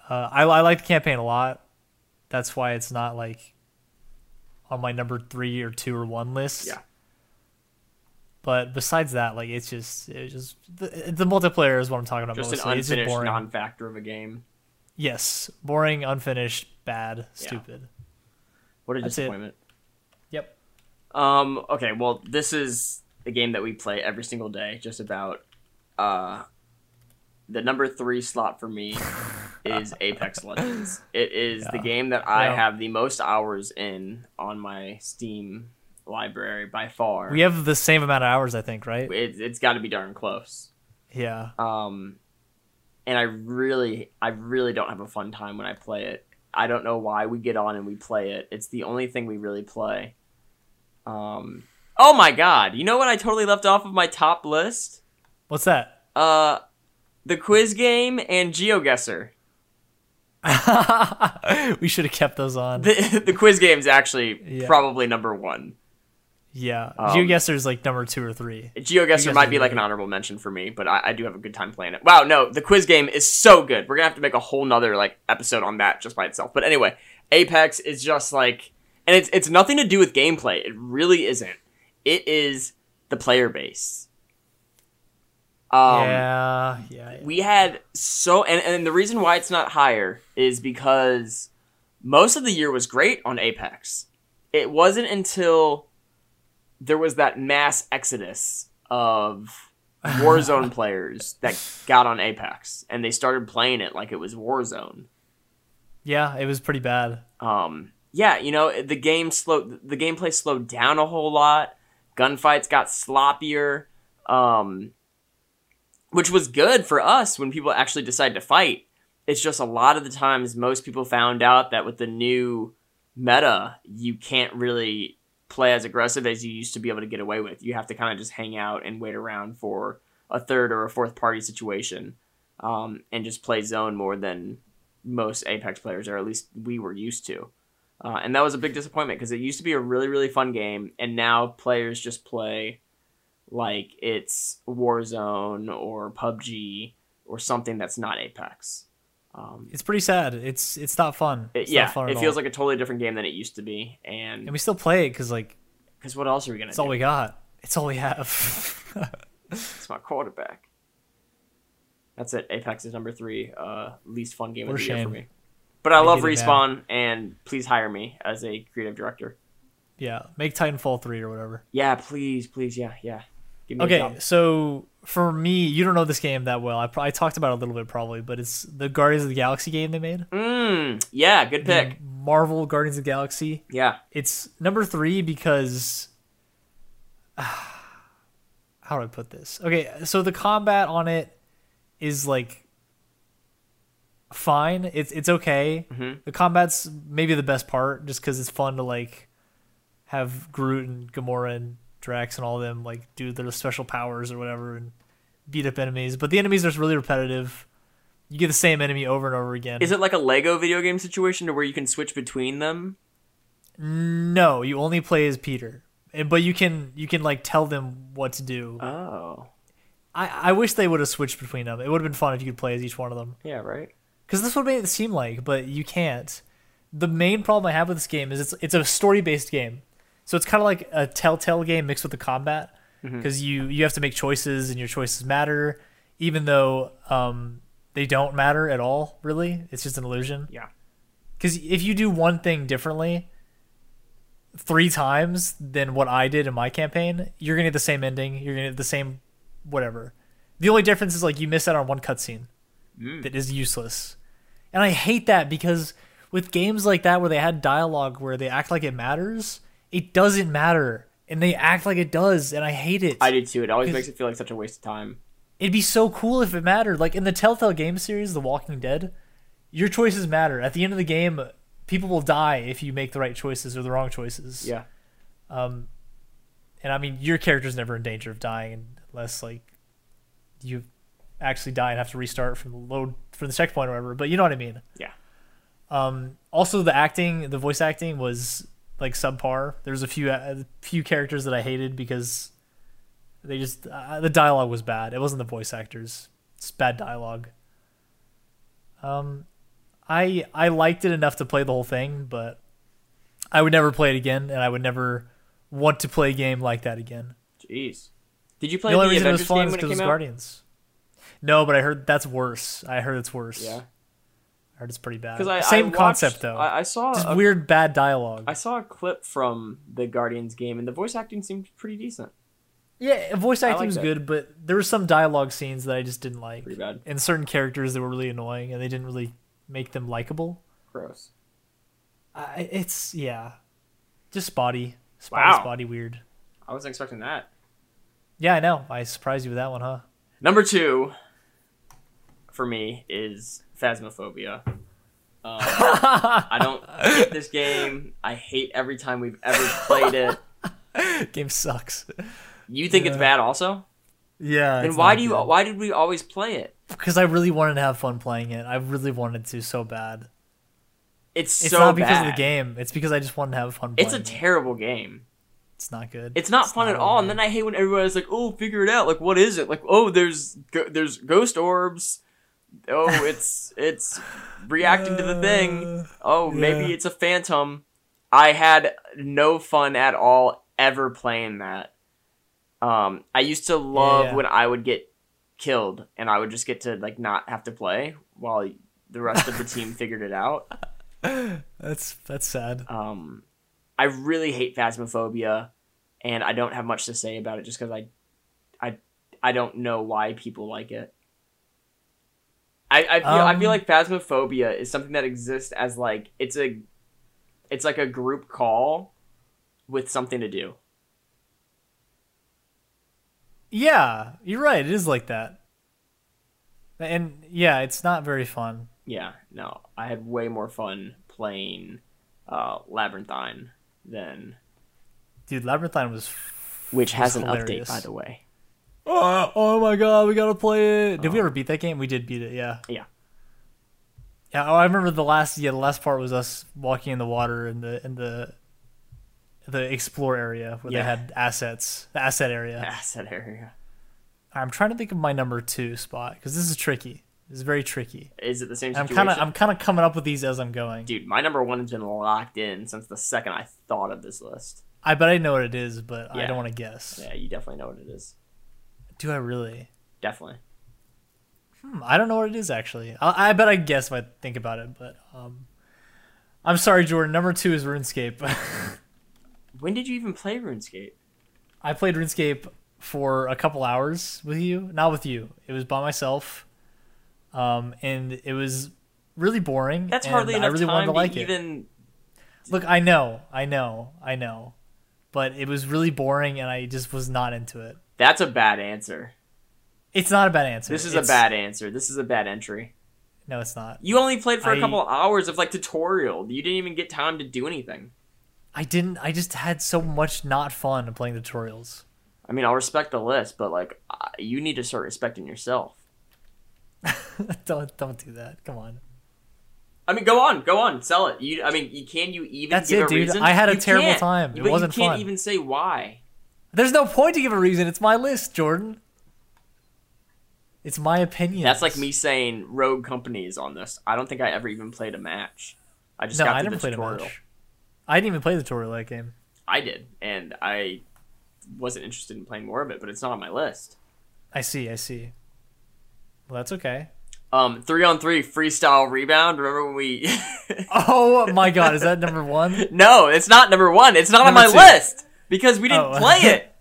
[SPEAKER 1] uh, I, I like the campaign a lot that's why it's not like on my number three or two or one list
[SPEAKER 2] Yeah.
[SPEAKER 1] but besides that, like it's just it's just the, the multiplayer is what I'm talking about.
[SPEAKER 2] Just an
[SPEAKER 1] mostly. it's just
[SPEAKER 2] unfinished
[SPEAKER 1] boring.
[SPEAKER 2] non-factor of a game.
[SPEAKER 1] yes, boring, unfinished, bad, stupid.
[SPEAKER 2] What a
[SPEAKER 1] That's it.
[SPEAKER 2] disappointment.
[SPEAKER 1] Yep.
[SPEAKER 2] Um. Okay. Well, this is the game that we play every single day. Just about. Uh, the number three slot for me is Apex Legends. It is the game that I
[SPEAKER 1] Yeah.
[SPEAKER 2] have the most hours in on my Steam library by far.
[SPEAKER 1] We have the same amount of hours, I think, right?
[SPEAKER 2] it, it's got to be darn close.
[SPEAKER 1] yeah.
[SPEAKER 2] Um, and I really, I really don't have a fun time when I play it. I don't know why we get on and we play it. It's the only thing we really play. Um, oh my god! You know what I totally left off of my top list?
[SPEAKER 1] What's that? [LAUGHS]
[SPEAKER 2] Uh, the quiz game and GeoGuessr. [LAUGHS]
[SPEAKER 1] we should have kept those on.
[SPEAKER 2] The the quiz game's actually
[SPEAKER 1] Yeah.
[SPEAKER 2] probably number one.
[SPEAKER 1] yeah.
[SPEAKER 2] Um,
[SPEAKER 1] GeoGuessr is like number two or three.
[SPEAKER 2] GeoGuessr
[SPEAKER 1] GeoGuessr's
[SPEAKER 2] might be
[SPEAKER 1] really
[SPEAKER 2] like an
[SPEAKER 1] good.
[SPEAKER 2] honorable mention for me, but I, I do have a good time playing it. Wow, no, the quiz game is so good. We're gonna have to make a whole nother like episode on that just by itself. But anyway, Apex is just like and it's it's nothing to do with gameplay. It really isn't. It is the player base. Um
[SPEAKER 1] yeah, yeah. yeah.
[SPEAKER 2] we had so and, and the reason why it's not higher is because most of the year was great on apex it wasn't until there was that mass exodus of warzone players that got on apex and they started playing it like it was warzone
[SPEAKER 1] Yeah, it was pretty bad.
[SPEAKER 2] um yeah you know the game slowed the gameplay slowed down a whole lot gunfights got sloppier um which was good for us when people actually decide to fight it's just a lot of the times most people found out that with the new meta you can't really play as aggressive as you used to be able to get away with you have to kind of just hang out and wait around for a third or a fourth party situation um, and just play zone more than most Apex players, or at least we were used to. Uh, and that was a big disappointment because it used to be a really, really fun game, and now players just play like it's Warzone or PUBG or something that's not Apex. Um,
[SPEAKER 1] It's pretty sad. It's it's not fun.
[SPEAKER 2] it-
[SPEAKER 1] It's
[SPEAKER 2] yeah,
[SPEAKER 1] not fun
[SPEAKER 2] it
[SPEAKER 1] at
[SPEAKER 2] feels
[SPEAKER 1] all.
[SPEAKER 2] like a totally different game than it used to be, and
[SPEAKER 1] and we still play it because like
[SPEAKER 2] because what else are we gonna
[SPEAKER 1] it's
[SPEAKER 2] do?
[SPEAKER 1] all we got. It's all we have. [LAUGHS]
[SPEAKER 2] It's my quarterback. That's it. Apex is number three, uh, least fun game
[SPEAKER 1] What
[SPEAKER 2] of
[SPEAKER 1] a
[SPEAKER 2] the year for
[SPEAKER 1] shame.
[SPEAKER 2] me. But I
[SPEAKER 1] They
[SPEAKER 2] love
[SPEAKER 1] did it bad.
[SPEAKER 2] Respawn, and please hire me as a creative director.
[SPEAKER 1] yeah, make Titanfall three or whatever.
[SPEAKER 2] Yeah, please, please, yeah, yeah. Give me a
[SPEAKER 1] Okay,
[SPEAKER 2] job.
[SPEAKER 1] so for me, you don't know this game that well. I, pro- I talked about it a little bit probably, but it's the Guardians of the Galaxy game they made.
[SPEAKER 2] Mm, yeah, good pick.
[SPEAKER 1] The Marvel Guardians of the Galaxy.
[SPEAKER 2] Yeah,
[SPEAKER 1] it's number three because [SIGHS] how do I put this? Okay, so the combat on it is like fine. It's it's okay. The combat's maybe the best part, just because it's fun to like have Groot and Gamora and Drax and all them like do their special powers or whatever and beat up enemies. But the enemies are really repetitive. You get the same enemy over and over again.
[SPEAKER 2] is it like a Lego video game situation to where you can switch between them?
[SPEAKER 1] No, you only play as Peter, Eh, but you can you can like tell them what to do.
[SPEAKER 2] Oh,
[SPEAKER 1] I I wish they would have switched between them. It would have been fun if you could play as each one of them
[SPEAKER 2] yeah, right.
[SPEAKER 1] because this would make it seem like, but you can't. The main problem I have with this game is it's it's a story based game, so it's kind of like a Telltale game mixed with the combat because you you have to make choices and your choices matter, even though um they don't matter at all. Really, it's just an illusion.
[SPEAKER 2] Yeah.
[SPEAKER 1] Because if you do one thing differently three times than what I did in my campaign, you're gonna get the same ending. You're gonna get the same whatever. The only difference is like you miss out on one cutscene that is useless, and I hate that because with games like that where they had dialogue where they act like it matters, it doesn't matter, and they act like it does, and I hate it.
[SPEAKER 2] I do too. It always
[SPEAKER 1] 'Cause-
[SPEAKER 2] makes it feel like such a waste of time.
[SPEAKER 1] It'd be so cool if it mattered. Like in the Telltale game series, The Walking Dead, your choices matter. At the end of the game, people will die if you make the right choices or the wrong choices.
[SPEAKER 2] Yeah,
[SPEAKER 1] And I mean, your character's never in danger of dying unless like you actually die and have to restart from the load from the checkpoint or whatever. But you know what I mean.
[SPEAKER 2] yeah.
[SPEAKER 1] Um, also, the acting, the voice acting was like subpar. There's a few a few characters that I hated because they just uh, the dialogue was bad. It wasn't the voice actors; it's bad dialogue. Um, I I liked it enough to play the whole thing, but I would never play it again, and I would never want to play a game like that again.
[SPEAKER 2] Jeez. Did you
[SPEAKER 1] The
[SPEAKER 2] play the,
[SPEAKER 1] only reason it was
[SPEAKER 2] Avengers
[SPEAKER 1] fun
[SPEAKER 2] game
[SPEAKER 1] is
[SPEAKER 2] when it
[SPEAKER 1] because it
[SPEAKER 2] came
[SPEAKER 1] was
[SPEAKER 2] out?
[SPEAKER 1] Guardians. No, but I heard that's worse. I heard it's worse.
[SPEAKER 2] Yeah,
[SPEAKER 1] I heard it's pretty bad.
[SPEAKER 2] because I
[SPEAKER 1] Uh, Same
[SPEAKER 2] I watched-
[SPEAKER 1] concept though.
[SPEAKER 2] I, I saw
[SPEAKER 1] Just
[SPEAKER 2] a-
[SPEAKER 1] weird bad dialogue.
[SPEAKER 2] Uh, I saw a clip from the Guardians game, and the voice acting seemed pretty decent.
[SPEAKER 1] Yeah, voice
[SPEAKER 2] I
[SPEAKER 1] acting
[SPEAKER 2] like
[SPEAKER 1] was
[SPEAKER 2] that.
[SPEAKER 1] good, but there were some dialogue scenes that I just didn't like.
[SPEAKER 2] Pretty bad.
[SPEAKER 1] And certain characters that were really annoying, and they didn't really make them likable.
[SPEAKER 2] Gross.
[SPEAKER 1] I, it's yeah, just spotty, spotty,
[SPEAKER 2] Wow.
[SPEAKER 1] spotty, weird.
[SPEAKER 2] I wasn't expecting that.
[SPEAKER 1] Yeah, I know. I surprised you with that one, huh? [LAUGHS]
[SPEAKER 2] Number two for me is Phasmophobia. Um, I don't get this game. I hate every time we've ever played it.
[SPEAKER 1] Game sucks.
[SPEAKER 2] You think it's
[SPEAKER 1] Yeah.
[SPEAKER 2] bad, also?
[SPEAKER 1] Yeah.
[SPEAKER 2] Then why do you? Why did we always play it?
[SPEAKER 1] Because I really wanted to have fun playing it. I really wanted to so bad.
[SPEAKER 2] It's,
[SPEAKER 1] It's
[SPEAKER 2] so
[SPEAKER 1] not because of
[SPEAKER 2] bad.
[SPEAKER 1] the game. It's because I just wanted to have fun. Playing
[SPEAKER 2] It's a
[SPEAKER 1] it.
[SPEAKER 2] terrible game.
[SPEAKER 1] It's not good.
[SPEAKER 2] It's not fun at all.
[SPEAKER 1] good.
[SPEAKER 2] And then I hate when everybody's like, "Oh, figure it out." Like, what is it? Like, oh, there's go- there's ghost orbs.
[SPEAKER 1] [LAUGHS]
[SPEAKER 2] Oh, it's it's reacting to the thing.
[SPEAKER 1] Uh,
[SPEAKER 2] Oh, maybe
[SPEAKER 1] yeah.
[SPEAKER 2] it's a phantom. I had no fun at all ever playing that. Um, I used to love
[SPEAKER 1] yeah.
[SPEAKER 2] when I would get killed and I would just get to like not have to play while the rest of the team figured it out.
[SPEAKER 1] [GASPS] That's that's sad.
[SPEAKER 2] Um, I really hate Phasmophobia, and I don't have much to say about it just because I, I, I don't know why people like it. I I feel, I feel
[SPEAKER 1] Um,
[SPEAKER 2] like Phasmophobia is something that exists as like it's a, it's like a group call, with something to do.
[SPEAKER 1] Yeah, you're right. It is like that. And yeah, it's not very fun.
[SPEAKER 2] Yeah, no, I had way more fun playing, uh, Labyrinthine than
[SPEAKER 1] Dude, Labyrinthine was.
[SPEAKER 2] which has an
[SPEAKER 1] hilarious.
[SPEAKER 2] update by the way. [LAUGHS]
[SPEAKER 1] Oh, oh my god, we gotta play it. Did we ever beat that game? We did beat it, Oh. yeah.
[SPEAKER 2] Yeah.
[SPEAKER 1] Yeah, oh, I remember the last yeah, the last part was us walking in the water in the in the the explore area where
[SPEAKER 2] Yeah.
[SPEAKER 1] they had assets. The asset area.
[SPEAKER 2] Asset area.
[SPEAKER 1] I'm trying to think of my number two spot because this is tricky. It's very tricky.
[SPEAKER 2] [LAUGHS] Is it the same
[SPEAKER 1] And I'm
[SPEAKER 2] situation?
[SPEAKER 1] kind of I'm kind of coming up with these as I'm going.
[SPEAKER 2] Dude, my number one has been locked in since the second I thought of this list.
[SPEAKER 1] I bet I know what it is, but I
[SPEAKER 2] Yeah.
[SPEAKER 1] don't want to guess.
[SPEAKER 2] Yeah, you definitely know what it is.
[SPEAKER 1] Do I really?
[SPEAKER 2] Definitely.
[SPEAKER 1] Hmm, I don't know what it is actually. I, I bet I guess if I think about it, but um, I'm sorry, Jordan. Number two is RuneScape. [LAUGHS]
[SPEAKER 2] When did you even play RuneScape?
[SPEAKER 1] I played RuneScape for a couple hours with you, not with you. It was by myself, um, and it was really boring.
[SPEAKER 2] That's
[SPEAKER 1] and
[SPEAKER 2] hardly
[SPEAKER 1] I
[SPEAKER 2] enough
[SPEAKER 1] really wanted
[SPEAKER 2] time
[SPEAKER 1] to
[SPEAKER 2] to,
[SPEAKER 1] like it.
[SPEAKER 2] even.
[SPEAKER 1] Look, I know, I know, I know, but it was really boring, and I just was not into it.
[SPEAKER 2] That's a bad answer.
[SPEAKER 1] It's not a bad answer.
[SPEAKER 2] This is
[SPEAKER 1] It's-
[SPEAKER 2] a bad answer. This is a bad entry.
[SPEAKER 1] No, it's not.
[SPEAKER 2] You only played for a
[SPEAKER 1] I-
[SPEAKER 2] couple hours of like tutorial. You didn't even get time to do anything.
[SPEAKER 1] I didn't. I just had so much not fun playing tutorials.
[SPEAKER 2] I mean, I'll respect the list, but like, uh, you need to start respecting yourself.
[SPEAKER 1] [LAUGHS] don't don't do that. Come on.
[SPEAKER 2] I mean, go on, go on, sell it. You, I mean, you, can you even?
[SPEAKER 1] That's
[SPEAKER 2] give
[SPEAKER 1] it,
[SPEAKER 2] a
[SPEAKER 1] dude.
[SPEAKER 2] Reason?
[SPEAKER 1] I had a
[SPEAKER 2] You
[SPEAKER 1] terrible
[SPEAKER 2] can't.
[SPEAKER 1] time. It
[SPEAKER 2] but
[SPEAKER 1] wasn't
[SPEAKER 2] you can't
[SPEAKER 1] fun.
[SPEAKER 2] even say why.
[SPEAKER 1] There's no point to give a reason. It's my list, Jordan. It's my opinion.
[SPEAKER 2] That's like me saying Rogue Company is on this. I don't think I ever even played a match. I just
[SPEAKER 1] No,
[SPEAKER 2] got
[SPEAKER 1] I
[SPEAKER 2] to
[SPEAKER 1] never
[SPEAKER 2] the
[SPEAKER 1] played a
[SPEAKER 2] tutorial.
[SPEAKER 1] match. I didn't even play the tutorial of that game.
[SPEAKER 2] I did, and I wasn't interested in playing more of it, but it's not on my list.
[SPEAKER 1] I see. I see. Well, that's okay.
[SPEAKER 2] Um, three on three freestyle rebound. Remember
[SPEAKER 1] [LAUGHS]
[SPEAKER 2] when we?
[SPEAKER 1] Oh my god, is that number
[SPEAKER 2] [LAUGHS]
[SPEAKER 1] one?
[SPEAKER 2] no, it's not number one. It's not on my
[SPEAKER 1] Number two.
[SPEAKER 2] list because we didn't
[SPEAKER 1] Oh.
[SPEAKER 2] play
[SPEAKER 1] [LAUGHS]
[SPEAKER 2] it.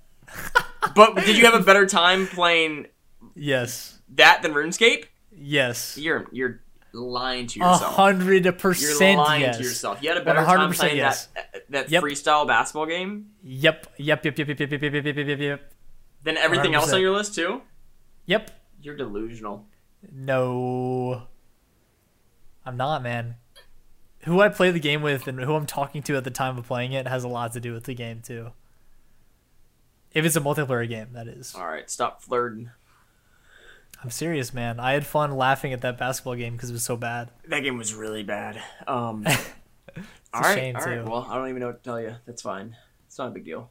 [SPEAKER 2] but did you have a better time playing
[SPEAKER 1] Yes.
[SPEAKER 2] that than RuneScape?
[SPEAKER 1] Yes.
[SPEAKER 2] You're you're lying to
[SPEAKER 1] A
[SPEAKER 2] yourself.
[SPEAKER 1] hundred
[SPEAKER 2] You're
[SPEAKER 1] percent
[SPEAKER 2] lying
[SPEAKER 1] yes.
[SPEAKER 2] to yourself. You had a better time
[SPEAKER 1] 100%
[SPEAKER 2] playing
[SPEAKER 1] yes.
[SPEAKER 2] that that
[SPEAKER 1] Yep.
[SPEAKER 2] freestyle basketball game
[SPEAKER 1] Yep. Yep. Yep. Yep. Yep. Yep. Yep. Yep. Yep. Yep. Yep. Yep.
[SPEAKER 2] than everything else on
[SPEAKER 1] 100%.
[SPEAKER 2] your list too.
[SPEAKER 1] Yep.
[SPEAKER 2] You're delusional.
[SPEAKER 1] No. I'm not, man. Who I play the game with and who I'm talking to at the time of playing it has a lot to do with the game too. If it's a multiplayer game, that is.
[SPEAKER 2] All right, stop flirting.
[SPEAKER 1] I'm serious, man. I had fun laughing at that basketball game because it was so bad.
[SPEAKER 2] That game was really bad.
[SPEAKER 1] [LAUGHS]
[SPEAKER 2] Um, all
[SPEAKER 1] a
[SPEAKER 2] right,
[SPEAKER 1] shame,
[SPEAKER 2] all
[SPEAKER 1] too.
[SPEAKER 2] right. Well, I don't even know what to tell you. That's fine. It's not a big deal.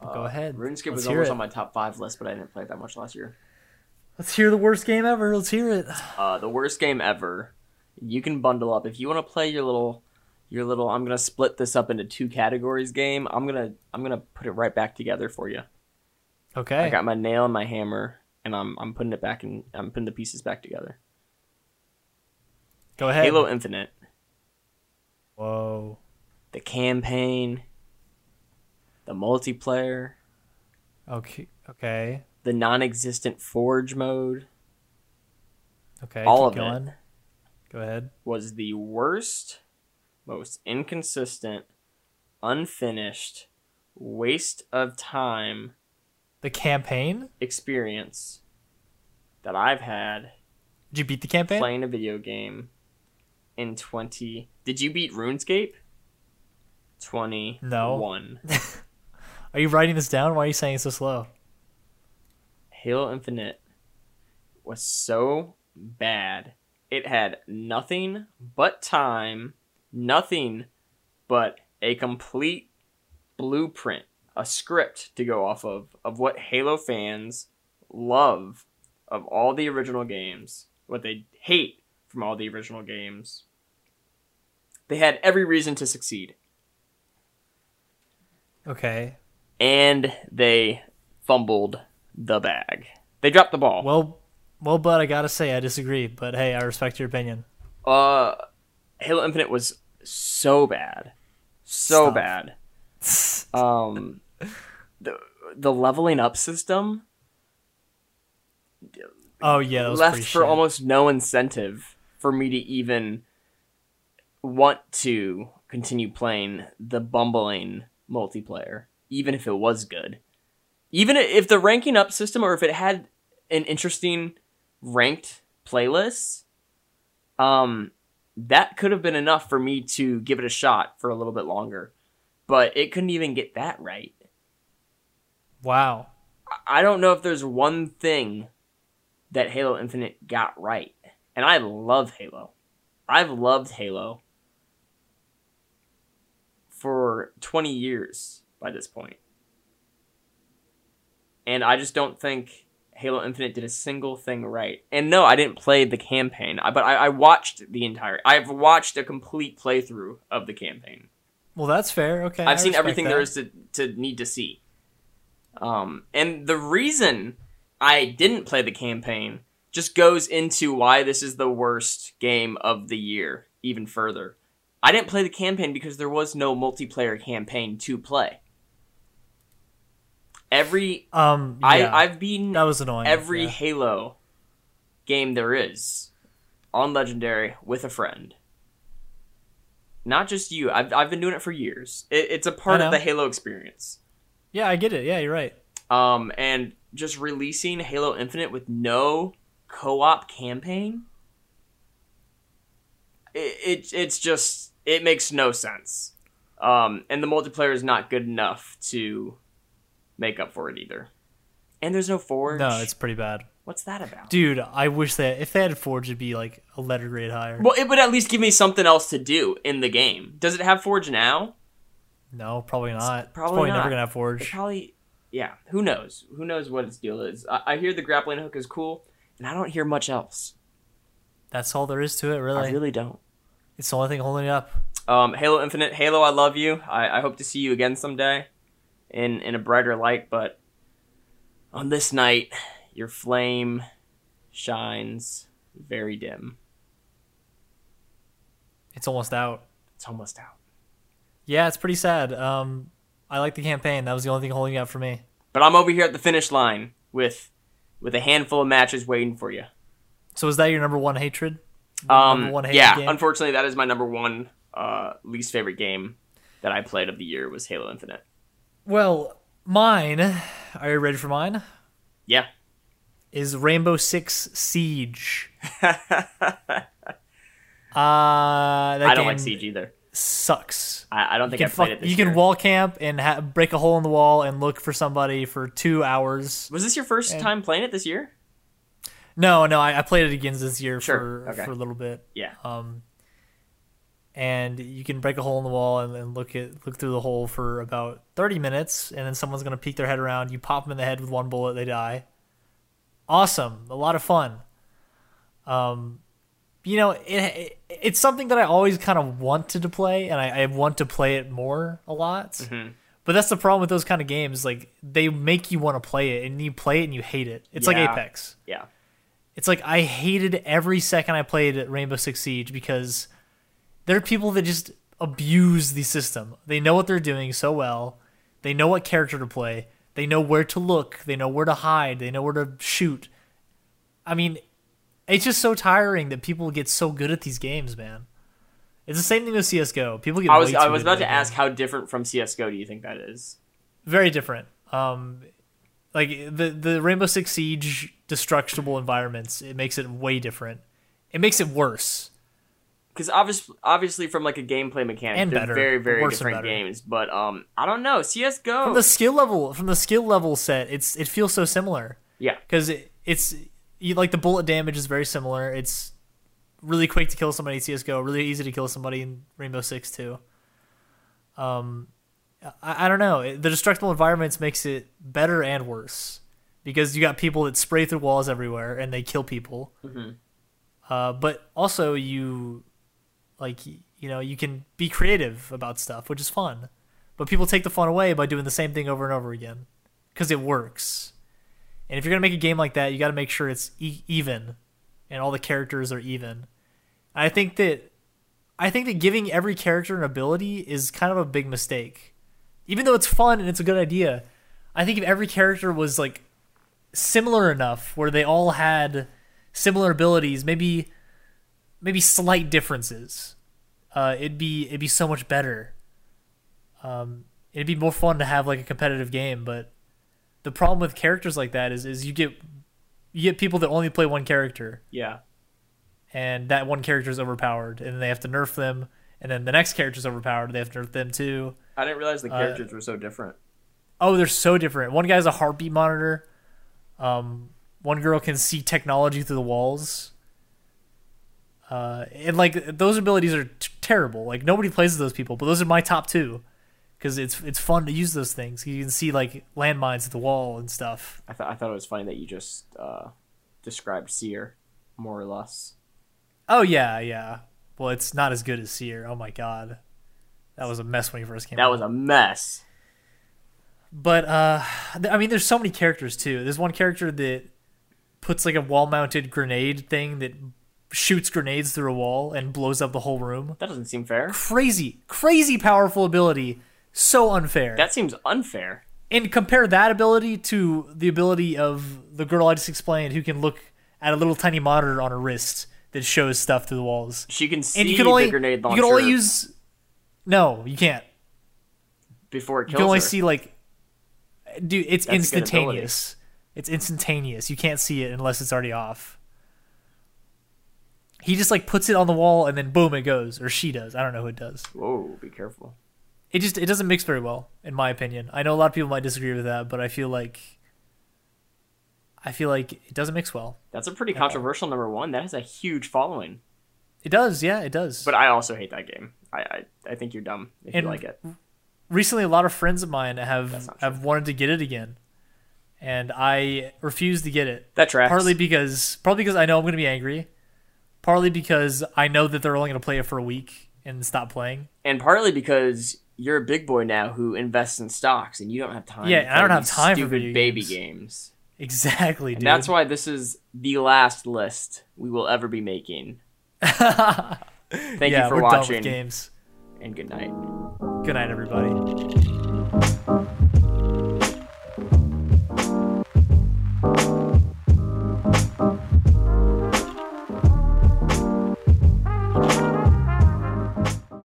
[SPEAKER 2] Uh,
[SPEAKER 1] go ahead.
[SPEAKER 2] RuneScape
[SPEAKER 1] Let's
[SPEAKER 2] was
[SPEAKER 1] hear
[SPEAKER 2] almost
[SPEAKER 1] it.
[SPEAKER 2] on my top five list, but I didn't play it that much last year.
[SPEAKER 1] Let's hear the worst game ever. Let's hear it.
[SPEAKER 2] Uh, the worst game ever. You can bundle up if you want to play your little, your little. I'm gonna split this up into two categories. Game. I'm gonna I'm gonna put it right back together for you.
[SPEAKER 1] Okay.
[SPEAKER 2] I got my nail and my hammer, and I'm I'm putting it back and I'm putting the pieces back together.
[SPEAKER 1] Go ahead.
[SPEAKER 2] Halo Infinite,
[SPEAKER 1] Whoa.
[SPEAKER 2] the campaign, the multiplayer,
[SPEAKER 1] Okay. Okay.
[SPEAKER 2] the non-existent forge mode
[SPEAKER 1] Okay.
[SPEAKER 2] All
[SPEAKER 1] keep
[SPEAKER 2] of it.
[SPEAKER 1] going. Go ahead.
[SPEAKER 2] was the worst, most inconsistent, unfinished, waste of time
[SPEAKER 1] The campaign?
[SPEAKER 2] experience that I've had
[SPEAKER 1] Did you beat the campaign?
[SPEAKER 2] playing a video game in 20 did you beat runescape 21
[SPEAKER 1] Are you writing this down? Why are you saying it so slow?
[SPEAKER 2] halo infinite was so bad it had nothing but time nothing but a complete blueprint a script to go off of of what halo fans love of all the original games what they hate from all the original games they had every reason to succeed
[SPEAKER 1] Okay.
[SPEAKER 2] and they fumbled the bag. They dropped the ball.
[SPEAKER 1] Well, well, but I gotta say I disagree. But hey, I respect your opinion. [LAUGHS]
[SPEAKER 2] uh, Halo Infinite was so bad, so
[SPEAKER 1] Stop.
[SPEAKER 2] bad. Um, [LAUGHS] the the leveling up system
[SPEAKER 1] oh yeah, that was
[SPEAKER 2] left for
[SPEAKER 1] pretty shit.
[SPEAKER 2] almost no incentive for me to even want to continue playing the bumbling multiplayer, even if it was good. Even i- if the ranking up system or if it had an interesting ranked playlist, um, that could have been enough for me to give it a shot for a little bit longer. But it couldn't even get that right.
[SPEAKER 1] Wow.
[SPEAKER 2] I don't know if there's one thing that Halo Infinite got right. And I love Halo. I've loved Halo for 20 years by this point. And I just don't think Halo Infinite did a single thing right. And no, I didn't play the campaign, I- but I, I watched the entire. I've watched a complete playthrough of the campaign.
[SPEAKER 1] Well, that's fair. Okay. I
[SPEAKER 2] I've seen
[SPEAKER 1] respect
[SPEAKER 2] everything
[SPEAKER 1] that.
[SPEAKER 2] there is to, to need to see. Um, and the reason I didn't play the campaign just goes into why this is the worst game of the year, even further. I didn't play the campaign because there was no multiplayer campaign to play. Every
[SPEAKER 1] Um, yeah.
[SPEAKER 2] I, I've beaten
[SPEAKER 1] that was annoying.
[SPEAKER 2] every
[SPEAKER 1] yeah.
[SPEAKER 2] Halo game there is on Legendary with a friend. Not just you. I've, I've been doing it for years. It, it's a part
[SPEAKER 1] I
[SPEAKER 2] of
[SPEAKER 1] know.
[SPEAKER 2] the Halo experience.
[SPEAKER 1] Yeah, I get it. Yeah, you're right.
[SPEAKER 2] Um, and just releasing Halo Infinite with no co-op campaign. It, it it's just it makes no sense. Um, and the multiplayer is not good enough to make up for it either. And there's no forge.
[SPEAKER 1] No, it's pretty bad,
[SPEAKER 2] what's that about?
[SPEAKER 1] dude. I wish that if they had Forge, it'd be like a letter grade higher.
[SPEAKER 2] Well, it would at least give me something else to do in the game. Does it have Forge now?
[SPEAKER 1] No, probably not. It's
[SPEAKER 2] probably
[SPEAKER 1] probably,
[SPEAKER 2] not.
[SPEAKER 1] never gonna have
[SPEAKER 2] It
[SPEAKER 1] Forge.
[SPEAKER 2] probably, yeah. Who knows? Who knows what its deal is? I, I hear the grappling hook is cool, and I don't hear much else.
[SPEAKER 1] That's all there is to it,
[SPEAKER 2] I
[SPEAKER 1] really.
[SPEAKER 2] really don't.
[SPEAKER 1] It's the only thing holding it up.
[SPEAKER 2] Um, Halo Infinite, Halo, I love you. I, I hope to see you again someday, in in a brighter light. But on this night, your flame shines very dim.
[SPEAKER 1] It's almost out.
[SPEAKER 2] It's almost out.
[SPEAKER 1] Yeah, it's pretty sad. Um, I like the campaign. That was the only thing holding it up for me.
[SPEAKER 2] But I'm over here at the finish line with with a handful of matches waiting for you.
[SPEAKER 1] So is that your number one hatred?
[SPEAKER 2] Um,
[SPEAKER 1] Number one hated
[SPEAKER 2] yeah,
[SPEAKER 1] game?
[SPEAKER 2] unfortunately, that is my number one uh, least favorite game that I played of the year was Halo Infinite.
[SPEAKER 1] Well, mine. Are you ready for mine?
[SPEAKER 2] Yeah,
[SPEAKER 1] Is Rainbow Six
[SPEAKER 2] [LAUGHS]
[SPEAKER 1] Siege. Uh, that
[SPEAKER 2] I don't
[SPEAKER 1] game
[SPEAKER 2] like Siege either.
[SPEAKER 1] Sucks.
[SPEAKER 2] I, I don't
[SPEAKER 1] You can,
[SPEAKER 2] think I played
[SPEAKER 1] fuck-
[SPEAKER 2] it this
[SPEAKER 1] you can
[SPEAKER 2] year.
[SPEAKER 1] wall camp and ha- break a hole in the wall and look for somebody for two hours.
[SPEAKER 2] was this your first
[SPEAKER 1] And-
[SPEAKER 2] time playing it this year?
[SPEAKER 1] No, no, I, I played it again this year
[SPEAKER 2] Sure,
[SPEAKER 1] for
[SPEAKER 2] okay.
[SPEAKER 1] for a little bit.
[SPEAKER 2] Yeah.
[SPEAKER 1] Um, and you can break a hole in the wall and, and look at look through the hole for about thirty minutes, and then someone's gonna peek their head around. You pop them in the head with one bullet, they die. Awesome, a lot of fun. Um, you know, it, it it's something that I always kind of wanted to play, and I, I want to play it more a lot. But that's the problem with those kind of games. Like they make you want to play it, and you play it and you hate it. It's like
[SPEAKER 2] Yeah.
[SPEAKER 1] Apex.
[SPEAKER 2] Yeah,
[SPEAKER 1] It's like I hated every second I played Rainbow Six Siege because there are people that just abuse the system. They know what they're doing so well. They know what character to play. They know where to look. They know where to hide. They know where to shoot. I mean, it's just so tiring that people get so good at these games, man. It's the same thing with CS:GO. People get
[SPEAKER 2] I was
[SPEAKER 1] way too
[SPEAKER 2] I was
[SPEAKER 1] good at
[SPEAKER 2] about to
[SPEAKER 1] that game
[SPEAKER 2] ask how different from CS:GO do you think that is?
[SPEAKER 1] very different. Um, like the the Rainbow Six Siege destructible environments, it makes it way different. It makes it worse.
[SPEAKER 2] Because obviously, obviously, from like a gameplay mechanic,
[SPEAKER 1] And
[SPEAKER 2] they're
[SPEAKER 1] better.
[SPEAKER 2] very very
[SPEAKER 1] Worse and
[SPEAKER 2] different
[SPEAKER 1] better.
[SPEAKER 2] games. But um, I don't know CS:GO.
[SPEAKER 1] From the skill level, from the skill level set, it's it feels so similar
[SPEAKER 2] yeah,
[SPEAKER 1] because it, it's you, like the bullet damage is very similar. It's really quick to kill somebody in CS:GO, really easy to kill somebody in Rainbow Six too. Um, I, I don't know. It- The destructible environments makes it better and worse because you got people that spray through walls everywhere and they kill people. Uh, but also you, like y- you know, you can be creative about stuff, which is fun. But people take the fun away by doing the same thing over and over again because it works. And if you're gonna make a game like that, you got to make sure it's e- even, and all the characters are even. I think that, I think that giving every character an ability is kind of a big mistake. Even though it's fun and it's a good idea, I think if every character was like similar enough where they all had similar abilities, maybe, maybe slight differences, uh, it'd be it'd be so much better. Um, it'd be more fun to have like a competitive game, but the problem with characters like that is is you get you get people that only play one character
[SPEAKER 2] yeah.
[SPEAKER 1] and that one character is overpowered and they have to nerf them and then the next character is overpowered they have to nerf them too
[SPEAKER 2] I didn't realize
[SPEAKER 1] Uh,
[SPEAKER 2] the characters were so different.
[SPEAKER 1] oh they're so different one guy's a heartbeat monitor um, one girl can see technology through the walls uh, and like those abilities are t- terrible like nobody plays with those people but those are my top two because it's it's fun to use those things. You can see like landmines at the wall and stuff.
[SPEAKER 2] I, th- I thought it was funny that you just uh, described Seer, more or less.
[SPEAKER 1] Oh yeah, yeah. Well, it's not as good as Seer. Oh my god, that was a mess when he first came.
[SPEAKER 2] That
[SPEAKER 1] out.
[SPEAKER 2] was a mess.
[SPEAKER 1] But uh, th- I mean, there's so many characters too. There's one character that puts like a wall-mounted grenade thing that shoots grenades through a wall and blows up the whole room.
[SPEAKER 2] That doesn't seem fair.
[SPEAKER 1] Crazy, crazy powerful ability. So unfair.
[SPEAKER 2] That seems unfair.
[SPEAKER 1] and compare that ability to the ability of the girl I just explained, who can look at a little tiny monitor on her wrist that shows stuff through the walls.
[SPEAKER 2] She can see
[SPEAKER 1] And you can only
[SPEAKER 2] the grenade
[SPEAKER 1] you
[SPEAKER 2] launcher
[SPEAKER 1] can only use. No, you can't.
[SPEAKER 2] before it
[SPEAKER 1] You
[SPEAKER 2] kills
[SPEAKER 1] can only
[SPEAKER 2] her.
[SPEAKER 1] see like, dude, it's
[SPEAKER 2] That's a good
[SPEAKER 1] instantaneous. It's instantaneous. You can't see it unless it's already off. He just like puts it on the wall and then boom, it goes, or she does. I don't know who it does.
[SPEAKER 2] Whoa, be careful.
[SPEAKER 1] It just it doesn't mix very well, in my opinion. I know a lot of people might disagree with that, but I feel like, I feel like it doesn't mix well.
[SPEAKER 2] That's a pretty controversial number one. That has a huge following.
[SPEAKER 1] It does, yeah, it does.
[SPEAKER 2] But I also hate that game. I I, I think you're dumb if
[SPEAKER 1] And-
[SPEAKER 2] you like it.
[SPEAKER 1] recently a lot of friends of mine have
[SPEAKER 2] not true.
[SPEAKER 1] have wanted to get it again and i refuse to get it
[SPEAKER 2] That tracks.
[SPEAKER 1] partly because partly because i know i'm going to be angry partly because i know that they're only going to play it for a week and stop playing [LAUGHS]
[SPEAKER 2] and partly because you're a big boy now who invests in stocks, and you don't have time.
[SPEAKER 1] Yeah,
[SPEAKER 2] to
[SPEAKER 1] and I don't
[SPEAKER 2] play
[SPEAKER 1] have
[SPEAKER 2] these
[SPEAKER 1] time for
[SPEAKER 2] stupid
[SPEAKER 1] video
[SPEAKER 2] baby
[SPEAKER 1] games.
[SPEAKER 2] games.
[SPEAKER 1] exactly dude
[SPEAKER 2] And
[SPEAKER 1] [LAUGHS]
[SPEAKER 2] that's why this is the last list we will ever be making. Thank
[SPEAKER 1] yeah
[SPEAKER 2] you for
[SPEAKER 1] we're done
[SPEAKER 2] watching,
[SPEAKER 1] with games
[SPEAKER 2] and good night.
[SPEAKER 1] good night everybody